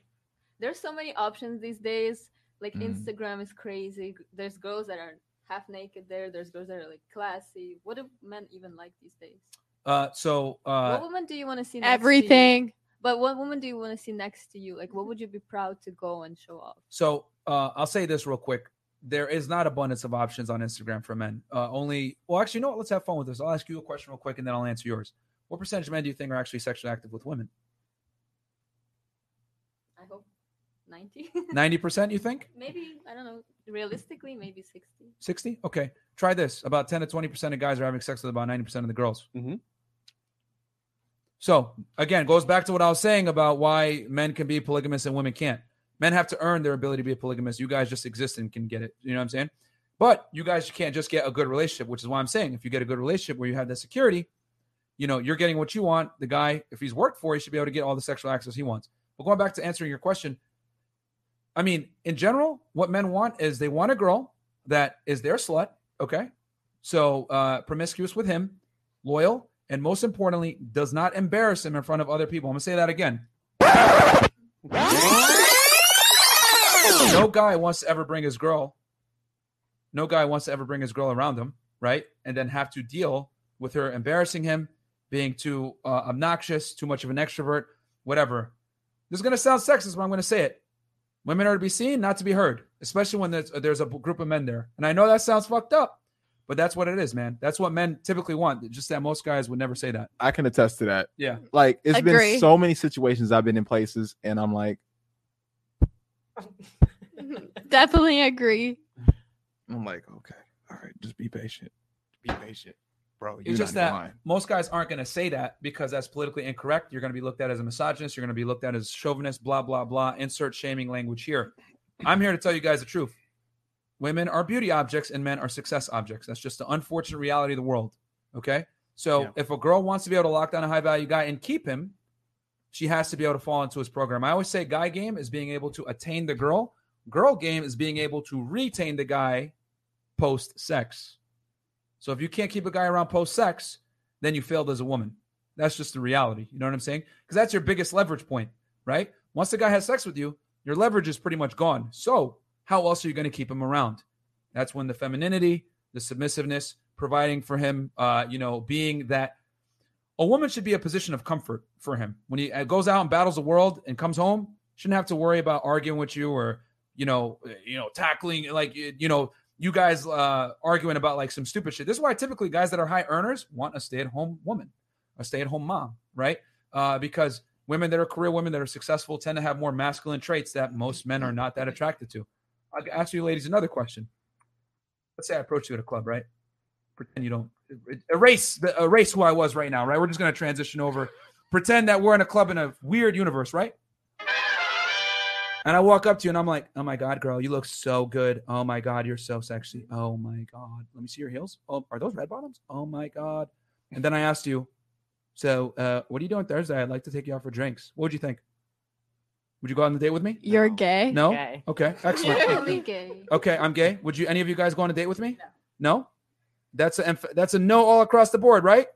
Speaker 6: there's so many options these days like
Speaker 1: Mm-hmm.
Speaker 4: Mm.
Speaker 6: instagram is crazy g- there's girls that are half naked there there's girls that are like classy what do men even like these days
Speaker 1: Uh, so uh,
Speaker 6: what woman do you want to see next to you?
Speaker 8: Everything.
Speaker 6: but what woman do you want to see next to you like what would you be proud to go and show off
Speaker 1: So uh, I'll say this real quick. There is not abundance of options on Instagram for men. Uh, only, well, actually, you know what? Let's have fun with this. I'll ask you a question real quick and then I'll answer yours. What percentage of men do you think are actually sexually active with women?
Speaker 6: i hope [laughs] 90
Speaker 1: 90%, you think?
Speaker 6: maybe i don't know realistically maybe 60
Speaker 1: 60? Okay. Try this. About 10 to 20% of guys are having sex with about 90% of the girls. So, again, goes back to what I was saying about why men can be polygamous and women can't. Men have to earn their ability to be a polygamist. You guys just exist and can get it. You know what I'm saying? But you guys can't just get a good relationship, which is why I'm saying if you get a good relationship where you have that security, you know, you're getting what you want. The guy, if he's worked for, he should be able to get all the sexual access he wants. But going back to answering your question, I mean, in general, what men want is they want a girl that is their slut, okay? So uh, promiscuous with him, loyal, and most importantly, does not embarrass him in front of other people. I'm gonna say that again. No guy wants to ever bring his girl. No guy wants to ever bring his girl around him, right? And then have to deal with her embarrassing him, being too uh, obnoxious, too much of an extrovert, whatever. This is gonna sound sexist, but I'm gonna say it. Women are to be seen, not to be heard, especially when there's, there's a b- group of men there. And I know that sounds fucked up, but that's what it is, man. That's what men typically want. Just that most guys would never say that.
Speaker 4: I can attest to that.
Speaker 1: Yeah.
Speaker 4: Like it's
Speaker 1: Agree.
Speaker 4: been so many situations I've been in places and I'm like,
Speaker 8: Definitely agree.
Speaker 4: I'm like, okay, all right, just be patient, be patient, bro. You're
Speaker 1: It's just
Speaker 4: not in
Speaker 1: that
Speaker 4: line.
Speaker 1: most guys aren't going to say that because that's politically incorrect. You're going to be looked at as a misogynist. You're going to be looked at as chauvinist, blah, blah, blah. Insert shaming language here. I'm here to tell you guys the truth. Women are beauty objects and men are success objects. That's just the unfortunate reality of the world. Okay. So if a girl wants to be able to lock down a high value guy and keep him, she has to be able to fall into his program. I always say guy game is being able to attain the girl. Girl game is being able to retain the guy post sex. So if you can't keep a guy around post sex, then you failed as a woman. That's just the reality. You know what I'm saying? Because that's your biggest leverage point, right? Once the guy has sex with you, your leverage is pretty much gone. So how else are you going to keep him around? That's when the femininity, the submissiveness, providing for him, uh, you know, being that a woman should be a position of comfort for him when he uh, goes out and battles the world and comes home shouldn't have to worry about arguing with you or you know uh, you know tackling like you you know you guys uh, arguing about like some stupid shit this is why typically guys that are high earners want a stay-at-home woman a stay-at-home mom right uh, because women that are career women that are successful tend to have more masculine traits that most men are not that attracted to i'll ask you ladies another question let's say i approach you at a club right pretend you don't erase the erase who I was right now, right? We're just gonna transition over. Pretend that we're in a club in a weird universe, right? And I walk up to you and I'm like, oh my god, girl, you look so good. Oh my god, you're so sexy. Oh my god, let me see your heels. Oh, are those red bottoms? Oh my god. And then I asked you, so uh, what are you doing Thursday? I'd like to take you out for drinks. What would you think? Would you go on the date with me?
Speaker 8: You're gay.
Speaker 1: No. Okay.
Speaker 8: [laughs]
Speaker 1: Excellent.
Speaker 8: gay.
Speaker 1: Okay, I'm gay. Would you any of you guys go on a date with me? No. That's a emph- that's a no all across the board, right?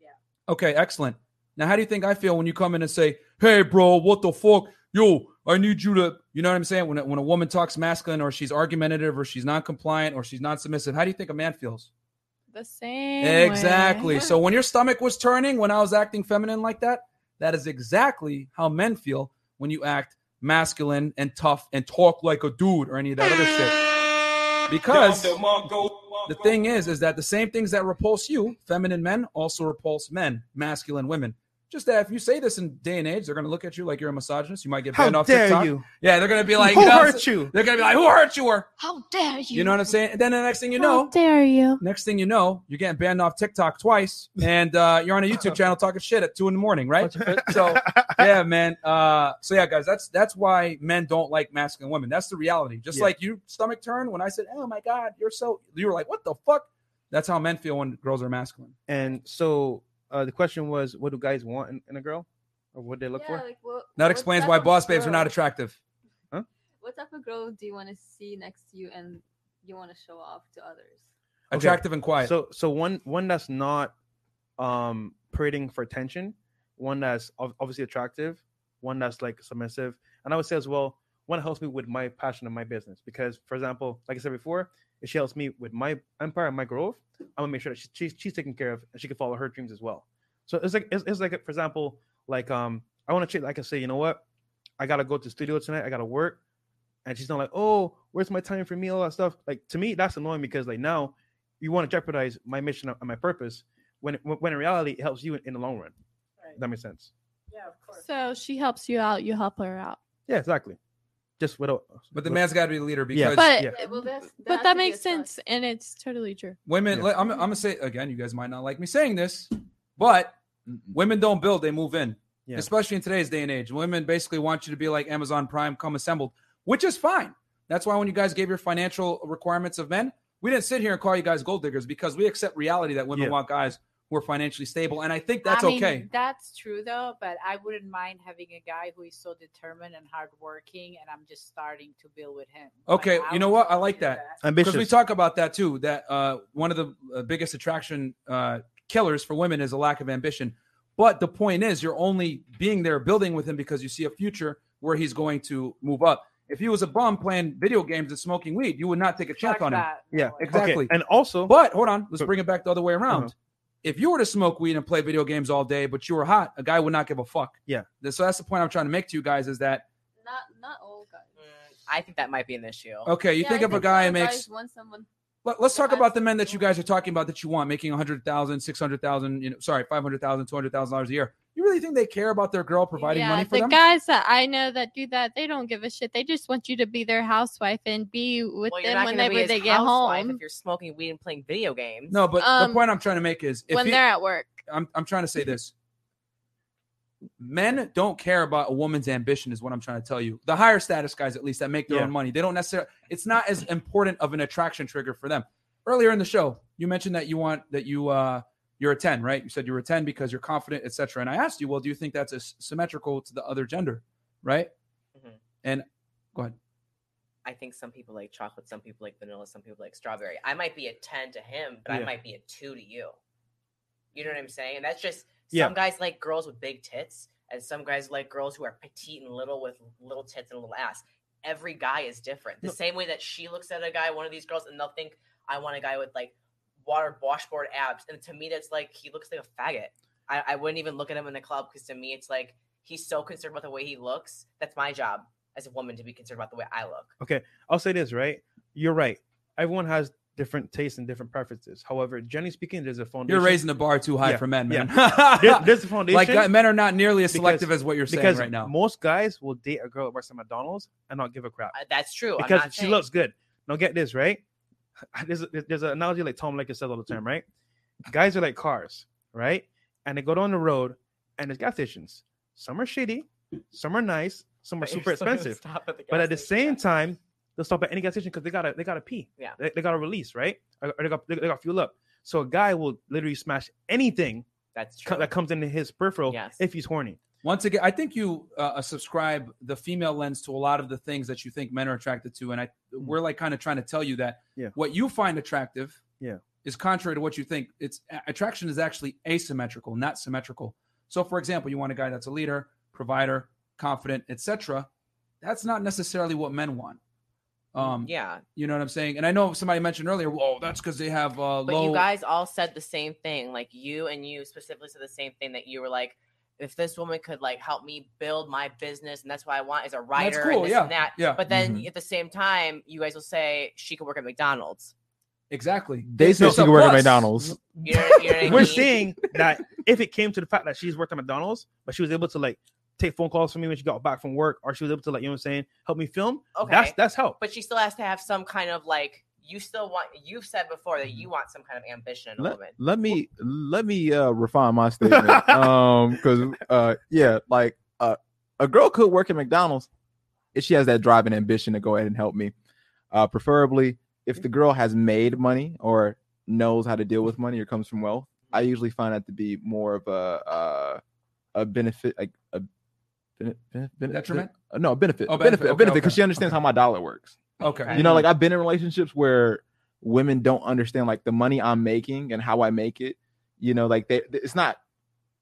Speaker 1: Yeah. Okay, excellent. Now, how do you think I feel when you come in and say, "Hey, bro, what the fuck, yo, I need you to," you know what I'm saying? When a- when a woman talks masculine, or she's argumentative, or she's non-compliant, or she's not submissive, how do you think a man feels?
Speaker 8: The same. way.
Speaker 1: Exactly. So when your stomach was turning when I was acting feminine like that, that is exactly how men feel when you act masculine and tough and talk like a dude or any of that other shit. Because the thing is, is that the same things that repulse you, feminine men, also repulse men, masculine women. Just that if you say this in day and age, they're going to look at you like you're a misogynist. You might get
Speaker 2: How
Speaker 1: banned off
Speaker 2: dare
Speaker 1: TikTok.
Speaker 2: you.
Speaker 1: Yeah, they're going to be like,
Speaker 2: Who
Speaker 1: "That's-
Speaker 2: hurt you?"
Speaker 1: They're going to be like, "Who hurt you?" Or
Speaker 8: How dare you?
Speaker 1: you know what I'm saying? And then the next thing you
Speaker 8: How
Speaker 1: know,
Speaker 8: dare you?
Speaker 1: Next thing you know, you're getting banned off TikTok twice, and uh, you're on a
Speaker 2: [laughs]
Speaker 1: YouTube channel talking shit at two in the morning, right? so yeah, man. Uh, so yeah, guys, that's that's why men don't like masculine women. That's the reality. Just
Speaker 2: Yeah.
Speaker 1: like you stomach turn when I said, "Oh my god, you're so," you were like, "What the fuck?" That's how men feel when girls are masculine.
Speaker 2: And so uh, the question was, what do guys want in, in a girl, or what they look
Speaker 6: Yeah,
Speaker 2: for?
Speaker 6: like, what-
Speaker 1: That
Speaker 6: what
Speaker 1: explains
Speaker 6: type
Speaker 1: why
Speaker 6: of
Speaker 1: boss babes are
Speaker 6: girl-
Speaker 1: not attractive.
Speaker 6: What type of girl do you want to see next to you and you want to show off to others?
Speaker 1: Attractive and quiet.
Speaker 2: So, so one one that's not um parading for attention, one that's ob- obviously attractive, one that's like submissive, and I would say as well, one that helps me with my passion and my business. Because, for example, like I said before, if she helps me with my empire and my growth, I'm gonna make sure that she, she's she's taken care of and she can follow her dreams as well. So it's like it's, it's like for example, like um, I want to check. Like I say, you know what, I gotta go to the studio tonight. I gotta work and she's not like, oh, where's my time for me, all that stuff. Like to me, that's annoying because like now you want to jeopardize my mission and my purpose when when in reality it helps you in, in the long run. That makes sense.
Speaker 7: Yeah, of course.
Speaker 8: So she helps you out. You help her out.
Speaker 2: Yeah, exactly. Just without.
Speaker 1: But the man's got to be the leader
Speaker 2: Yeah.
Speaker 1: because
Speaker 8: But
Speaker 2: Yeah.
Speaker 8: but that makes sense, and it's totally true.
Speaker 1: Women, let- I'm, I'm gonna say again. You guys might not like me saying this, but women don't build; they move in.
Speaker 2: Yeah.
Speaker 1: Especially in today's day and age, women basically want you to be like Amazon Prime, come assembled, which is fine. That's why when you guys gave your financial requirements of men, we didn't sit here and call you guys gold diggers because we accept reality that women
Speaker 2: Yeah.
Speaker 1: want guys who are financially stable, and I think that's
Speaker 7: I mean,
Speaker 1: okay.
Speaker 7: That's true though, but I wouldn't mind having a guy who is so determined and hardworking, and I'm just starting to build with him.
Speaker 1: Okay,
Speaker 7: Like, I
Speaker 1: you know
Speaker 7: would
Speaker 1: what? I
Speaker 7: totally
Speaker 1: like
Speaker 7: do
Speaker 1: that.
Speaker 2: Ambitious.
Speaker 1: Because we talk about that too. That uh, one of the uh, biggest attraction uh, killers for women is a lack of ambition. But the point is, you're only being there, building with him because you see a future where he's going to move up. If he was a bum playing video games and smoking weed, you would not take a chance
Speaker 7: Fuck
Speaker 1: on him.
Speaker 7: that.
Speaker 2: Yeah,
Speaker 1: [laughs]
Speaker 2: okay.
Speaker 1: Exactly.
Speaker 2: And also,
Speaker 1: But hold on, let's bring it back the other way around.
Speaker 2: Uh-huh.
Speaker 1: If you were to smoke weed and play video games all day, but you were hot, a guy would not give a fuck.
Speaker 2: yeah,
Speaker 1: So that's the point I'm trying to make to you guys is that
Speaker 6: Not not all guys.
Speaker 10: Mm, I think that might be an issue.
Speaker 1: okay, you
Speaker 6: Yeah,
Speaker 1: think
Speaker 6: I
Speaker 1: of a guy
Speaker 6: all
Speaker 1: makes
Speaker 6: guys want someone
Speaker 1: Let, us talk about the men that you guys are talking about that you want making 100,000, 600,000, you know, sorry, 500,000, 200,000 dollars a year. You really think they care about their girl providing
Speaker 8: yeah,
Speaker 1: money for
Speaker 8: the
Speaker 1: them?
Speaker 8: guys that I know that do that, they don't give a shit. They just want you to be their housewife and be with
Speaker 10: Well, you're
Speaker 8: them
Speaker 10: not going to
Speaker 8: whenever
Speaker 10: be
Speaker 8: they
Speaker 10: his
Speaker 8: get
Speaker 10: housewife
Speaker 8: home
Speaker 10: if you're smoking weed and playing video games.
Speaker 1: no, but
Speaker 8: um,
Speaker 1: the point I'm trying to make is if
Speaker 8: when
Speaker 1: he-
Speaker 8: they're at work.
Speaker 1: I'm I'm trying to say this. Men don't care about a woman's ambition, is what I'm trying to tell you. The higher status guys, at least, that make their
Speaker 2: Yeah.
Speaker 1: own money, they don't necessarily. It's not as important of an attraction trigger for them. Earlier in the show, you mentioned that you want that you uh you're a 10, right? You said you were a 10 because you're confident, etc. And I asked you, well, do you think that's as symmetrical to the other gender, right?
Speaker 10: Mhm.
Speaker 1: And go ahead.
Speaker 10: I think some people like chocolate, some people like vanilla, some people like strawberry. I might be a 10 to him, but I
Speaker 2: Yeah.
Speaker 10: might be a 2 to you. You know what I'm saying? And that's just some
Speaker 2: Yeah.
Speaker 10: guys like girls with big tits, and some guys like girls who are petite and little with little tits and a little ass. Every guy is different. The same way that she looks at a guy, one of these girls, and they'll think, I want a guy with like water washboard abs. And to me, that's like, he looks like a faggot. I, I wouldn't even look at him in the club because to me, it's like, he's so concerned about the way he looks. That's my job as a woman to be concerned about the way I look.
Speaker 2: Okay, I'll say this, right? You're right. Everyone has different tastes and different preferences. However, generally speaking, there's a foundation.
Speaker 1: You're raising the bar too high
Speaker 2: Yeah,
Speaker 1: for men, man. [laughs]
Speaker 2: yeah. There- there's a foundation.
Speaker 1: Like uh, men are not nearly as selective
Speaker 2: because-
Speaker 1: as what you're saying
Speaker 2: because
Speaker 1: right now.
Speaker 2: Most guys will date a girl that works at McDonald's and not give a crap.
Speaker 10: Uh, that's true. I'm
Speaker 2: Because
Speaker 10: not
Speaker 2: she
Speaker 10: saying-
Speaker 2: looks good. Now get this, right? [sighs] There's, there's an analogy like Tom Licker says all the time, right? Guys are like cars, right? And they go down the road and there's gas stations. Some are shitty, some are nice, some are
Speaker 10: But you're
Speaker 2: super
Speaker 10: still gonna
Speaker 2: expensive.
Speaker 10: stop at the
Speaker 2: but
Speaker 10: gas
Speaker 2: at the same time, they'll stop at any gas station because they gotta they gotta pee.
Speaker 10: Yeah.
Speaker 2: They, they gotta release, right? Or or they got they, they got fuel up. So a guy will literally smash anything
Speaker 10: that's
Speaker 1: true.
Speaker 2: that comes into his peripheral if he's horny.
Speaker 1: Once again, I think you uh, subscribe the female lens to a lot of the things that you think men are attracted to, and I we're like kind of trying to tell you that
Speaker 2: Hmm. Yeah.
Speaker 1: what you find attractive
Speaker 2: Yeah.
Speaker 1: is contrary to what you think. It's a- attraction is actually asymmetrical, not symmetrical. So, for example, you want a guy that's a leader, provider, confident, etc. That's not necessarily what men want. Um,
Speaker 10: yeah.
Speaker 1: you know what I'm saying. And I know somebody mentioned earlier. Whoa, that's because they have uh,
Speaker 10: But
Speaker 1: low.
Speaker 10: you guys all said the same thing. Like you and you specifically said the same thing that you were like, if this woman could like help me build my business and that's what I want is a writer
Speaker 1: cool,
Speaker 10: and this
Speaker 1: yeah,
Speaker 10: and that.
Speaker 1: yeah.
Speaker 10: But then
Speaker 1: Mhm.
Speaker 10: at the same time, you guys will say she could work at McDonald's.
Speaker 1: exactly.
Speaker 4: They said
Speaker 1: It's
Speaker 4: she
Speaker 1: a
Speaker 4: could work at
Speaker 1: plus.
Speaker 4: McDonald's.
Speaker 10: You know, you know what I
Speaker 2: We're
Speaker 10: mean?
Speaker 2: seeing that if it came to the fact that she's worked at McDonald's, but she was able to like take phone calls from me when she got back from work, or she was able to like you know what I'm saying, help me film.
Speaker 10: Okay.
Speaker 2: That's that's help.
Speaker 10: But she still has to have some kind of like you still want you've said before that you want some kind of ambition in a
Speaker 4: let,
Speaker 10: woman.
Speaker 4: let me let me uh refine
Speaker 1: [laughs]
Speaker 4: my statement um because uh yeah like uh, a girl could work at mcdonald's if she has that drive and ambition to go ahead and help me uh preferably if the girl has made money or knows how to deal with money or comes from wealth i
Speaker 10: Mm-hmm.
Speaker 4: usually find that to be more of a uh a benefit like a bene- bene- bene-
Speaker 1: Detriment?
Speaker 4: uh, no a benefit
Speaker 1: Oh,
Speaker 4: a benefit
Speaker 1: benefit,
Speaker 4: a
Speaker 1: okay,
Speaker 4: benefit because
Speaker 1: okay,
Speaker 4: she understands how my dollar works
Speaker 1: Okay.
Speaker 4: you know, like I've been in relationships where women don't understand like the money I'm making and how I make it. You know, like they it's not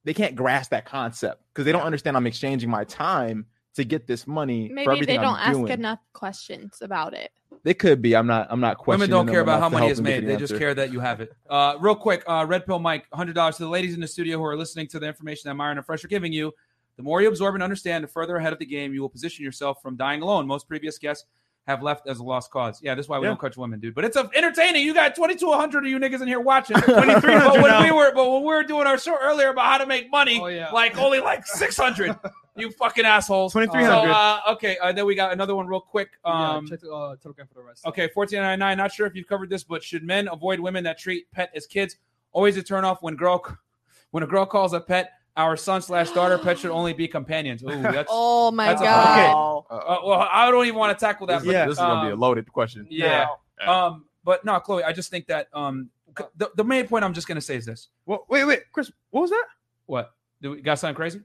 Speaker 4: they can't grasp that concept because they don't understand I'm exchanging my time to get this money for
Speaker 8: Maybe
Speaker 4: everything
Speaker 8: they don't
Speaker 4: I'm
Speaker 8: ask
Speaker 4: doing.
Speaker 8: enough questions about it.
Speaker 4: They could be. I'm not. I'm not
Speaker 1: Women
Speaker 4: questioning.
Speaker 1: don't care
Speaker 4: them
Speaker 1: about
Speaker 4: enough
Speaker 1: how
Speaker 4: to
Speaker 1: money
Speaker 4: help
Speaker 1: is
Speaker 4: them get
Speaker 1: made.
Speaker 4: the
Speaker 1: They just
Speaker 4: answer.
Speaker 1: care that you have it. Uh, real quick, uh, Red Pill Mike, $100 to the ladies in the studio who are listening to the information that Myron and Fresh are giving you. The more you absorb and understand, the further ahead of the game you will position yourself from dying alone. Most previous guests have left as a lost cause. Yeah, that's why we
Speaker 2: Yeah.
Speaker 1: don't coach women, dude. But it's uh, entertaining. You got 2,200 of you niggas in here
Speaker 2: [laughs]
Speaker 1: watching. 2,300 but when
Speaker 2: now.
Speaker 1: we were, But when we were doing our show earlier about how to make money,
Speaker 5: Oh,
Speaker 1: like only like 600. you fucking assholes.
Speaker 5: 2,300.
Speaker 1: So, uh, okay, uh, then we got another one real quick.
Speaker 5: Yeah,
Speaker 1: Um,
Speaker 5: check the, uh, Telegram for the rest.
Speaker 1: Okay, 1499. Not sure if you've covered this, but should men avoid women that treat pet as kids? Always a turnoff when girl [laughs] when a girl calls a pet our son slash daughter. Pet should only be companions. Ooh, that's
Speaker 8: Oh my
Speaker 1: that's a-
Speaker 8: God.
Speaker 1: Okay. Uh, well, I don't even want to tackle that.
Speaker 4: This,
Speaker 1: but,
Speaker 4: yeah. this is gonna be a
Speaker 1: um,
Speaker 4: loaded question.
Speaker 1: yeah. Um, but no, Chloe, I just think that um, c- the, the main point I'm just gonna say is this.
Speaker 2: Well, wait, wait, Chris, what was that?
Speaker 1: What? Do we got something crazy?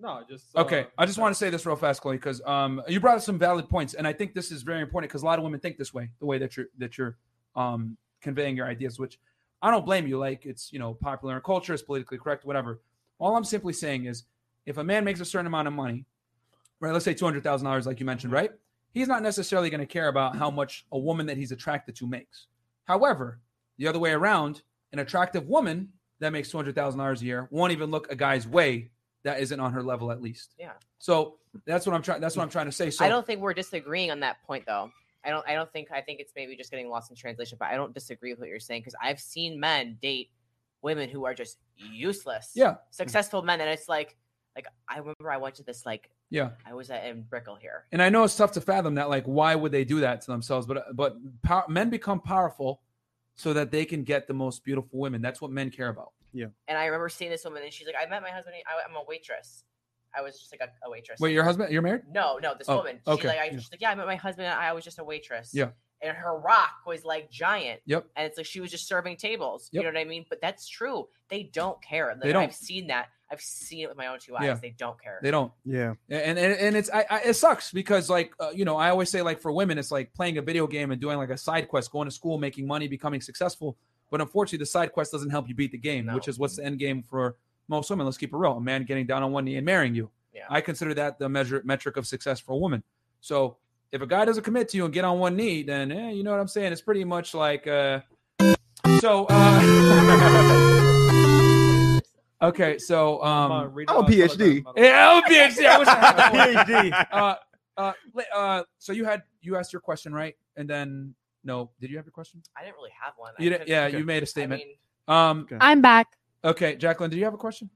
Speaker 5: No, just uh,
Speaker 1: Okay, I just want to say this real fast, Chloe, because um, you brought up some valid points, and I think this is very important because a lot of women think this way, the way that you're that you're um, conveying your ideas, which I don't blame you. Like it's you know popular in culture, it's politically correct, whatever. All I'm simply saying is, if a man makes a certain amount of money, right? Let's say two hundred thousand dollars, like you mentioned, right? He's not necessarily going to care about how much a woman that he's attracted to makes. However, the other way around, an attractive woman that makes two hundred thousand dollars a year won't even look a guy's way that isn't on her level, at least.
Speaker 10: Yeah.
Speaker 1: So that's what I'm trying. That's what I'm trying to say. So
Speaker 10: I don't think we're disagreeing on that point though. I don't I don't think I think it's maybe just getting lost in translation, but I don't disagree with what you're saying because I've seen men date women who are just useless.
Speaker 1: Yeah.
Speaker 10: Successful men and it's like like I remember I went to this like
Speaker 1: Yeah.
Speaker 10: I was at in Brickell here.
Speaker 1: and I know it's tough to fathom that. Like, why would they do that to themselves? But uh, but pow- men become powerful so that they can get the most beautiful women. That's what men care about.
Speaker 2: Yeah.
Speaker 10: And I remember seeing this woman and she's like, I met my husband, I, am a waitress. I was just like a, a waitress.
Speaker 1: Wait, your husband? You're married?
Speaker 10: No, no, this
Speaker 1: Oh,
Speaker 10: woman. She
Speaker 1: okay.
Speaker 10: like I
Speaker 1: Yeah.
Speaker 10: she's like, Yeah, I met my husband and I was just a waitress.
Speaker 1: Yeah.
Speaker 10: and her rock was like giant.
Speaker 1: Yep.
Speaker 10: And it's like she was just serving tables.
Speaker 1: Yep.
Speaker 10: You know what I mean? But that's true. They don't care. Like,
Speaker 1: They don't.
Speaker 10: I've seen that. I've seen it with my own two eyes.
Speaker 1: Yeah.
Speaker 10: They don't care.
Speaker 1: They don't.
Speaker 2: Yeah.
Speaker 1: And and, and it's I, I it sucks because like uh, you know I always say like for women it's like playing a video game and doing like a side quest, going to school, making money, becoming successful. But unfortunately, the side quest doesn't help you beat the game, which is what's the end game for most women. Let's keep it real: a man getting down on one knee and marrying you.
Speaker 10: Yeah.
Speaker 1: I consider that the measure metric of success for a woman. So if a guy doesn't commit to you and get on one knee, then eh, you know what I'm saying. It's pretty much like uh, so. Uh, [laughs] okay, so um,
Speaker 4: I'm a PhD.
Speaker 1: yeah, I'm a PhD. I wish I had
Speaker 2: [laughs]
Speaker 1: that one.
Speaker 4: PhD.
Speaker 1: Uh, uh, li- uh, so you had you asked your question right, and then no, did you have your question?
Speaker 10: I didn't really have one. I
Speaker 1: You did,
Speaker 10: took-
Speaker 1: yeah,
Speaker 10: I
Speaker 1: you made a
Speaker 10: mean,
Speaker 1: statement. um,
Speaker 8: I'm back.
Speaker 1: Okay, Jacqueline, do you have a question?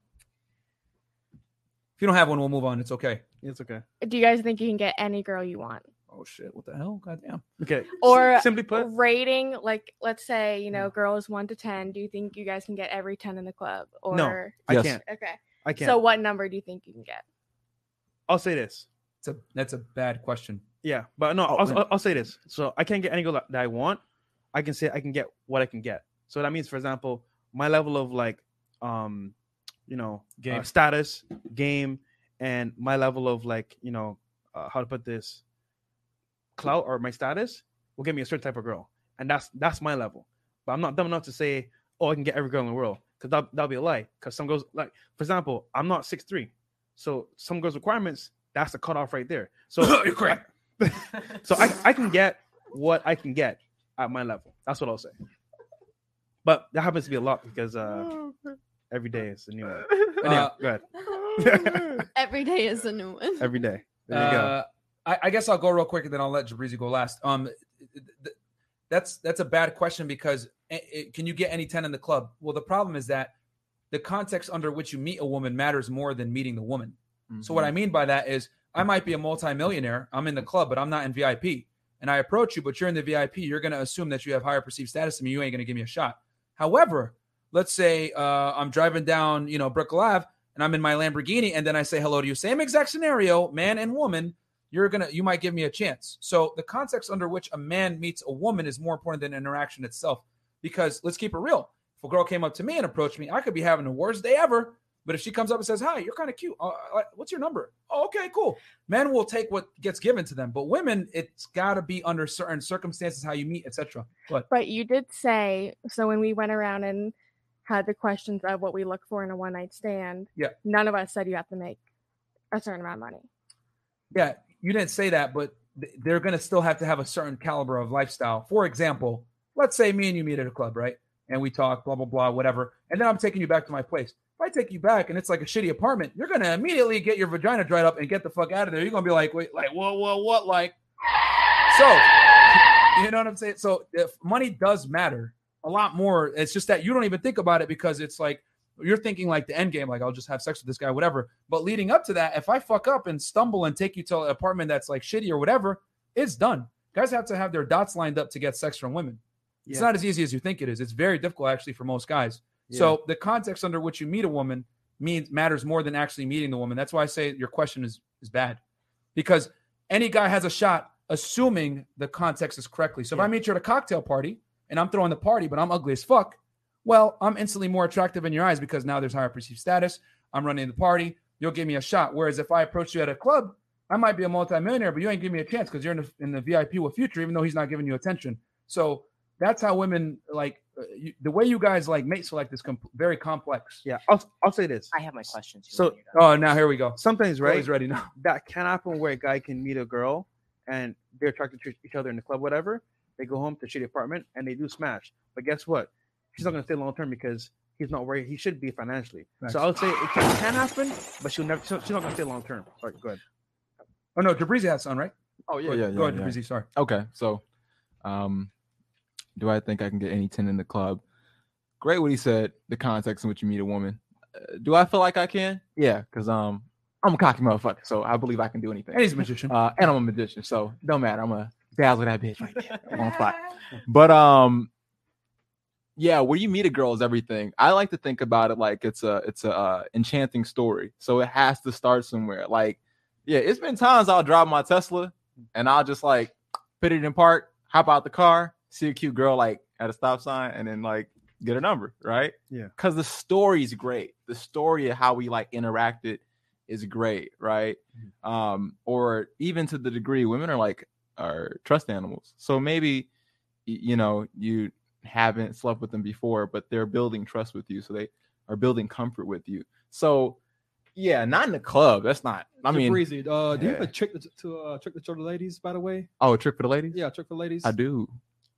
Speaker 1: If you don't have one, we'll move on. It's okay.
Speaker 2: It's okay.
Speaker 9: Do you guys think you can get any girl you want?
Speaker 1: Oh shit! What the hell? Goddamn.
Speaker 2: Okay.
Speaker 9: Or
Speaker 2: S- simply put, Mm.
Speaker 9: rating like let's say you know girls one to ten. Do you think you guys can get every ten in the club? Or
Speaker 2: I Yes. can't.
Speaker 9: Okay,
Speaker 2: I
Speaker 9: So
Speaker 2: can't.
Speaker 9: what number do you think you can get?
Speaker 2: I'll say this.
Speaker 1: It's a that's a bad question.
Speaker 2: Yeah, but no,
Speaker 1: Oh,
Speaker 2: I'll,
Speaker 1: yeah.
Speaker 2: I'll, I'll say this. So I can't get any goal that, that I want. I can say I can get what I can get. So that means, for example, my level of like, um, you know,
Speaker 1: Game.
Speaker 2: uh, status, game, and my level of like, you know, uh, how to put this, clout or my status will get me a certain type of girl, and that's that's my level. But I'm not dumb enough to say, oh, I can get every girl in the world, because that that'll be a lie. Because some girls, like for example, I'm not six three, so some girls' requirements that's the cutoff right there.
Speaker 1: [coughs]
Speaker 2: So
Speaker 1: you're correct.
Speaker 2: so I I can get what I can get at my level. That's what I'll say. But that happens to be a lot because
Speaker 1: Oh,
Speaker 2: uh, every day is a new one.
Speaker 1: Uh,
Speaker 2: Anyhow, go ahead.
Speaker 8: Every day is a new one.
Speaker 2: Every day. There you
Speaker 1: Uh, I, I guess I'll go real quick and then I'll let Jabrizi go last. Um, th- th- that's that's a bad question because eh, eh, can you get any ten in the club? Well, the problem is that the context under which you meet a woman matters more than meeting the woman. So
Speaker 2: Mm-hmm.
Speaker 1: what I mean by that is I might be a multimillionaire. I'm in the club, but I'm not in VIP. And I approach you, but you're in the VIP. You're going to assume that you have higher perceived status than me. You ain't going to give me a shot. However, let's say uh, I'm driving down, you know, Brick Ave, and I'm in my Lamborghini, and then I say hello to you. Same exact scenario, man and woman. You're gonna, you might give me a chance. So the context under which a man meets a woman is more important than interaction itself. Because let's keep it real. If a girl came up to me and approached me, I could be having the worst day ever. But if she comes up and says, "Hi, you're kind of cute. Uh, uh, what's your number?" Oh, okay, cool. Men will take what gets given to them, but women, it's got to be under certain circumstances how you meet, etc. But
Speaker 9: But you did say so when we went around and had the questions of what we look for in a one night stand.
Speaker 1: Yeah.
Speaker 9: None of us said you have to make a certain amount of money.
Speaker 1: Yeah, you didn't say that, but th- they're going to still have to have a certain caliber of lifestyle. For example, let's say me and you meet at a club, right? And we talk, blah, blah, blah, whatever. And then I'm taking you back to my place. If I take you back and it's like a shitty apartment, you're going to immediately get your vagina dried up and get the fuck out of there. You're going to be like, wait, like, whoa, whoa, what? Like, so, you know what I'm saying? So, if money does matter a lot more, it's just that you don't even think about it because it's like you're thinking like the end game, like I'll just have sex with this guy, whatever. But leading up to that, if I fuck up and stumble and take you to an apartment that's like shitty or whatever, it's done. Guys have to have their dots lined up to get sex from women. It's
Speaker 2: Yeah.
Speaker 1: not as easy as you think it is. It's very difficult actually for most guys.
Speaker 2: Yeah.
Speaker 1: So the context under which you meet a woman means matters more than actually meeting the woman. That's why I say your question is is bad because any guy has a shot assuming the context is correctly. So if I meet you at a cocktail party and I'm throwing the party, but I'm ugly as fuck, well, I'm instantly more attractive in your eyes because now there's higher perceived status. I'm running the party. You'll give me a shot. Whereas if I approach you at a club, I might be a multimillionaire, but you ain't give me a chance because you're in the, in the VIP with Future, even though he's not giving you attention. So that's how women like uh, you, the way you guys like mate select is com- very complex.
Speaker 2: Yeah, I'll, I'll say this.
Speaker 10: I have my question too.
Speaker 2: So
Speaker 1: oh, now here we go.
Speaker 2: Sometimes right,
Speaker 1: Chloe's ready now.
Speaker 2: [laughs] That can happen where a guy can meet a girl and they're attracted to each other in the club, whatever. They go home to shitty apartment and they do smash. But guess what? She's not gonna stay long term because he's not where he should be financially.
Speaker 1: Facts.
Speaker 2: So I would say it can, can happen, but she'll never. She's not gonna stay long term. All right, go ahead.
Speaker 1: Oh no, Jabrizi has son, right?
Speaker 2: Oh
Speaker 1: Go- go ahead, Jabrizi. Sorry.
Speaker 4: Okay, so, um, do I think I can get any ten in the club? Great, what he said. The context in which you meet a woman. Uh, do I feel like I can? Yeah, because um, I'm a cocky motherfucker, so I believe I can do anything.
Speaker 1: And he's a magician.
Speaker 4: Uh, and I'm a magician, so don't matter. I'm gonna dazzle that bitch right there on fire. But um, yeah, where you meet a girl is everything. I like to think about it like it's a it's a uh, enchanting story, so it has to start somewhere. Like, yeah, it's been times I'll drive my Tesla and I'll just like put it in park, hop out the car, see a cute girl like at a stop sign, and then like get a number, right?
Speaker 2: Yeah.
Speaker 4: Because the story's great. The story of how we like interacted is great, right? Um, or even to the degree women are like are trust animals. So maybe y- you know you haven't slept with them before, but they're building trust with you, so they are building comfort with you. So yeah, not in the club. That's not. I
Speaker 5: It's
Speaker 4: mean,
Speaker 5: breezy. Uh, do you have a
Speaker 4: yeah.
Speaker 5: trick to, to uh, trick the children ladies? By the way,
Speaker 4: oh, a trick for the ladies?
Speaker 5: yeah, trick for ladies.
Speaker 4: I do.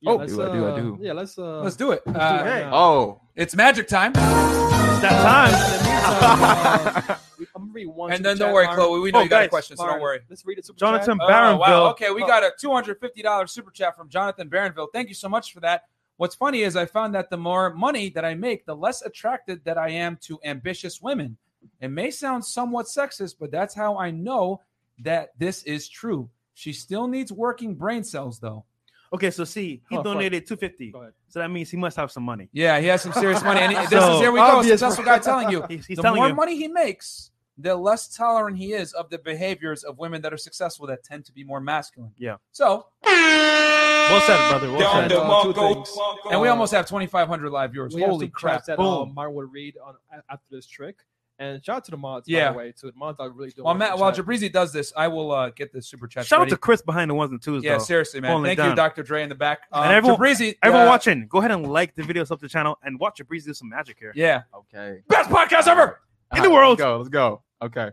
Speaker 5: Yeah,
Speaker 4: oh, I
Speaker 5: let's,
Speaker 4: do, I do, I
Speaker 5: uh,
Speaker 4: do.
Speaker 5: Yeah, let's uh,
Speaker 1: Let's do it.
Speaker 5: let's
Speaker 1: Uh,
Speaker 5: right now.
Speaker 4: Oh,
Speaker 1: it's magic time. It's
Speaker 5: that time. [laughs] I'm gonna read one.
Speaker 1: and
Speaker 5: super
Speaker 1: then don't
Speaker 5: chat,
Speaker 1: worry,
Speaker 5: Byron.
Speaker 1: Chloe. We know
Speaker 5: Oh,
Speaker 1: you got a
Speaker 5: guys,
Speaker 1: question, so
Speaker 5: Byron,
Speaker 1: don't worry.
Speaker 5: Let's read it. Super
Speaker 2: Jonathan
Speaker 5: chat.
Speaker 1: Oh,
Speaker 2: Barronville.
Speaker 1: wow. Okay, we got a $250 super chat from Jonathan Barronville. Thank you so much for that. What's funny is I found that the more money that I make, the less attracted that I am to ambitious women. It may sound somewhat sexist, but that's how I know that this is true. She still needs working brain cells, though.
Speaker 2: Okay, so see, he
Speaker 1: Oh, fuck.
Speaker 2: donated two fifty. So that means he must have some money.
Speaker 1: Yeah, he has some serious money. And this is
Speaker 2: So-
Speaker 1: here we go.
Speaker 2: Obvious.
Speaker 1: Successful
Speaker 2: [laughs]
Speaker 1: guy telling you.
Speaker 2: He's- he's
Speaker 1: the
Speaker 2: telling
Speaker 1: more
Speaker 2: you.
Speaker 1: money he makes, the less tolerant he is of the behaviors of women that are successful that tend to be more masculine.
Speaker 2: Yeah.
Speaker 1: So
Speaker 2: Well said, brother. Well
Speaker 1: Down
Speaker 2: said.
Speaker 1: the
Speaker 5: Mongo, Mongo.
Speaker 1: and we almost have 2,500 live viewers.
Speaker 5: We have
Speaker 1: Holy
Speaker 5: some
Speaker 1: crap!
Speaker 5: chats That, uh,
Speaker 1: Boom.
Speaker 5: Martin would read on a- after this trick. And shout out to the mods.
Speaker 1: Yeah.
Speaker 5: By the way, too. The mods are really doing.
Speaker 1: While
Speaker 5: work
Speaker 1: Matt,
Speaker 5: in
Speaker 1: while
Speaker 5: chat.
Speaker 1: Jabrizi does this, I will uh, get the super chat.
Speaker 2: Shout out to Chris behind the ones and twos.
Speaker 1: yeah,
Speaker 2: though.
Speaker 1: seriously, man.
Speaker 2: Holding it
Speaker 1: Thank you,
Speaker 2: down.
Speaker 1: Doctor Dre, in the back. Um,
Speaker 2: and everyone,
Speaker 1: Jabrizi,
Speaker 2: everyone
Speaker 1: uh,
Speaker 2: watching, go ahead and like the video, sub the channel, and watch your breeze do some magic here.
Speaker 1: Yeah,
Speaker 4: Okay.
Speaker 1: best podcast ever.
Speaker 2: In the world.
Speaker 4: Let's go. Let's go. Okay.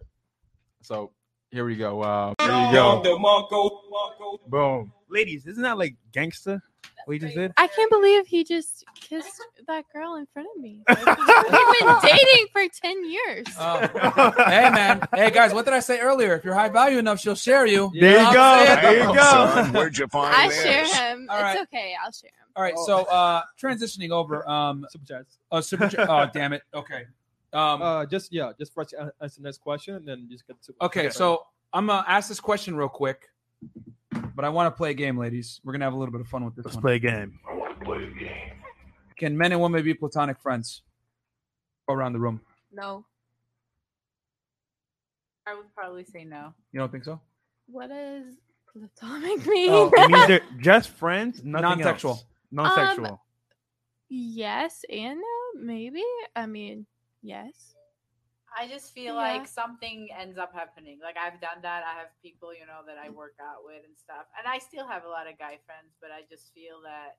Speaker 4: So here we go. Uh, here you go. Boom.
Speaker 2: Ladies, isn't that like gangster? What you just did?
Speaker 8: I can't believe he just kissed that girl in front of me. We've been dating for 10 years.
Speaker 1: Um, [laughs]
Speaker 8: [laughs]
Speaker 1: hey man, hey guys, what did I say earlier? If you're high value enough, she'll share you.
Speaker 2: There you
Speaker 1: know what
Speaker 2: go.
Speaker 1: I'm saying?
Speaker 2: There you
Speaker 11: Son,
Speaker 2: go.
Speaker 11: where'd you find
Speaker 8: I
Speaker 11: this?
Speaker 8: share him.
Speaker 1: All right.
Speaker 8: It's okay. I'll share him.
Speaker 1: All right, so uh, transitioning over. Um,
Speaker 5: Oh. [laughs] Super chats.
Speaker 1: uh, super. Chat-
Speaker 5: [laughs]
Speaker 1: oh damn it. Okay. Um,
Speaker 5: Uh, just yeah, just for us to an- answer the next question, and then just get to.
Speaker 1: Okay,
Speaker 5: [laughs]
Speaker 1: so I'm gonna ask this question real quick, but I want to play a game, ladies. We're gonna have a little bit of fun with this
Speaker 2: Let's
Speaker 1: one.
Speaker 2: play a game.
Speaker 1: Can men and women be platonic friends? Go around the room.
Speaker 6: No.
Speaker 7: I would probably say no.
Speaker 1: You don't think so?
Speaker 8: What does platonic mean? [laughs]
Speaker 1: Oh,
Speaker 2: It means they're just friends, nothing
Speaker 1: Non-sexual.
Speaker 2: else.
Speaker 8: Um,
Speaker 2: Non-sexual.
Speaker 8: yes and no, maybe. I mean, yes.
Speaker 7: I just feel
Speaker 8: Yeah.
Speaker 7: like something ends up happening. Like I've done that. I have people, you know, that I work out with and stuff. And I still have a lot of guy friends, but I just feel that,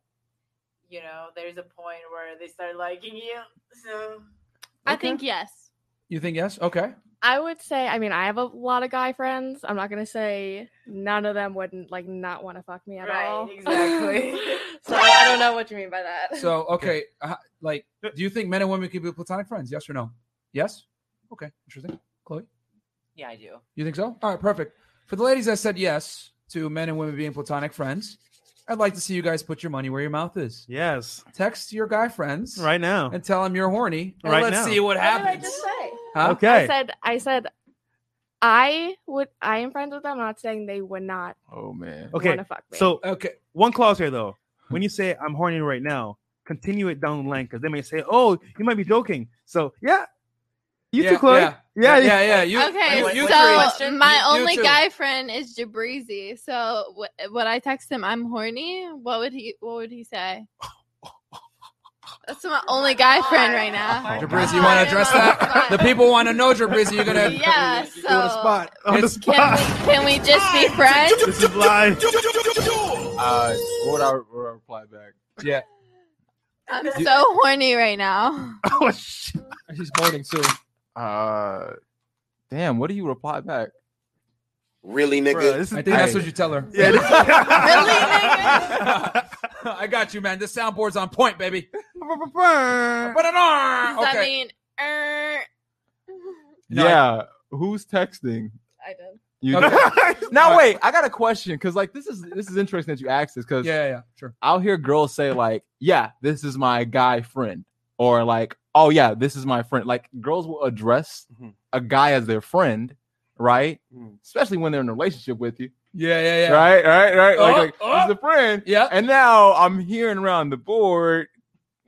Speaker 7: you know, there's a point where they start liking you. So
Speaker 8: I think
Speaker 1: [laughs]
Speaker 8: yes.
Speaker 1: You think yes? Okay.
Speaker 9: I would say, I mean, I have a lot of guy friends. I'm not gonna say none of them wouldn't like not want to fuck me at
Speaker 7: Right,
Speaker 9: all.
Speaker 7: exactly.
Speaker 9: [laughs] so I don't know what you mean by that.
Speaker 1: So okay, uh, like, do you think men and women can be platonic friends? Yes or no? Yes. Okay. Interesting. Chloe,
Speaker 10: Yeah, I do.
Speaker 1: you think so? All right. Perfect. For the ladies, I said yes to men and women being platonic friends. I'd like to see you guys put your money where your mouth is.
Speaker 2: Yes.
Speaker 1: Text your guy friends
Speaker 2: Right now.
Speaker 1: and tell them you're horny. And
Speaker 2: Right
Speaker 1: let's
Speaker 2: now.
Speaker 1: see
Speaker 9: What
Speaker 1: what
Speaker 9: did I
Speaker 1: happens.
Speaker 9: just say?
Speaker 1: Huh?
Speaker 9: I
Speaker 2: Okay.
Speaker 9: said, I said, I would. I am friends with them. I'm not saying they would not
Speaker 4: Oh man.
Speaker 2: Okay.
Speaker 9: want to fuck me.
Speaker 2: So
Speaker 1: Okay.
Speaker 2: one clause here though. When you say I'm horny right now, continue it down the line because they may say, "Oh, you might be joking." So yeah, you
Speaker 1: yeah,
Speaker 2: too, Chloe.
Speaker 1: Yeah. Yeah.
Speaker 2: Yeah, you-
Speaker 1: Yeah. yeah, You,
Speaker 8: okay,
Speaker 1: you- you three.
Speaker 8: so my
Speaker 1: You- you
Speaker 8: only
Speaker 1: two.
Speaker 8: guy friend is Jabrizi. So wh- when I text him, I'm horny. What would he? What would he say? That's my only guy friend right
Speaker 2: [laughs]
Speaker 8: now.
Speaker 1: Jabriz, you want to address that? The people want to know, Jabriz. You're gonna.
Speaker 8: [laughs] Yeah.
Speaker 5: You on the
Speaker 8: So
Speaker 5: spot.
Speaker 2: on the
Speaker 1: It's-
Speaker 8: can
Speaker 2: spot.
Speaker 8: we can we just
Speaker 2: [laughs]
Speaker 8: be friends?
Speaker 2: This
Speaker 8: [laughs]
Speaker 2: is live.
Speaker 4: Uh, what would I, what would I reply back?
Speaker 1: Yeah.
Speaker 8: I'm so horny right now.
Speaker 2: [laughs] Oh shit.
Speaker 5: And she's morning too.
Speaker 4: Uh, damn. What do you reply back?
Speaker 11: Really,
Speaker 2: Bruh,
Speaker 11: nigga?
Speaker 2: this is
Speaker 1: I think that's
Speaker 4: Hey.
Speaker 1: what you tell
Speaker 4: [laughs]
Speaker 1: her.
Speaker 2: Yeah,
Speaker 1: [laughs]
Speaker 2: this-
Speaker 1: I got you, man. This soundboard's on point, baby. But
Speaker 8: Does
Speaker 1: an arm.
Speaker 8: that
Speaker 1: Okay.
Speaker 8: mean? er,
Speaker 1: No, I-
Speaker 4: yeah. Who's texting?
Speaker 9: I did.
Speaker 4: You.
Speaker 1: All
Speaker 4: [laughs] now
Speaker 1: right.
Speaker 4: wait, I got a question because like this is this is interesting that you asked this
Speaker 1: Yeah,
Speaker 4: because
Speaker 1: yeah, yeah, sure.
Speaker 4: I'll hear girls say like, "Yeah, this is my guy friend," or like, "Oh yeah, this is my friend." Like girls will address
Speaker 11: Mm-hmm.
Speaker 2: Mhm.
Speaker 4: a guy as their friend, right?
Speaker 2: Mhm.
Speaker 4: Especially when they're in a relationship with you,
Speaker 1: Yeah, yeah, yeah.
Speaker 4: right? Right? Right? Like,
Speaker 1: Oh,
Speaker 4: like he's a friend,
Speaker 1: Yeah.
Speaker 4: and now I'm hearing around the board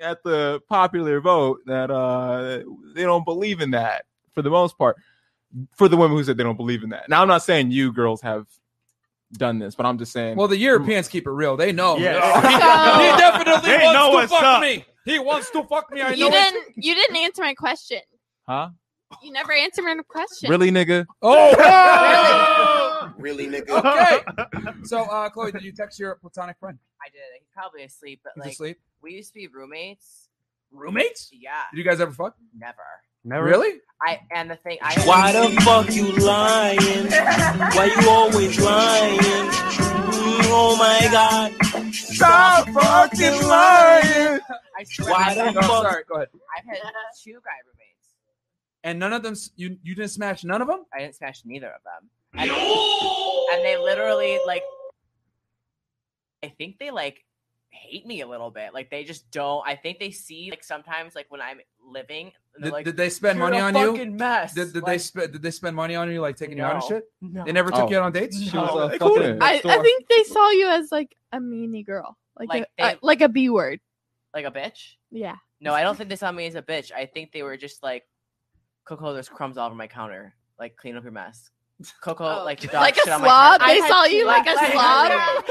Speaker 4: at the popular vote that uh they don't believe in that for the most part. For the women who said they don't believe in that. Now I'm not saying you girls have done this, but I'm just saying.
Speaker 1: Well, the Europeans keep it real. They know. [laughs]
Speaker 2: [laughs]
Speaker 1: he
Speaker 4: Yeah.
Speaker 1: definitely
Speaker 4: They know
Speaker 1: wants
Speaker 4: what's
Speaker 1: to fuck
Speaker 4: up.
Speaker 1: me. He wants to fuck me. I know.
Speaker 8: you
Speaker 1: it.
Speaker 8: didn't. You didn't answer my question.
Speaker 4: Huh?
Speaker 8: You never answered my question.
Speaker 4: Really, nigga?
Speaker 8: Oh!
Speaker 11: Really, nigga?
Speaker 1: Okay. So, uh, Chloe, did you text your platonic friend?
Speaker 10: I did. He's probably asleep, but
Speaker 1: He's
Speaker 10: like
Speaker 1: asleep?
Speaker 10: we used to be roommates.
Speaker 1: Roommates?
Speaker 10: Yeah.
Speaker 1: Did you guys ever fuck?
Speaker 10: Never.
Speaker 1: Never. Really?
Speaker 10: I and the thing I
Speaker 12: Why the fuck you lying?
Speaker 10: [laughs]
Speaker 12: Why you always lying? Mm, oh my god. Stop fucking lying.
Speaker 10: I swear
Speaker 12: Why
Speaker 10: I've
Speaker 12: the
Speaker 10: had-
Speaker 1: No,
Speaker 12: fuck?
Speaker 1: sorry. Go ahead.
Speaker 10: I've had two guy roommates.
Speaker 1: And none of them. s- You you didn't smash none of them.
Speaker 10: I didn't smash neither of them. And, and they literally like I think they like hate me a little bit. Like they just don't I think they see like sometimes like when I'm living they're
Speaker 1: Did,
Speaker 10: like,
Speaker 1: did they spend
Speaker 10: "You're
Speaker 1: money
Speaker 10: a
Speaker 1: on you?
Speaker 10: fucking Mess.
Speaker 1: Did, did they spend Did they spend money on you, like taking you out and
Speaker 10: No.
Speaker 1: shit?
Speaker 10: No.
Speaker 1: They never took
Speaker 10: Oh.
Speaker 1: you out on dates.
Speaker 10: She was, uh,
Speaker 1: They
Speaker 10: fucking
Speaker 1: couldn't.
Speaker 8: I, I think they saw you as like a meanie girl, like
Speaker 10: Like
Speaker 8: a, a-
Speaker 10: they-
Speaker 8: like a B word.
Speaker 10: like a bitch?
Speaker 8: Yeah.
Speaker 10: No, I don't think they saw me as a bitch. I think they were just like, Coco, there's crumbs all over my counter. Like, clean up your mess. Coco,
Speaker 8: [laughs]
Speaker 10: like your dog
Speaker 8: Oh. Like a
Speaker 10: shit on my counter.
Speaker 8: slob? They saw you like a slob?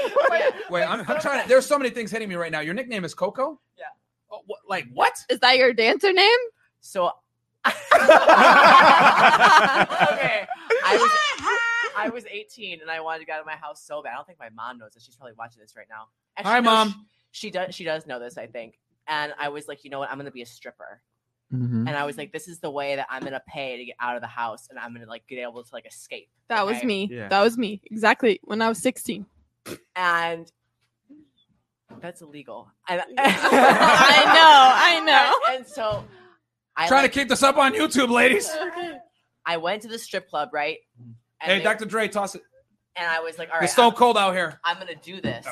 Speaker 10: [laughs]
Speaker 1: Wait, I'm, I'm trying. to- There's so many things hitting me right now. Your nickname is Coco.
Speaker 10: Yeah.
Speaker 1: Oh, what, like what?
Speaker 8: Is that your dancer name?
Speaker 10: So okay. I was I was 18 and I wanted to get out of my house so bad. I don't think my mom knows this. She's probably watching this right now.
Speaker 1: Hi,
Speaker 10: she knows-
Speaker 1: Mom.
Speaker 10: She, does. She does know this, I think. And I was like, you know what? I'm gonna be a stripper.
Speaker 4: Mhm.
Speaker 10: And I was like, this is the way that I'm gonna pay to get out of the house, and I'm gonna like get able to like escape.
Speaker 8: That was
Speaker 10: okay?
Speaker 8: me. That was me. Exactly. When I was 16.
Speaker 10: and that's illegal.
Speaker 8: [laughs]
Speaker 10: And-
Speaker 8: I know, I
Speaker 10: [laughs] And, and so, I
Speaker 1: trying
Speaker 10: like-
Speaker 1: to keep this up on YouTube, ladies.
Speaker 10: [laughs] I went to the strip club, right?
Speaker 1: Hey,
Speaker 10: they-
Speaker 1: Dr. Dre, toss it.
Speaker 10: And I was like, all
Speaker 1: It's
Speaker 10: right,
Speaker 1: Stone Cold out here.
Speaker 10: I'm gonna do this.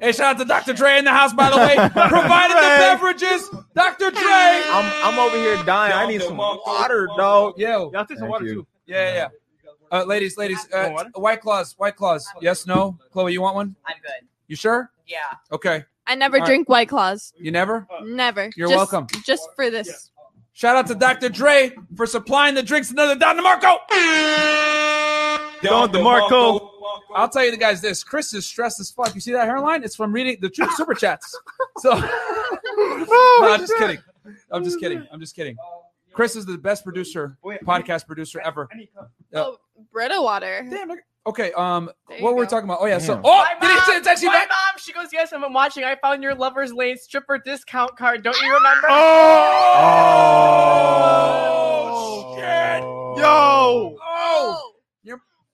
Speaker 1: Hey, shout out to Dr. Dre in the house, by
Speaker 10: [laughs]
Speaker 1: the way. Provided the beverages, Dr. Dre.
Speaker 4: I'm, I'm over here dying. I need some water, dog.
Speaker 1: Yo,
Speaker 4: y'all take some water too.
Speaker 1: Yeah, yeah. yeah. Uh, ladies, ladies, uh, White Claws, White Claws. Yes, no? Chloe, you want one?
Speaker 10: I'm good.
Speaker 1: You sure?
Speaker 10: Yeah.
Speaker 1: Okay.
Speaker 8: I never
Speaker 1: All right.
Speaker 8: drink White Claws.
Speaker 1: You never?
Speaker 8: Never.
Speaker 1: You're
Speaker 8: Just-
Speaker 1: welcome.
Speaker 8: Just for this.
Speaker 1: Shout out to Dr. Dre for supplying the drinks another Don DeMarco.
Speaker 12: Don DeMarco.
Speaker 1: I'll tell you the guys this. Chris is stressed as fuck. You see that hairline? It's from reading the tr- super chats. So [laughs] no, I'm just kidding. I'm just kidding. I'm just kidding. Chris is the best producer, podcast producer ever. Uh,
Speaker 8: Brita water.
Speaker 1: Damn. Okay. Um.
Speaker 8: There you
Speaker 1: What were we
Speaker 8: go.
Speaker 1: talking about? Oh yeah. So.
Speaker 4: Damn.
Speaker 1: Oh,
Speaker 10: My
Speaker 1: did he send a text you
Speaker 10: my
Speaker 1: back?
Speaker 10: mom, she goes, yes, I'm watching. I found your Lover's Lane stripper discount card. Don't you remember?
Speaker 1: Oh,
Speaker 2: shit! Yo,
Speaker 1: Oh.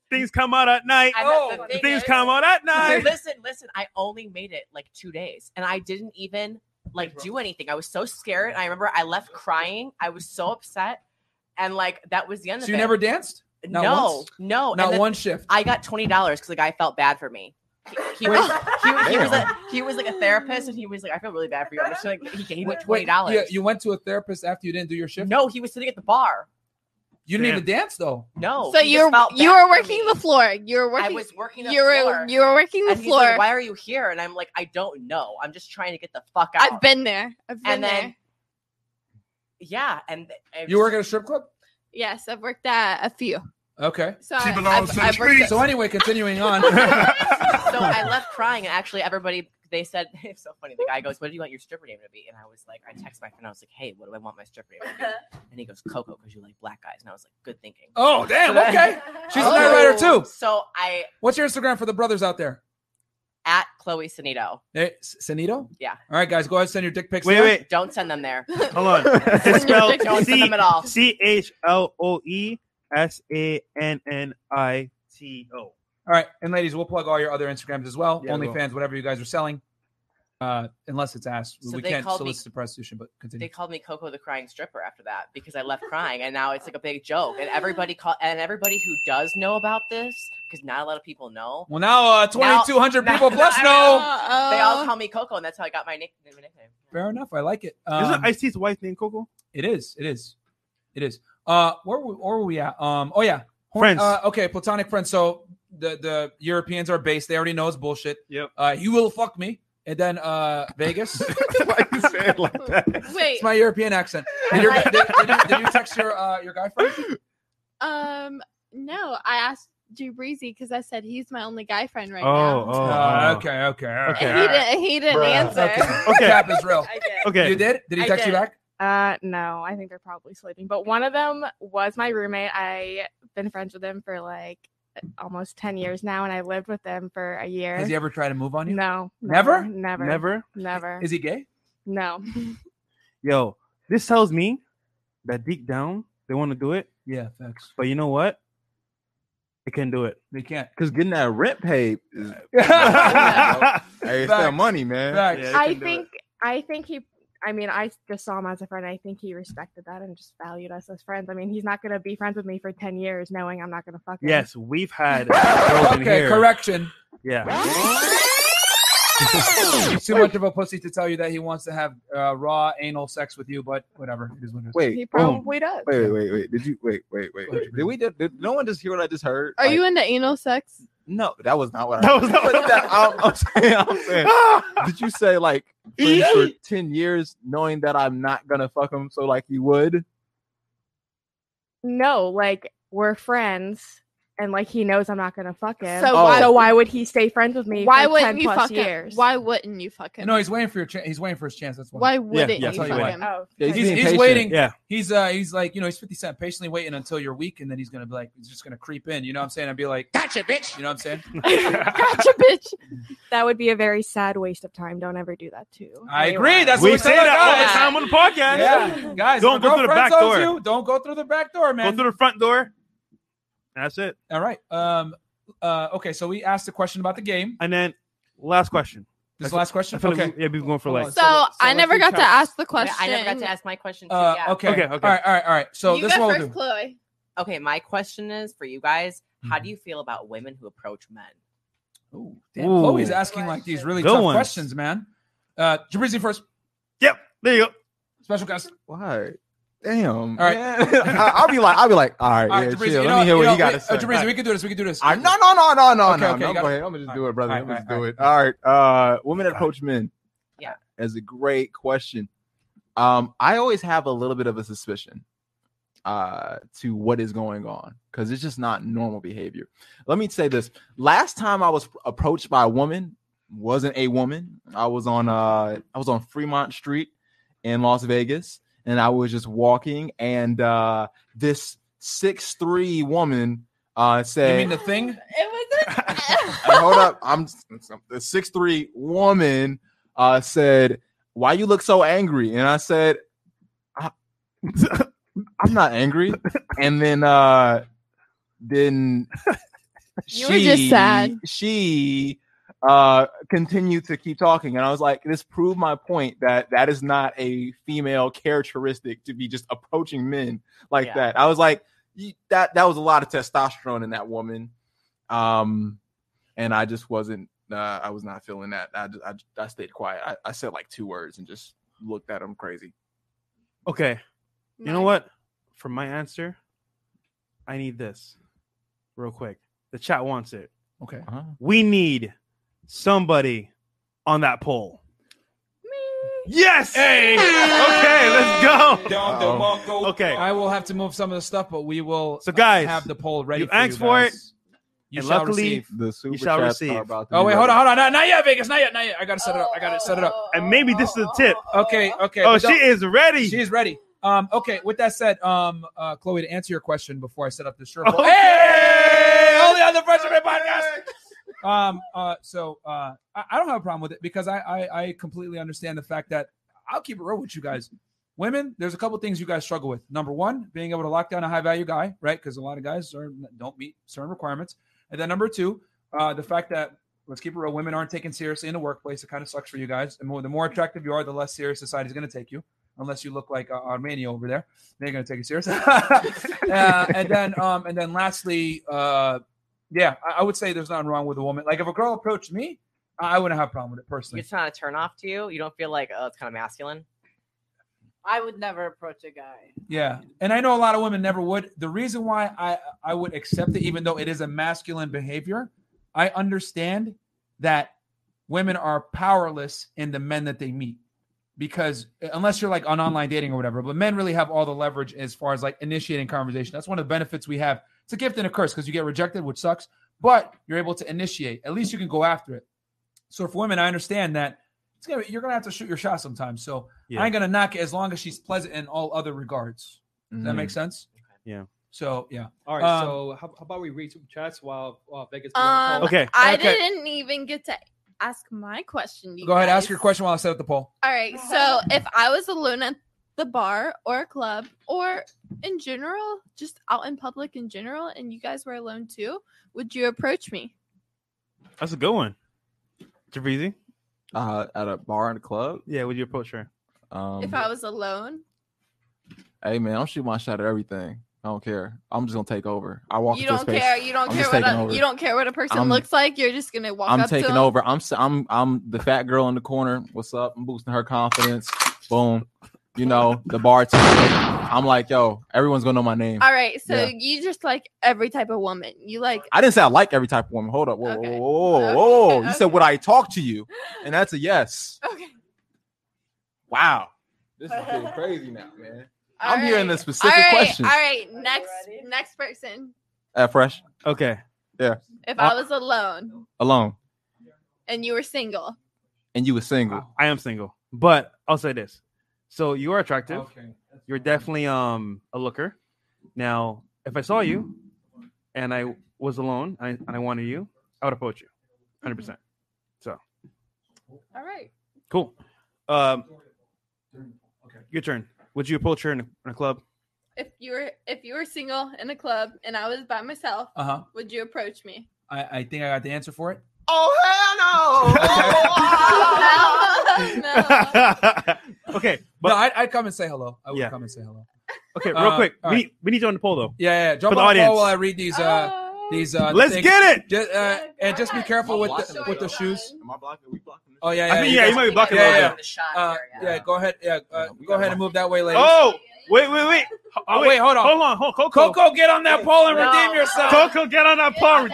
Speaker 2: things come out at night.
Speaker 10: And that's the
Speaker 2: Oh, The
Speaker 10: thing
Speaker 2: things
Speaker 10: is-
Speaker 2: come out at
Speaker 10: [laughs]
Speaker 2: night.
Speaker 10: Listen, listen. I only made it like two days, and I didn't even like do anything. I was so scared. I remember I left crying. I was so upset, and like that was the end
Speaker 1: So
Speaker 10: of
Speaker 1: you
Speaker 10: it.
Speaker 1: never danced? Not
Speaker 10: no,
Speaker 1: once?
Speaker 10: no, and
Speaker 1: Not
Speaker 10: the-
Speaker 1: one shift.
Speaker 10: I got twenty dollars because the guy felt bad for me. He, he was he, was- he was
Speaker 1: Damn.
Speaker 10: a, he was like a therapist, and he was like, "I feel really bad for you." I'm just like, he gave me
Speaker 1: Wait,
Speaker 10: twenty
Speaker 1: wait,
Speaker 10: dollars.
Speaker 1: Yeah, you went to a therapist after you didn't do your shift.
Speaker 10: No, he was sitting at the bar.
Speaker 1: you didn't even dance though.
Speaker 10: No, he
Speaker 8: so
Speaker 10: Oh, just
Speaker 8: you're
Speaker 10: felt
Speaker 8: you
Speaker 10: bad
Speaker 8: were
Speaker 10: for
Speaker 8: working
Speaker 10: me.
Speaker 8: the floor. You were working.
Speaker 10: I was working the
Speaker 8: you were
Speaker 10: floor.
Speaker 8: you were working the
Speaker 10: and he's like,
Speaker 8: floor.
Speaker 10: Why are you here? And I'm like, I don't know. I'm just trying to get the fuck out.
Speaker 8: I've been there. I've been
Speaker 10: and then
Speaker 8: there.
Speaker 10: yeah, and th- I
Speaker 1: You
Speaker 10: was-
Speaker 1: work at a strip club?
Speaker 8: Yes, I've worked at a few.
Speaker 1: Okay.
Speaker 8: So She I- belongs I've- to the I've worked streets. at-
Speaker 1: So anyway, continuing
Speaker 10: [laughs]
Speaker 1: on.
Speaker 10: [laughs]
Speaker 1: [laughs]
Speaker 10: so I
Speaker 8: [laughs]
Speaker 10: left crying, and actually, everybody they said [laughs] it's so funny. The guy goes, "What do you want your stripper name to be?" And I was like, I texted my friend. I was like, "Hey, what do I want my stripper name to
Speaker 8: [laughs]
Speaker 10: be?" And he goes, "Coco, because you like black guys." And I was like, "Good thinking."
Speaker 1: oh damn.
Speaker 10: So
Speaker 1: Okay.
Speaker 10: [laughs] then-
Speaker 1: She's a night rider too.
Speaker 10: So I
Speaker 1: What's your Instagram for the brothers out there?
Speaker 10: at Chloe Sanito.
Speaker 1: Hey, S- Sanito. All
Speaker 10: Yeah.
Speaker 1: right, guys, go ahead and send your dick pics.
Speaker 2: Wait,
Speaker 1: there.
Speaker 2: wait.
Speaker 10: Don't send them there. [laughs]
Speaker 2: Hold on. It's spelled
Speaker 10: Don't send them at all.
Speaker 2: C H L O E S A N N I T O.
Speaker 1: All right, and ladies, we'll plug all your other Instagrams as well.
Speaker 2: Yeah, we will.
Speaker 1: OnlyFans, whatever you guys are selling, uh, unless it's asked,
Speaker 10: So
Speaker 1: we
Speaker 10: they
Speaker 1: can't
Speaker 10: called me-
Speaker 1: solicit the prostitution. But continue.
Speaker 10: They called me Coco the crying stripper after that because I left crying, and now it's like a big joke. And everybody call and everybody who does know about this because not a lot of people know.
Speaker 1: well, now uh,
Speaker 10: Now-
Speaker 1: twenty two hundred
Speaker 10: now-
Speaker 1: people plus
Speaker 10: I
Speaker 1: know.
Speaker 10: know. They
Speaker 8: Oh.
Speaker 10: all call me Coco, and that's how I got my nick- my nickname.
Speaker 1: Fair enough. I like it.
Speaker 2: Isn't
Speaker 1: Um,
Speaker 2: Ice T's wife named Coco?
Speaker 1: It is. It is. It is. Uh, where were, where were we at? Um, oh yeah, Horn-
Speaker 2: Friends.
Speaker 1: Uh, okay, platonic friends. So the the Europeans are based. They already know it's bullshit.
Speaker 2: Yep.
Speaker 1: Uh, you will fuck me, and then uh,
Speaker 2: [laughs]
Speaker 1: Vegas.
Speaker 8: Wait.
Speaker 9: [laughs]
Speaker 1: it's my European accent. Did, your, did, did you, did you text your uh, your guy friend?
Speaker 8: Um. No, I asked. Drew Breezy because I said he's my only guy friend right
Speaker 2: Oh,
Speaker 8: now.
Speaker 2: oh,
Speaker 1: Uh,
Speaker 2: oh.
Speaker 1: okay, okay,
Speaker 8: And
Speaker 1: okay.
Speaker 8: he didn't. He didn't answer.
Speaker 1: Okay. Cap is [laughs] real.
Speaker 2: Okay.
Speaker 1: You did? Did he
Speaker 9: I
Speaker 1: text you back?
Speaker 9: Uh, no, I think they're probably sleeping. But one of them was my roommate. I been friends with him for like almost ten years now, and I lived with him for a year.
Speaker 1: Has he ever tried to move on you?
Speaker 9: No,
Speaker 1: Never?
Speaker 9: never,
Speaker 2: Never?
Speaker 9: never.
Speaker 1: Is he gay?
Speaker 9: No.
Speaker 2: Yo, this tells me that deep down they want to do it.
Speaker 1: Yeah, facts.
Speaker 2: But you know what? They can't do it.
Speaker 1: They can't.
Speaker 2: Because getting that rent paid is
Speaker 4: Hey, it's that
Speaker 2: Facts.
Speaker 4: money, man.
Speaker 2: Facts. Yeah, they
Speaker 9: I
Speaker 2: can do it.
Speaker 9: think. I think he. I mean, I just saw him as a friend. I think he respected that and just valued us as friends. I mean, he's not gonna be friends with me for ten years, knowing I'm not gonna fuck him.
Speaker 2: Yes,
Speaker 1: [laughs]
Speaker 2: we've had girls in
Speaker 1: Okay,
Speaker 2: here.
Speaker 1: correction.
Speaker 8: [laughs]
Speaker 2: Yeah.
Speaker 1: He's too much of a pussy to tell you that he wants to have uh, raw anal sex with you, but whatever. It is what it is.
Speaker 4: Wait,
Speaker 9: He
Speaker 4: boom.
Speaker 9: probably does.
Speaker 4: Wait, wait, wait, wait. Did you wait, wait, wait? wait. Did we? Did, did no one just hear what I just heard?
Speaker 8: Are you into anal sex?
Speaker 4: No, that was not what I. That was [laughs] not what I'm, I'm saying. I'm
Speaker 1: [laughs]
Speaker 4: saying.
Speaker 1: Ah!
Speaker 4: Did you say like friends for ten years, knowing that I'm not gonna fuck him, so like you would?
Speaker 9: No, like we're friends, and like he knows I'm not gonna fuck him.
Speaker 1: Oh.
Speaker 8: So why-
Speaker 9: so why would he stay friends with me?
Speaker 8: Why
Speaker 9: for
Speaker 8: wouldn't
Speaker 9: 10
Speaker 8: you
Speaker 9: plus
Speaker 8: fuck [laughs]
Speaker 9: years?
Speaker 8: him? Why wouldn't you fuck him?
Speaker 1: No, he's waiting for your. Cha- he's waiting for his chance. That's
Speaker 8: Why
Speaker 1: why.
Speaker 8: Yeah, wouldn't yeah, you
Speaker 1: I'll tell
Speaker 8: fuck
Speaker 1: why.
Speaker 8: him? Oh,
Speaker 4: Yeah, he's
Speaker 1: he's,
Speaker 4: being
Speaker 1: he's
Speaker 4: patient.
Speaker 1: waiting.
Speaker 4: Yeah.
Speaker 1: he's uh, he's like you know he's fifty cent patiently waiting until you're weak, and then he's gonna be like he's just gonna creep in. You know what I'm saying? I'd be like, gotcha, bitch. You know what I'm saying?
Speaker 9: gotcha, bitch. [laughs] That would be a very sad waste of time. Don't ever do that too.
Speaker 1: I agree. That's what
Speaker 2: we
Speaker 1: we
Speaker 2: say
Speaker 1: tell
Speaker 2: that all
Speaker 1: our
Speaker 2: the
Speaker 1: guys.
Speaker 2: time on the podcast.
Speaker 1: Yeah, guys.
Speaker 2: Don't
Speaker 1: if your
Speaker 2: go through the
Speaker 1: girlfriend
Speaker 2: back
Speaker 1: tells
Speaker 2: door.
Speaker 1: you, don't go through the back door, man.
Speaker 2: Go through the front door. [laughs] That's it.
Speaker 1: All right. Um. Uh. Okay. So we asked a question about the game.
Speaker 2: And then last question.
Speaker 1: This last question?
Speaker 2: I feel like
Speaker 1: Okay.
Speaker 2: we- yeah, we've been going for like.
Speaker 8: So, Oh, I never got to ask the question.
Speaker 10: I never got to ask my question. Too.
Speaker 1: Uh,
Speaker 10: yeah.
Speaker 1: okay. Okay. All right. All right. All right. So
Speaker 8: You
Speaker 1: this
Speaker 8: go
Speaker 1: one we'll
Speaker 8: first,
Speaker 1: do.
Speaker 8: Chloe.
Speaker 10: Okay, my question is for you guys: How
Speaker 1: Mm-hmm.
Speaker 10: do you feel about women who approach men?
Speaker 1: Damn,
Speaker 2: Ooh.
Speaker 1: Chloe's asking like these really
Speaker 2: Good
Speaker 1: tough
Speaker 2: ones.
Speaker 1: questions, man. Uh, Jabrizi first.
Speaker 2: Yep. There you go.
Speaker 1: Special guest.
Speaker 4: Why? Damn. All
Speaker 1: right.
Speaker 4: Um, [laughs] I, will be like, I'll be like, all
Speaker 1: All
Speaker 4: right,
Speaker 1: right,
Speaker 4: yeah,
Speaker 1: Jabrizi,
Speaker 4: chill.
Speaker 1: you
Speaker 4: Let
Speaker 1: know-
Speaker 4: me hear
Speaker 1: you
Speaker 4: what
Speaker 1: know,
Speaker 4: you got to
Speaker 1: we-
Speaker 4: say.
Speaker 1: Uh, Jabrizi, we can do this. We can do this.
Speaker 4: I, no, no, no, no, no,
Speaker 1: Okay,
Speaker 4: no,
Speaker 1: okay,
Speaker 4: no.
Speaker 1: you got-
Speaker 4: Go ahead. I'm gonna just do it, brother.
Speaker 1: all
Speaker 4: I'm
Speaker 1: right,
Speaker 4: gonna just do it. All right. Uh, women that approach men.
Speaker 10: Yeah.
Speaker 4: As a great question. Um, I always have a little bit of a suspicion uh to what is going on because it's just not normal behavior. Let me say this. Last time I was approached by a woman, wasn't a woman. I was on uh I was on Fremont Street in Las Vegas, and I was just walking, and uh this six three woman uh
Speaker 1: You
Speaker 4: said
Speaker 1: mean the thing?
Speaker 5: [laughs]
Speaker 4: Hey, hold up. I'm the six three woman uh said, Why you look so angry? And I said, I, [laughs] am not angry. And then uh then
Speaker 8: You were just sad.
Speaker 4: She uh continued to keep talking and i was like this proved my point that that is not a female characteristic to be just approaching men like
Speaker 10: Yeah.
Speaker 4: that i was like y- that that was a lot of testosterone in that woman um and i just wasn't uh, i was not feeling that i just, I, I stayed quiet I, I said like two words and just looked at him crazy
Speaker 2: Okay. You know what? For my answer, I need this real quick. The chat wants it.
Speaker 1: Okay.
Speaker 2: We need somebody on that poll. Yes. Hey. Okay. Let's go. Okay.
Speaker 1: I will have to move some of the stuff, but we will.
Speaker 2: So, guys,
Speaker 1: have the poll ready.
Speaker 2: you asked for it,
Speaker 1: guys. You
Speaker 2: and
Speaker 1: shall
Speaker 2: luckily-
Speaker 1: receive.
Speaker 4: the super
Speaker 2: shall
Speaker 4: chats
Speaker 2: receive.
Speaker 4: are about to
Speaker 1: Oh
Speaker 4: be
Speaker 1: wait,
Speaker 4: read.
Speaker 1: hold on, hold on, not, not yet, Vegas, not yet, not yet. I gotta set it up. I gotta set it up.
Speaker 2: Oh, And maybe this is a tip.
Speaker 1: Okay, okay.
Speaker 2: Oh,
Speaker 1: but
Speaker 2: she
Speaker 1: don't-
Speaker 2: is ready.
Speaker 1: She is ready. Um, okay. With that said, um, uh, Chloe, to answer your question before I set up this shirt.
Speaker 2: Okay.
Speaker 1: Hey, only on the Fresh Air podcast. Um, uh, so uh, I, I don't have a problem with it because I, I I completely understand the fact that I'll keep it real with you guys. Women, there's a couple things you guys struggle with. Number one, being able to lock down a high value guy, right? Because a lot of guys are, don't meet certain requirements. And then number two, uh, the fact that let's keep it real, women aren't taken seriously in the workplace. It kind of sucks for you guys. And more, the more attractive you are, the less serious society's going to take you, unless you look like uh, Armenia over there. They're going to take you serious. [laughs] uh, and then, um, and then, lastly, uh, yeah, I, I would say there's nothing wrong with a woman. Like if a girl approached me, I I wouldn't have a problem with it personally.
Speaker 10: It's not a turn off to you. You don't feel like oh, it's kind of masculine.
Speaker 7: I would never approach a guy.
Speaker 1: Yeah, and I know a lot of women never would. The reason why I I would accept it, even though it is a masculine behavior, I understand that women are powerless in the men that they meet because unless you're like on online dating or whatever, but men really have all the leverage as far as like initiating conversation. That's one of the benefits we have It's a gift and a curse because you get rejected, which sucks, but you're able to initiate. At least you can go after it. So for women, I understand that it's gonna, you're going to have to shoot your shot sometimes. So
Speaker 2: Yeah.
Speaker 1: I ain't going to knock it as long as she's pleasant in all other regards. Does that
Speaker 2: Mhm.
Speaker 1: make sense?
Speaker 2: Yeah.
Speaker 1: So yeah.
Speaker 5: All right.
Speaker 1: Um,
Speaker 5: so how, how about we read some chats while while Vegas?
Speaker 8: Um, I didn't even get to ask my question. You
Speaker 1: Um, go ahead,
Speaker 8: guys.
Speaker 1: ask your question while I set up the poll.
Speaker 8: All right. So if I was alone at the bar or a club or in general, just out in public in general, and you guys were alone too, would you approach me?
Speaker 2: That's a good one. Javizi?
Speaker 4: Uh, at a bar and a club.
Speaker 2: Yeah, would you approach her?
Speaker 4: Um,
Speaker 8: if I was alone,
Speaker 4: hey man, I'm shooting my shot at everything. I don't care. I'm just gonna take over. I walk.
Speaker 8: you
Speaker 4: into a
Speaker 8: don't
Speaker 4: space,
Speaker 8: care. You don't
Speaker 4: I'm
Speaker 8: care
Speaker 4: just
Speaker 8: what
Speaker 4: taking
Speaker 8: a,
Speaker 4: over.
Speaker 8: you don't care what a person
Speaker 4: I'm-
Speaker 8: looks like. You're just gonna walk
Speaker 4: I'm
Speaker 8: up to
Speaker 4: taking
Speaker 8: them.
Speaker 4: over. I'm s- I'm I'm the fat girl in the corner. What's up? I'm boosting her confidence. Boom. You know the bartender. I'm like, yo, everyone's gonna know my name.
Speaker 8: All right. So
Speaker 4: Yeah.
Speaker 8: you just like every type of woman. You like
Speaker 4: I didn't say I like every type of woman. Hold up. Whoa, whoa, whoa, whoa, whoa. You said would I talk to you? And that's a yes.
Speaker 8: Okay.
Speaker 4: Wow. This is getting
Speaker 5: [laughs]
Speaker 4: crazy now, man.
Speaker 8: All
Speaker 4: I'm hearing the specific
Speaker 8: all right,
Speaker 4: question.
Speaker 8: All right. Next next person.
Speaker 4: At fresh.
Speaker 2: Okay.
Speaker 4: Yeah.
Speaker 8: If
Speaker 4: Uh,
Speaker 8: I was alone
Speaker 4: alone
Speaker 8: and you were single,
Speaker 4: and you were single.
Speaker 2: I am single, but I'll say this. So you are attractive.
Speaker 1: Okay.
Speaker 2: You're definitely um a looker. Now, if I saw you and I was alone I, and I wanted you, I would approach you 100%. So
Speaker 8: all right.
Speaker 2: cool. Um, your turn. Would you approach her in a, in a club?
Speaker 8: If you were if you were single in a club and I was by myself,
Speaker 1: Uh-huh.
Speaker 8: would you approach me?
Speaker 1: I, I think I got the answer for it.
Speaker 12: Oh
Speaker 4: [laughs]
Speaker 8: hell [laughs] Oh, no!
Speaker 2: okay,
Speaker 1: but no, I'd, I'd come and say hello. I would
Speaker 2: Yeah.
Speaker 1: come and say hello. [laughs]
Speaker 2: Okay, real
Speaker 1: Uh,
Speaker 2: quick.
Speaker 1: all
Speaker 2: We,
Speaker 1: right.
Speaker 2: need, we need you on the poll though.
Speaker 1: Yeah, yeah. Jump
Speaker 2: For the
Speaker 1: on the
Speaker 2: audience.
Speaker 1: poll while I read these. Uh,
Speaker 2: Oh.
Speaker 1: these. Uh,
Speaker 2: Let's
Speaker 1: things.
Speaker 2: get it!
Speaker 1: Ju- uh, and just be careful with the, with the shoes.
Speaker 4: Am I blocking? Are we blocking?
Speaker 1: Oh yeah,
Speaker 2: I
Speaker 1: yeah.
Speaker 2: think, yeah, you might be blocking a
Speaker 1: yeah,
Speaker 2: little
Speaker 1: yeah.
Speaker 2: bit.
Speaker 1: Uh, yeah, go ahead. Yeah, uh, go ahead and move that way, ladies.
Speaker 2: Oh, wait, [laughs] wait, wait. Ho-
Speaker 1: Oh, wait, hold on.
Speaker 2: Hold on. Hold, Coco.
Speaker 1: Coco, get on that pole and
Speaker 2: No.
Speaker 1: redeem yourself.
Speaker 2: Coco, get on that pole.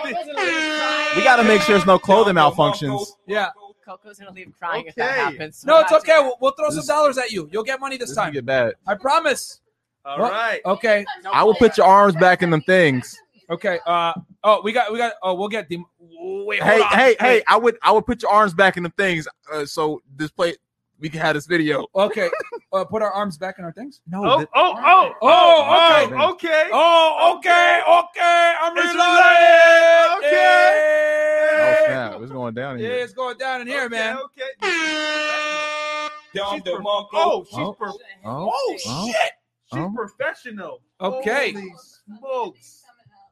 Speaker 4: We got to make sure there's no clothing malfunctions.
Speaker 1: Yeah.
Speaker 5: Oh,
Speaker 10: Coco's gonna leave crying if that happens.
Speaker 1: No,
Speaker 10: We're
Speaker 1: it's
Speaker 10: not
Speaker 1: okay.
Speaker 10: doing
Speaker 1: We'll, we'll throw some dollars at you. You'll get money this time.
Speaker 4: Get bad.
Speaker 1: I promise.
Speaker 2: All
Speaker 1: All
Speaker 2: right.
Speaker 1: right. Okay.
Speaker 4: I will put your arms back in them things.
Speaker 1: Okay. Uh. Oh, we got. We got. Oh, we'll get the. Wait.
Speaker 4: Hey,
Speaker 1: hold on.
Speaker 4: hey, hey!
Speaker 1: Wait.
Speaker 4: I would, I would put your arms back in them things. Uh, so this play, we can have
Speaker 1: [laughs]
Speaker 4: this video.
Speaker 1: Okay. Uh, put our arms back in our things.
Speaker 4: No.
Speaker 2: Oh, oh, oh, oh,
Speaker 1: Oh,
Speaker 2: oh,
Speaker 1: okay.
Speaker 2: oh, okay.
Speaker 1: Oh, okay, okay. I'm
Speaker 2: It's
Speaker 1: reloading.
Speaker 2: reloaded. Okay.
Speaker 1: Yeah.
Speaker 4: Oh snap! It's going down
Speaker 1: Yeah,
Speaker 4: here.
Speaker 1: it's going down in here, man.
Speaker 2: She's per- oh, she's,
Speaker 4: Oh,
Speaker 2: per-
Speaker 4: Oh,
Speaker 2: oh,
Speaker 4: oh,
Speaker 2: shit. She's
Speaker 4: oh.
Speaker 2: professional.
Speaker 1: Okay.
Speaker 2: Holy smokes.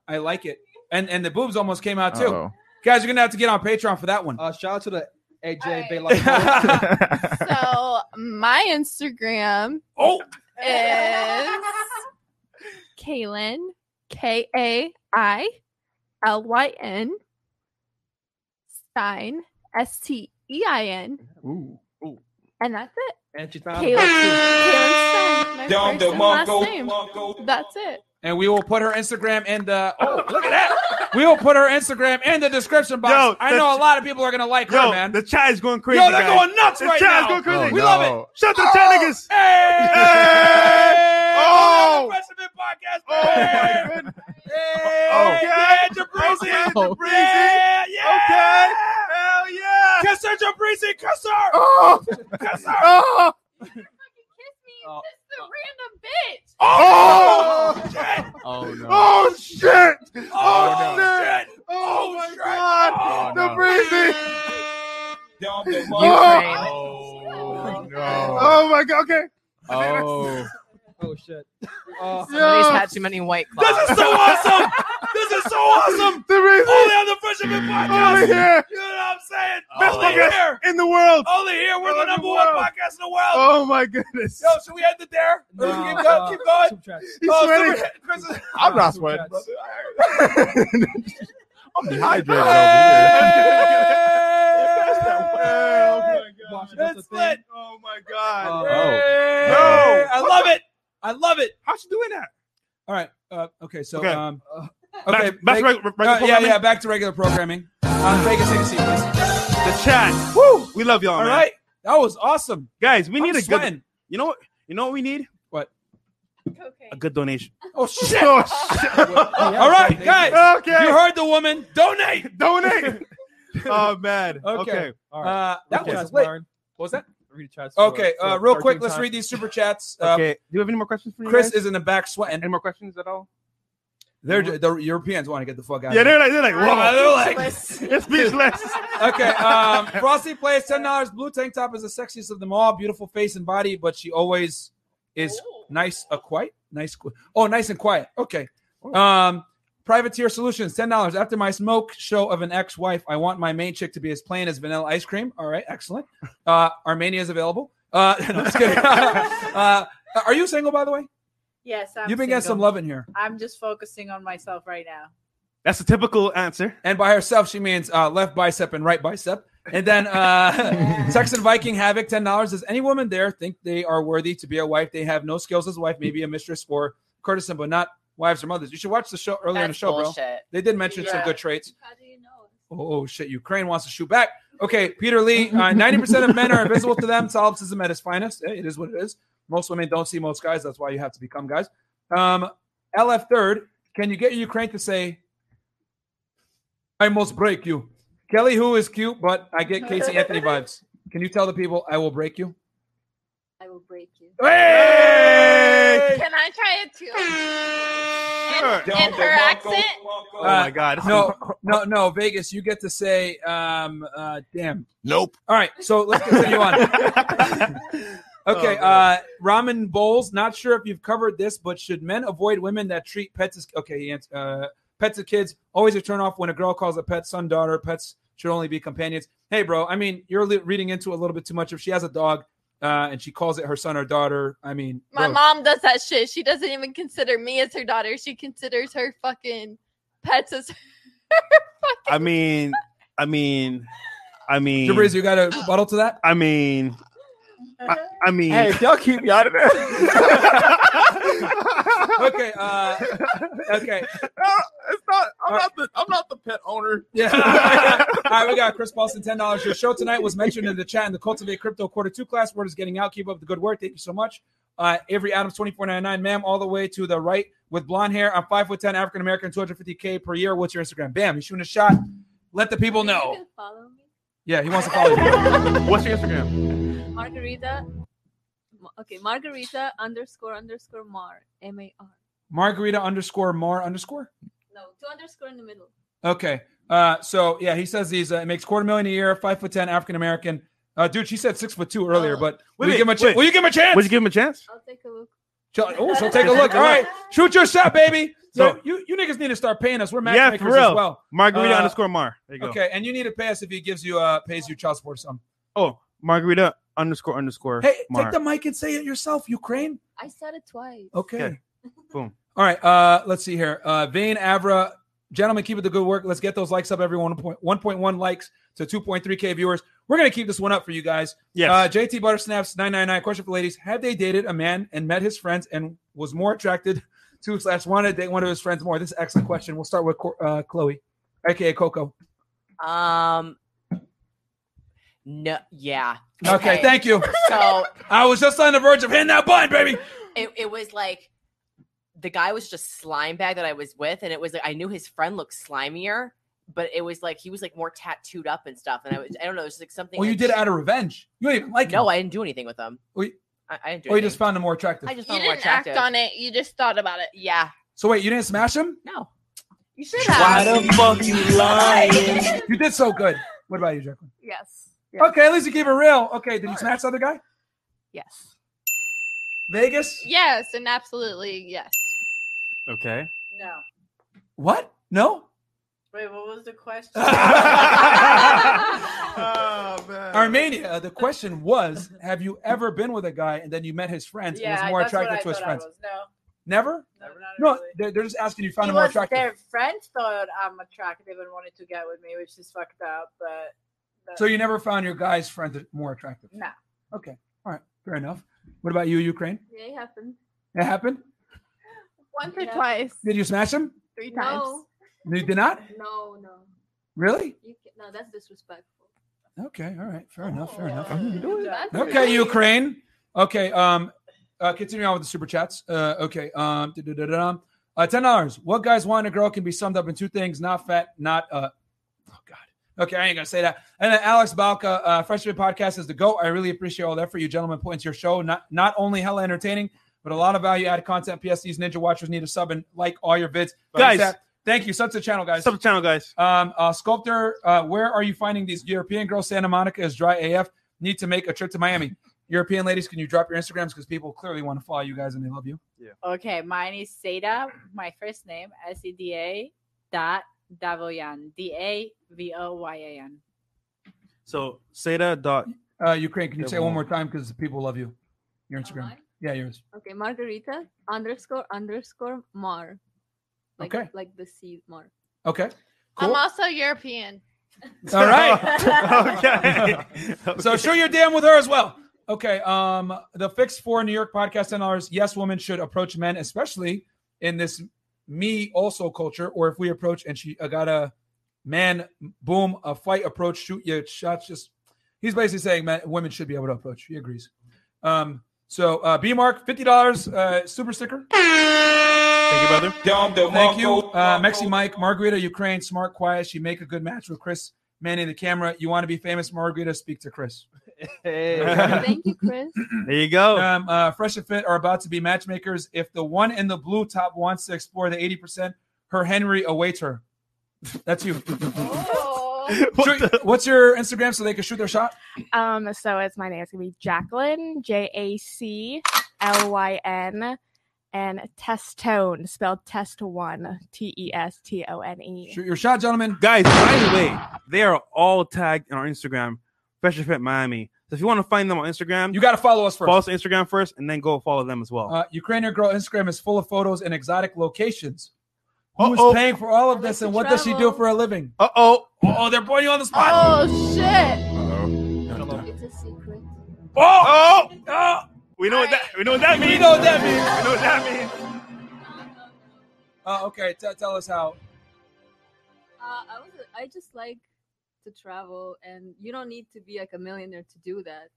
Speaker 1: I like it. And and the boobs almost came out too.
Speaker 4: Uh-oh.
Speaker 1: Guys, you're gonna have to get on Patreon for that one.
Speaker 5: Uh, shout out to the AJ
Speaker 8: All right.
Speaker 5: Belafonte.
Speaker 1: [laughs]
Speaker 2: [laughs]
Speaker 8: So my Instagram
Speaker 1: oh,
Speaker 8: is Kaylin K A I L Y N Stein S T E I N
Speaker 4: Ooh.
Speaker 8: and that's it.
Speaker 5: and she's
Speaker 1: Uh-huh.
Speaker 5: not.
Speaker 8: Kaylin, Kaylin Stein. My
Speaker 12: Down
Speaker 8: first
Speaker 12: the
Speaker 8: and last
Speaker 12: Monko,
Speaker 8: name. That's it.
Speaker 1: And we will put her Instagram in the. Oh, look at that. We will put her Instagram in the description box.
Speaker 2: Yo,
Speaker 1: I
Speaker 2: the-
Speaker 1: know a lot of people are gonna like her,
Speaker 2: Yo,
Speaker 1: man.
Speaker 2: the chat is going crazy.
Speaker 1: Yo, they're
Speaker 2: guys.
Speaker 1: going nuts
Speaker 2: the
Speaker 1: right
Speaker 2: chat
Speaker 1: now.
Speaker 2: is going crazy.
Speaker 1: We love it. Oh.
Speaker 2: Shut the chat niggas.
Speaker 1: Hey!
Speaker 2: Oh. Hey!
Speaker 1: Oh!
Speaker 2: Oh!
Speaker 1: Freshman podcast.
Speaker 2: Oh
Speaker 1: man!
Speaker 2: my goodness. Oh.
Speaker 1: Yeah, yeah,
Speaker 2: Okay.
Speaker 1: Jabrisi.
Speaker 2: Okay, Jabrisi. Oh.
Speaker 1: Yeah, yeah.
Speaker 2: Okay. Hell yeah.
Speaker 1: Kiss her, Jabrisi. Kiss her.
Speaker 2: Oh.
Speaker 1: Kiss her.
Speaker 2: Oh.
Speaker 8: Kiss me, kiss the random bitch.
Speaker 2: Oh.
Speaker 1: Shit.
Speaker 4: Oh no.
Speaker 2: Oh shit.
Speaker 1: Oh,
Speaker 2: Oh, shit.
Speaker 1: shit.
Speaker 2: Oh my
Speaker 1: shit.
Speaker 2: god.
Speaker 4: Oh,
Speaker 2: the
Speaker 4: no.
Speaker 2: breezy. [laughs]
Speaker 10: Ukraine.
Speaker 4: Oh no.
Speaker 2: Oh my god. Okay.
Speaker 4: Oh.
Speaker 5: Oh shit.
Speaker 1: [laughs]
Speaker 5: Uh,
Speaker 10: Somebody's
Speaker 2: Yo.
Speaker 10: had too many white claws.
Speaker 1: This is so awesome. This is
Speaker 2: [laughs]
Speaker 1: so awesome.
Speaker 2: The breezy.
Speaker 1: Only on the Freshman podcast.
Speaker 2: Only here.
Speaker 1: You know what I'm saying?
Speaker 2: Best
Speaker 1: Only
Speaker 2: podcast
Speaker 1: here.
Speaker 2: in the world.
Speaker 1: Only here. We're the
Speaker 2: Only
Speaker 1: number one
Speaker 2: world.
Speaker 1: podcast in the world.
Speaker 2: Oh my goodness.
Speaker 1: Yo, should we end it there? Or
Speaker 5: No,
Speaker 10: uh,
Speaker 1: keep going. Keep going.
Speaker 5: subtract.
Speaker 2: He's
Speaker 1: Oh,
Speaker 2: sweating.
Speaker 1: super- Chris is-
Speaker 4: I'm not
Speaker 5: Two
Speaker 4: sweating.
Speaker 5: chats.
Speaker 2: [laughs]
Speaker 1: [laughs]
Speaker 4: [laughs] I'm dehydrated over here.
Speaker 1: Hey!
Speaker 5: Watch, that's the
Speaker 1: It's
Speaker 5: thing.
Speaker 1: lit.
Speaker 2: Oh my god.
Speaker 5: Uh,
Speaker 1: Hey!
Speaker 2: No.
Speaker 1: I love it. I love it.
Speaker 2: How's she doing that?
Speaker 1: [laughs] All right. Uh, okay. So,
Speaker 2: Okay.
Speaker 1: um, uh, okay.
Speaker 2: Back- back to
Speaker 1: make-
Speaker 2: reg- regular
Speaker 1: uh, yeah,
Speaker 2: programming?
Speaker 1: yeah. Back to regular programming. On Vegas ABC, please.
Speaker 2: The chat. Woo. We love y'all,
Speaker 1: All
Speaker 2: man.
Speaker 1: right. That was awesome.
Speaker 2: Guys, we need
Speaker 1: I'm
Speaker 2: a good
Speaker 1: sweating.
Speaker 2: You know what? You know what we need?
Speaker 1: What?
Speaker 2: a good donation.
Speaker 4: [laughs]
Speaker 1: Oh shit! [laughs] All right, guys. You heard the woman.
Speaker 4: [laughs]
Speaker 1: Donate.
Speaker 2: Donate. oh man.
Speaker 1: [laughs] Okay.
Speaker 2: Okay.
Speaker 1: All right. Uh, that
Speaker 2: Okay.
Speaker 1: was
Speaker 2: Chats,
Speaker 1: lit.
Speaker 2: Myron.
Speaker 1: What was that?
Speaker 5: Read chats.
Speaker 1: Okay. Uh, real quick, let's read these
Speaker 4: [laughs]
Speaker 1: super
Speaker 2: [laughs]
Speaker 1: chats. Uh,
Speaker 2: okay. Do you have any more questions for me?
Speaker 1: Chris
Speaker 2: guys?
Speaker 1: is in the back sweating.
Speaker 2: Any more questions at all?
Speaker 1: They're ju- the Europeans want to get the fuck out.
Speaker 2: Yeah,
Speaker 1: of
Speaker 2: they're
Speaker 1: here.
Speaker 2: like, they're like,
Speaker 1: Wow,
Speaker 2: whoa.
Speaker 1: they're like,
Speaker 2: it's speechless.
Speaker 1: [laughs] okay. Um, Frosty plays ten dollars. Blue tank top is the sexiest of them all. Beautiful face and body, but she always is nice, a quiet, nice. qu- Oh, nice and quiet. Okay. Um, Privateer Solutions, ten dollars. After my smoke show of an ex-wife, I want my main chick to be as plain as vanilla ice cream. All right, excellent. Uh, Armenia is available. Uh, [laughs] no, just kidding. uh, are you single, by the way?
Speaker 7: Yes, I'm
Speaker 1: You've been getting some
Speaker 7: single.
Speaker 1: love in here.
Speaker 7: I'm just focusing on myself right now.
Speaker 2: That's a typical answer.
Speaker 1: And by herself, she means uh, left bicep and right bicep. And
Speaker 10: [laughs]
Speaker 1: then uh, Texan Viking Havoc, ten dollars. Does any woman there think they are worthy to be a wife? They have no skills as a wife, maybe a mistress or courtesan, but not wives or mothers. You should watch the show earlier in the
Speaker 10: That's
Speaker 1: show, bro.
Speaker 10: bullshit.
Speaker 1: They did mention some
Speaker 10: Yeah.
Speaker 1: good traits. Oh shit! Ukraine wants to shoot back. Okay, Peter Lee. uh, Ninety percent of men are invisible to them. Solipsism at its finest. Eh, It is what it is. Most women don't see most guys. That's why you have to become guys. Um, LF third. Can you get Ukraine to say, "I must break you"? Kelly, who is cute, but I get Casey Anthony vibes. Can you tell the people I will break you?
Speaker 6: I will break you.
Speaker 1: Hey!
Speaker 13: Can I try it too? And,
Speaker 1: Sure.
Speaker 13: and her accent?
Speaker 1: Oh
Speaker 2: my God. [laughs]
Speaker 1: No, no, no, Vegas. You get to say, um, uh, "Damn."
Speaker 2: Nope.
Speaker 1: All right, so let's continue on. [laughs]
Speaker 2: Oh,
Speaker 1: okay, uh, ramen bowls. Not sure if you've covered this, but should men avoid women that treat pets as okay? he ans- Uh, pets as kids always a turn off when a girl calls a pet son, daughter. Pets should only be companions. Hey, bro. I mean, you're li- reading into it a little bit too much. If she has a dog uh, and she calls it her son or daughter, I mean,
Speaker 13: My
Speaker 1: bro,
Speaker 13: mom does that shit. She doesn't even consider me as her daughter. She considers her fucking pets as her.
Speaker 2: I mean, I mean, I mean.
Speaker 1: Jabriz, you got a rebuttal to that?
Speaker 2: I mean, I, I mean.
Speaker 1: Hey, if
Speaker 2: y'all keep me out of there.
Speaker 1: okay, uh, okay.
Speaker 4: uh, it's not.
Speaker 1: Uh,
Speaker 4: I'm not the. I'm not the pet owner.
Speaker 1: Yeah. [laughs] All right, we got Chris Paulson, ten dollars. Your show tonight was mentioned in the chat in the Cultivate Crypto Quarter Two class. Word is getting out. Keep up the good work. Thank you so much. Uh, Avery Adams, twenty four ninety nine, ma'am, all the way to the right with blonde hair. I'm five foot ten, African American, two hundred fifty k per year. What's your Instagram? Bam, he's shooting a shot. Let the people know.
Speaker 6: Follow me.
Speaker 1: Yeah, he wants to follow you. What's your Instagram?
Speaker 6: Margarita. Ma- Okay, Margarita underscore underscore Mar. M A R.
Speaker 1: Margarita underscore Mar underscore.
Speaker 6: No, two underscore in the middle.
Speaker 1: Okay. Uh, so yeah, he says he's uh, makes quarter million a year, five foot ten, African American. Uh, dude, she said six foot two earlier, but [laughs] will you
Speaker 2: Oh. Wait,
Speaker 1: give him a
Speaker 2: wait.
Speaker 1: chance? Will you give him a chance?
Speaker 2: Would you give him a chance?
Speaker 6: I'll take a look.
Speaker 1: She'll, oh, she'll take a look. All right, shoot your shot, baby. So
Speaker 2: So-
Speaker 1: you, you niggas need to start paying us. We're
Speaker 2: Yeah,
Speaker 1: matchmakers
Speaker 2: for real.
Speaker 1: as well.
Speaker 2: Margarita
Speaker 1: Uh,
Speaker 2: underscore Mar. There you go.
Speaker 1: Okay, and you need to pay us if he gives you uh pays you child support sum.
Speaker 2: Oh, Margarita underscore underscore.
Speaker 1: Hey,
Speaker 2: Mar.
Speaker 1: take the mic and say it yourself, Ukraine.
Speaker 6: I said it twice.
Speaker 1: Okay.
Speaker 2: Okay. Boom.
Speaker 1: All right. Uh, let's see here. Uh, Vane Avra, gentlemen, keep it the good work. Let's get those likes up. Everyone, 1.1 likes to 2.3k viewers. We're gonna keep this one up for you guys.
Speaker 2: Yes.
Speaker 1: Uh, JT Buttersnaps 999. Question for ladies: Had they dated a man and met his friends and was more attracted [laughs] to slash wanted to date one of his friends more? This is an excellent question. We'll start with Cor- uh, Chloe, aka Coco.
Speaker 10: Um. No. Yeah.
Speaker 1: Okay, thank you.
Speaker 10: So
Speaker 1: I was just on the verge of hitting that button, baby.
Speaker 10: it, it was like the guy was just slime bag that I was with, and it was like I knew his friend looked slimier, but it was like he was like more tattooed up and stuff, and I was I don't know, it's like something.
Speaker 1: Well, you did it out of revenge. You didn't even like
Speaker 10: No,
Speaker 1: him.
Speaker 10: I didn't do anything with him.
Speaker 1: Well, you-
Speaker 10: I, I didn't do.
Speaker 1: Or you
Speaker 10: anything.
Speaker 1: just found him more attractive.
Speaker 10: I just
Speaker 13: You
Speaker 10: found him more
Speaker 13: didn't act
Speaker 10: attractive.
Speaker 13: on it. You just thought about it.
Speaker 10: Yeah.
Speaker 1: So wait, you didn't smash him?
Speaker 10: No.
Speaker 13: You should
Speaker 10: Why
Speaker 13: have.
Speaker 10: the fuck you lying?
Speaker 1: [laughs] You did so good. What about you, Jacqueline?
Speaker 13: Yes.
Speaker 1: Okay, at least you keep it real. Okay, did you smash the other guy?
Speaker 13: Yes.
Speaker 1: Vegas?
Speaker 13: Yes, and absolutely yes.
Speaker 2: Okay.
Speaker 7: No.
Speaker 1: What? No?
Speaker 7: Wait, what was the question? [laughs]
Speaker 1: [laughs]
Speaker 7: Uh,
Speaker 1: Armenia, the question was Have you ever been with a guy and then you met his friends and was more
Speaker 7: that's what
Speaker 1: attracted
Speaker 7: I
Speaker 1: to his
Speaker 7: thought I
Speaker 1: friends?
Speaker 7: was. No,
Speaker 1: Never?
Speaker 7: no,
Speaker 1: No, they're, they're just asking you found
Speaker 7: It
Speaker 1: him more
Speaker 7: was
Speaker 1: attractive.
Speaker 7: Their friends thought I'm attractive and wanted to get with me, which is fucked up. But, but
Speaker 1: So you never found your guy's friend more attractive.
Speaker 7: no.
Speaker 1: Okay. All right. Fair enough. What about you, Ukraine?
Speaker 6: Yeah, it happened.
Speaker 1: That happened?
Speaker 13: Once or
Speaker 6: Yeah.
Speaker 13: twice,
Speaker 1: Did you smash him?
Speaker 13: three times.
Speaker 6: No,
Speaker 1: You did not?
Speaker 6: no, no.
Speaker 1: Really?
Speaker 6: You can, no, that's disrespectful.
Speaker 1: Okay. All right. Fair enough. Fair enough.
Speaker 6: That's
Speaker 1: Okay, Ukraine. Okay, um, Uh, continuing on with the super chats. Uh, okay. Um, da-da-da-da. uh, ten dollars. What guys want in a girl can be summed up in two things: not fat, not uh. Oh God. Okay, I ain't gonna say that. And then Alex Balka, uh, freshman podcast is the goat. I really appreciate all the effort you gentlemen put into your show. Not not only hella entertaining, but a lot of value added content. PS, these ninja watchers need to sub and like all your vids,
Speaker 2: Guys.
Speaker 1: Thank you. Sub to the channel, guys. Sub
Speaker 2: to the channel, guys.
Speaker 1: Um, uh, Sculptor, uh, where are you finding these European girls? Santa Monica is dry AF. Need to make a trip to
Speaker 2: [laughs]
Speaker 1: Miami. European ladies, can you drop your Instagrams because people clearly want to follow you guys and they love you. Yeah.
Speaker 7: Okay, mine is Seda, my first name, S E D A dot Davoyan, D A V O Y A N.
Speaker 2: So Seda dot.
Speaker 1: Uh, Ukraine, can you say it one more time because people love you? Your Instagram. Yeah, yours.
Speaker 6: Okay, Margarita underscore underscore Mar. Like,
Speaker 1: Okay.
Speaker 6: Like the sea Mar.
Speaker 1: Okay.
Speaker 13: I'm also European.
Speaker 1: [laughs] All right. okay. So sure you're damn with her as well. Okay. Um, the Fix for New York podcast ten dollars. Yes, women should approach men, especially in this me also culture. Or if we approach and she I got a man, boom, a fight approach, shoot your shots. Just he's basically saying men, women should be able to approach. He agrees. Um, so uh, B Mark fifty dollars uh, super sticker.
Speaker 2: Thank you, brother.
Speaker 1: Thank you. Uh, Mexi Mike, Margarita, Ukraine, smart, quiet. She make a good match with Chris manning the camera. You want to be famous, Margarita? Speak to
Speaker 2: [laughs]
Speaker 1: Chris.
Speaker 6: Thank you, Chris.
Speaker 2: There you go.
Speaker 1: Um, uh, Fresh and Fit are about to be matchmakers. If the one in the blue top wants to explore the 80%, her Henry awaits her. [laughs]
Speaker 6: [laughs]
Speaker 1: That's you.
Speaker 6: Oh.
Speaker 1: Shoot- What's your Instagram so they can shoot their shot?
Speaker 9: Um, so it's my name. It's gonna be Jacqueline, J A C L Y N, and Testone, spelled Test One, T E S T O N E.
Speaker 1: Shoot your shot, gentlemen.
Speaker 2: Guys, by the way, they are all tagged in our Instagram, Fresh Fit Miami. So if you want to find them on Instagram,
Speaker 1: you got to follow us first.
Speaker 2: Follow us on Instagram first, and then go follow them as well.
Speaker 1: Uh, Ukrainian girl Instagram is full of photos and exotic locations. Who's paying for all of this and what does she do for a living?
Speaker 2: Uh oh.
Speaker 1: Oh, they're putting you on the spot.
Speaker 13: Oh shit.
Speaker 6: It's a secret.
Speaker 2: Oh, oh, We know what that we know what that means.
Speaker 1: We know what that means.
Speaker 2: We know what that means.
Speaker 1: Uh, okay, t- tell us how.
Speaker 6: Uh, I was. I just like to travel, and you don't need to be like a millionaire to do that.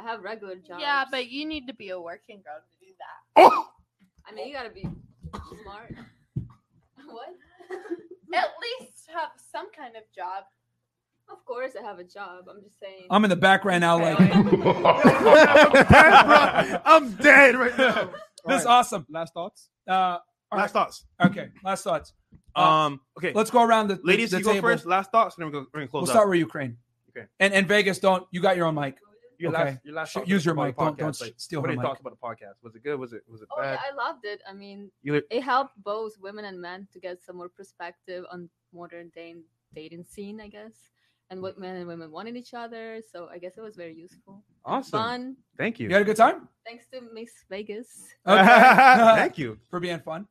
Speaker 6: I have regular jobs.
Speaker 13: Yeah, but you need to be a working girl to do that.
Speaker 6: I mean, you gotta be smart. what?
Speaker 13: At least have some kind of job.
Speaker 6: Of course, I have a job. I'm just saying.
Speaker 1: I'm in the back right now, like
Speaker 2: [laughs]
Speaker 1: [laughs]
Speaker 2: I'm dead right now.
Speaker 1: This is awesome.
Speaker 5: Last thoughts.
Speaker 1: Uh,
Speaker 2: Last thoughts.
Speaker 1: Okay, last thoughts.
Speaker 2: Um. Okay.
Speaker 1: Uh, Let's go around the
Speaker 2: Ladies,
Speaker 1: The
Speaker 2: you
Speaker 1: table.
Speaker 2: go first. Last thoughts, and then we're gonna, we're gonna close.
Speaker 1: We'll
Speaker 2: up.
Speaker 1: start with Ukraine.
Speaker 2: Ukraine.
Speaker 1: And and Vegas, don't you got your own mic?
Speaker 2: Your
Speaker 1: okay.
Speaker 2: last, your last
Speaker 1: Sh-
Speaker 2: thoughts
Speaker 1: Use your
Speaker 2: about
Speaker 1: mic.
Speaker 2: the
Speaker 1: Don't, don't
Speaker 2: podcast, like,
Speaker 1: steal
Speaker 2: what
Speaker 1: her
Speaker 2: do you
Speaker 1: mic. [laughs]
Speaker 2: thought about the podcast? Was it good? Was it was it
Speaker 6: Oh
Speaker 2: bad?
Speaker 6: yeah, I loved it. I mean,
Speaker 2: You look-
Speaker 6: it helped both women and men to get some more perspective on modern day dating scene, I guess, and what men and women want in each other. So I guess it was very useful.
Speaker 2: Awesome.
Speaker 6: Fun.
Speaker 2: Thank you.
Speaker 1: You had a good time.
Speaker 6: Thanks to Miss Vegas.
Speaker 1: Okay.
Speaker 2: [laughs] Thank you.
Speaker 1: for being fun.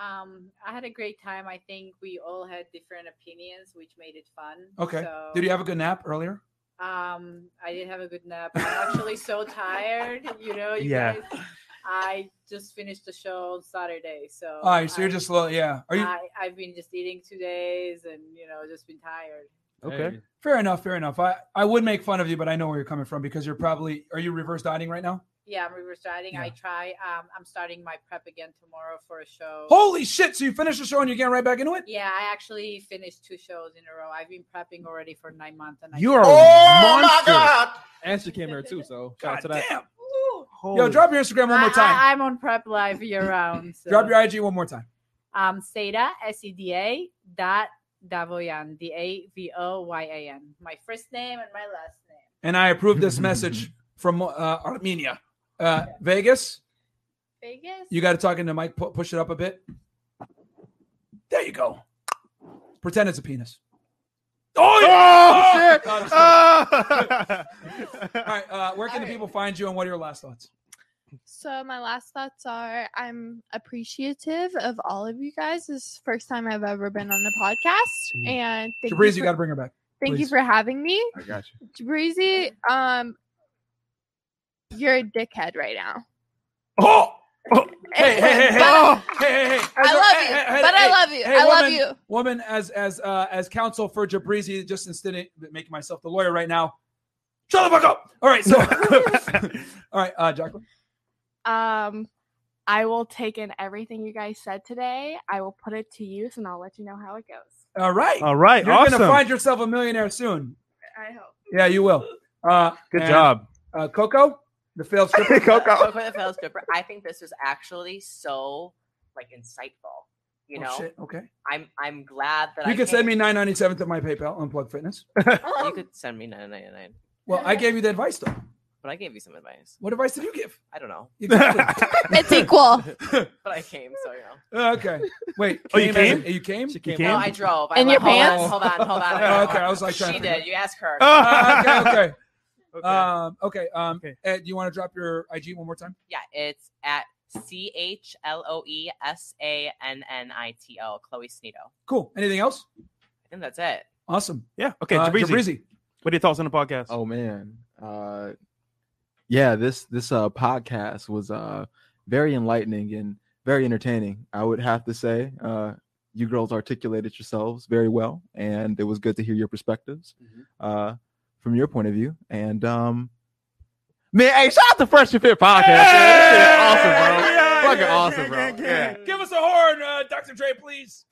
Speaker 7: Um, I had a great time. I think we all had different opinions, which made it fun.
Speaker 1: Okay.
Speaker 7: So,
Speaker 1: Did you have a good nap earlier?
Speaker 7: Um, I did have a good nap. I'm actually so tired. You know, you
Speaker 1: Yeah.
Speaker 7: guys. I just finished the show on Saturday, so.
Speaker 1: All right, so you're
Speaker 7: I-
Speaker 1: just a little yeah. Are you
Speaker 7: I, I've been just eating two days, and you know, just been tired.
Speaker 2: Okay.
Speaker 1: fair enough? Fair enough. I I would make fun of you, but I know where you're coming from because you're probably are you reverse dieting right now?
Speaker 7: Yeah, I'm reverse dieting. I try. Um, I'm starting my prep again tomorrow for a show.
Speaker 1: Holy shit! So you finish the show and you're getting right back into it.
Speaker 7: Yeah, I actually finished two shows in a row. I've been prepping already for nine months, and I
Speaker 5: You are a
Speaker 7: Oh
Speaker 5: Oh,
Speaker 7: my
Speaker 5: God. And she came here too, so shout out to that.
Speaker 1: Yo, drop your Instagram one more time.
Speaker 7: I, am on prep live year round. Ah. So.
Speaker 1: Drop your IG one more time.
Speaker 7: um Seda S E D A dot Davoyan D A V O Y A N. My first name and my last name.
Speaker 1: And I approve this message from uh, Armenia, uh, Vegas.
Speaker 7: Vegas.
Speaker 1: You got to talk into Mike. Pu- push it up a bit. There you go. Pretend it's a penis. Oh, yeah! Oh, God, I'm sorry. All right. Uh, where can the people find you, and what are your last thoughts?
Speaker 8: So my last thoughts are I'm appreciative of all of you guys. This is the first time I've ever been on a podcast.
Speaker 1: Mm.
Speaker 8: And thank
Speaker 1: Jabriz, you
Speaker 8: you,
Speaker 1: got to bring her back.
Speaker 8: thank you
Speaker 1: please.
Speaker 8: for having me.
Speaker 1: I got you.
Speaker 8: Jabrizi, um you're a dickhead right now.
Speaker 1: Oh! Hey, hey, hey, hey,
Speaker 8: But-
Speaker 1: hey, hey, hey.
Speaker 8: I love you, but I love you. I love
Speaker 1: woman,
Speaker 8: you.
Speaker 1: Woman, as as uh, as counsel for Jabrizi, just instead of making myself
Speaker 8: [laughs]
Speaker 1: the [laughs] lawyer right now. Shut the fuck up. All right, so all right, uh, Jacqueline.
Speaker 9: Um, I will take in everything you guys said today. I will put it to use, and I'll let you know how it goes.
Speaker 1: All right.
Speaker 2: All right,
Speaker 1: You're
Speaker 2: awesome.
Speaker 1: gonna find yourself a millionaire soon.
Speaker 9: I hope.
Speaker 1: Yeah, you will. Uh,
Speaker 2: Good
Speaker 1: and,
Speaker 2: job.
Speaker 1: uh, Coco, the
Speaker 2: [laughs]
Speaker 1: failed stripper.
Speaker 10: Coco the Failed Stripper. I think this was actually so like insightful. You
Speaker 1: Oh,
Speaker 10: know,
Speaker 1: shit, okay.
Speaker 10: I'm I'm glad that
Speaker 1: You
Speaker 10: I
Speaker 1: can send me
Speaker 10: came.
Speaker 1: nine ninety seven to my PayPal, Unplug
Speaker 2: [laughs]
Speaker 1: Fitness.
Speaker 10: You could send me nine nine nine.
Speaker 1: Um, Well, I gave you the advice though.
Speaker 10: But I gave you some advice.
Speaker 1: What advice did you give?
Speaker 10: I don't know.
Speaker 1: [laughs] Exactly.
Speaker 10: It's
Speaker 1: [laughs]
Speaker 13: equal.
Speaker 10: but I came, so you know.
Speaker 1: Uh, okay. Wait.
Speaker 2: [laughs] Oh, you
Speaker 1: as in-
Speaker 2: came?
Speaker 1: you came?
Speaker 2: She came. You came?
Speaker 10: No, I drove. I
Speaker 1: In
Speaker 10: went,
Speaker 1: your
Speaker 10: hold
Speaker 1: pants?
Speaker 10: On, hold on, hold on.
Speaker 1: [laughs] Oh,
Speaker 10: hold on.
Speaker 1: okay, I was, like, trying
Speaker 10: she
Speaker 1: to figure-
Speaker 10: did. You ask
Speaker 2: [laughs]
Speaker 10: her.
Speaker 1: Uh, okay. [laughs] Okay. Um, okay. Um, Ed, do you want to drop your IG one more time?
Speaker 10: Yeah, it's at C H L O E S A N N I T O. Chloe Snito.
Speaker 1: Cool. Anything else?
Speaker 10: I think that's it.
Speaker 1: Awesome.
Speaker 2: Yeah. Okay.
Speaker 4: Uh,
Speaker 2: Jabrizi.
Speaker 4: Jabrizi.
Speaker 2: What are your thoughts on the podcast?
Speaker 4: Oh man. Uh yeah, this this uh podcast was uh very enlightening and very entertaining. I would have to say, uh you girls articulated yourselves very well and it was good to hear your perspectives uh from your point of view and um Man, hey, shout out to Fresh and Fit Podcast. man. This shit is awesome, bro. Fucking awesome, bro. Yeah.
Speaker 1: Give us a horn, uh, Dr. Dre, please.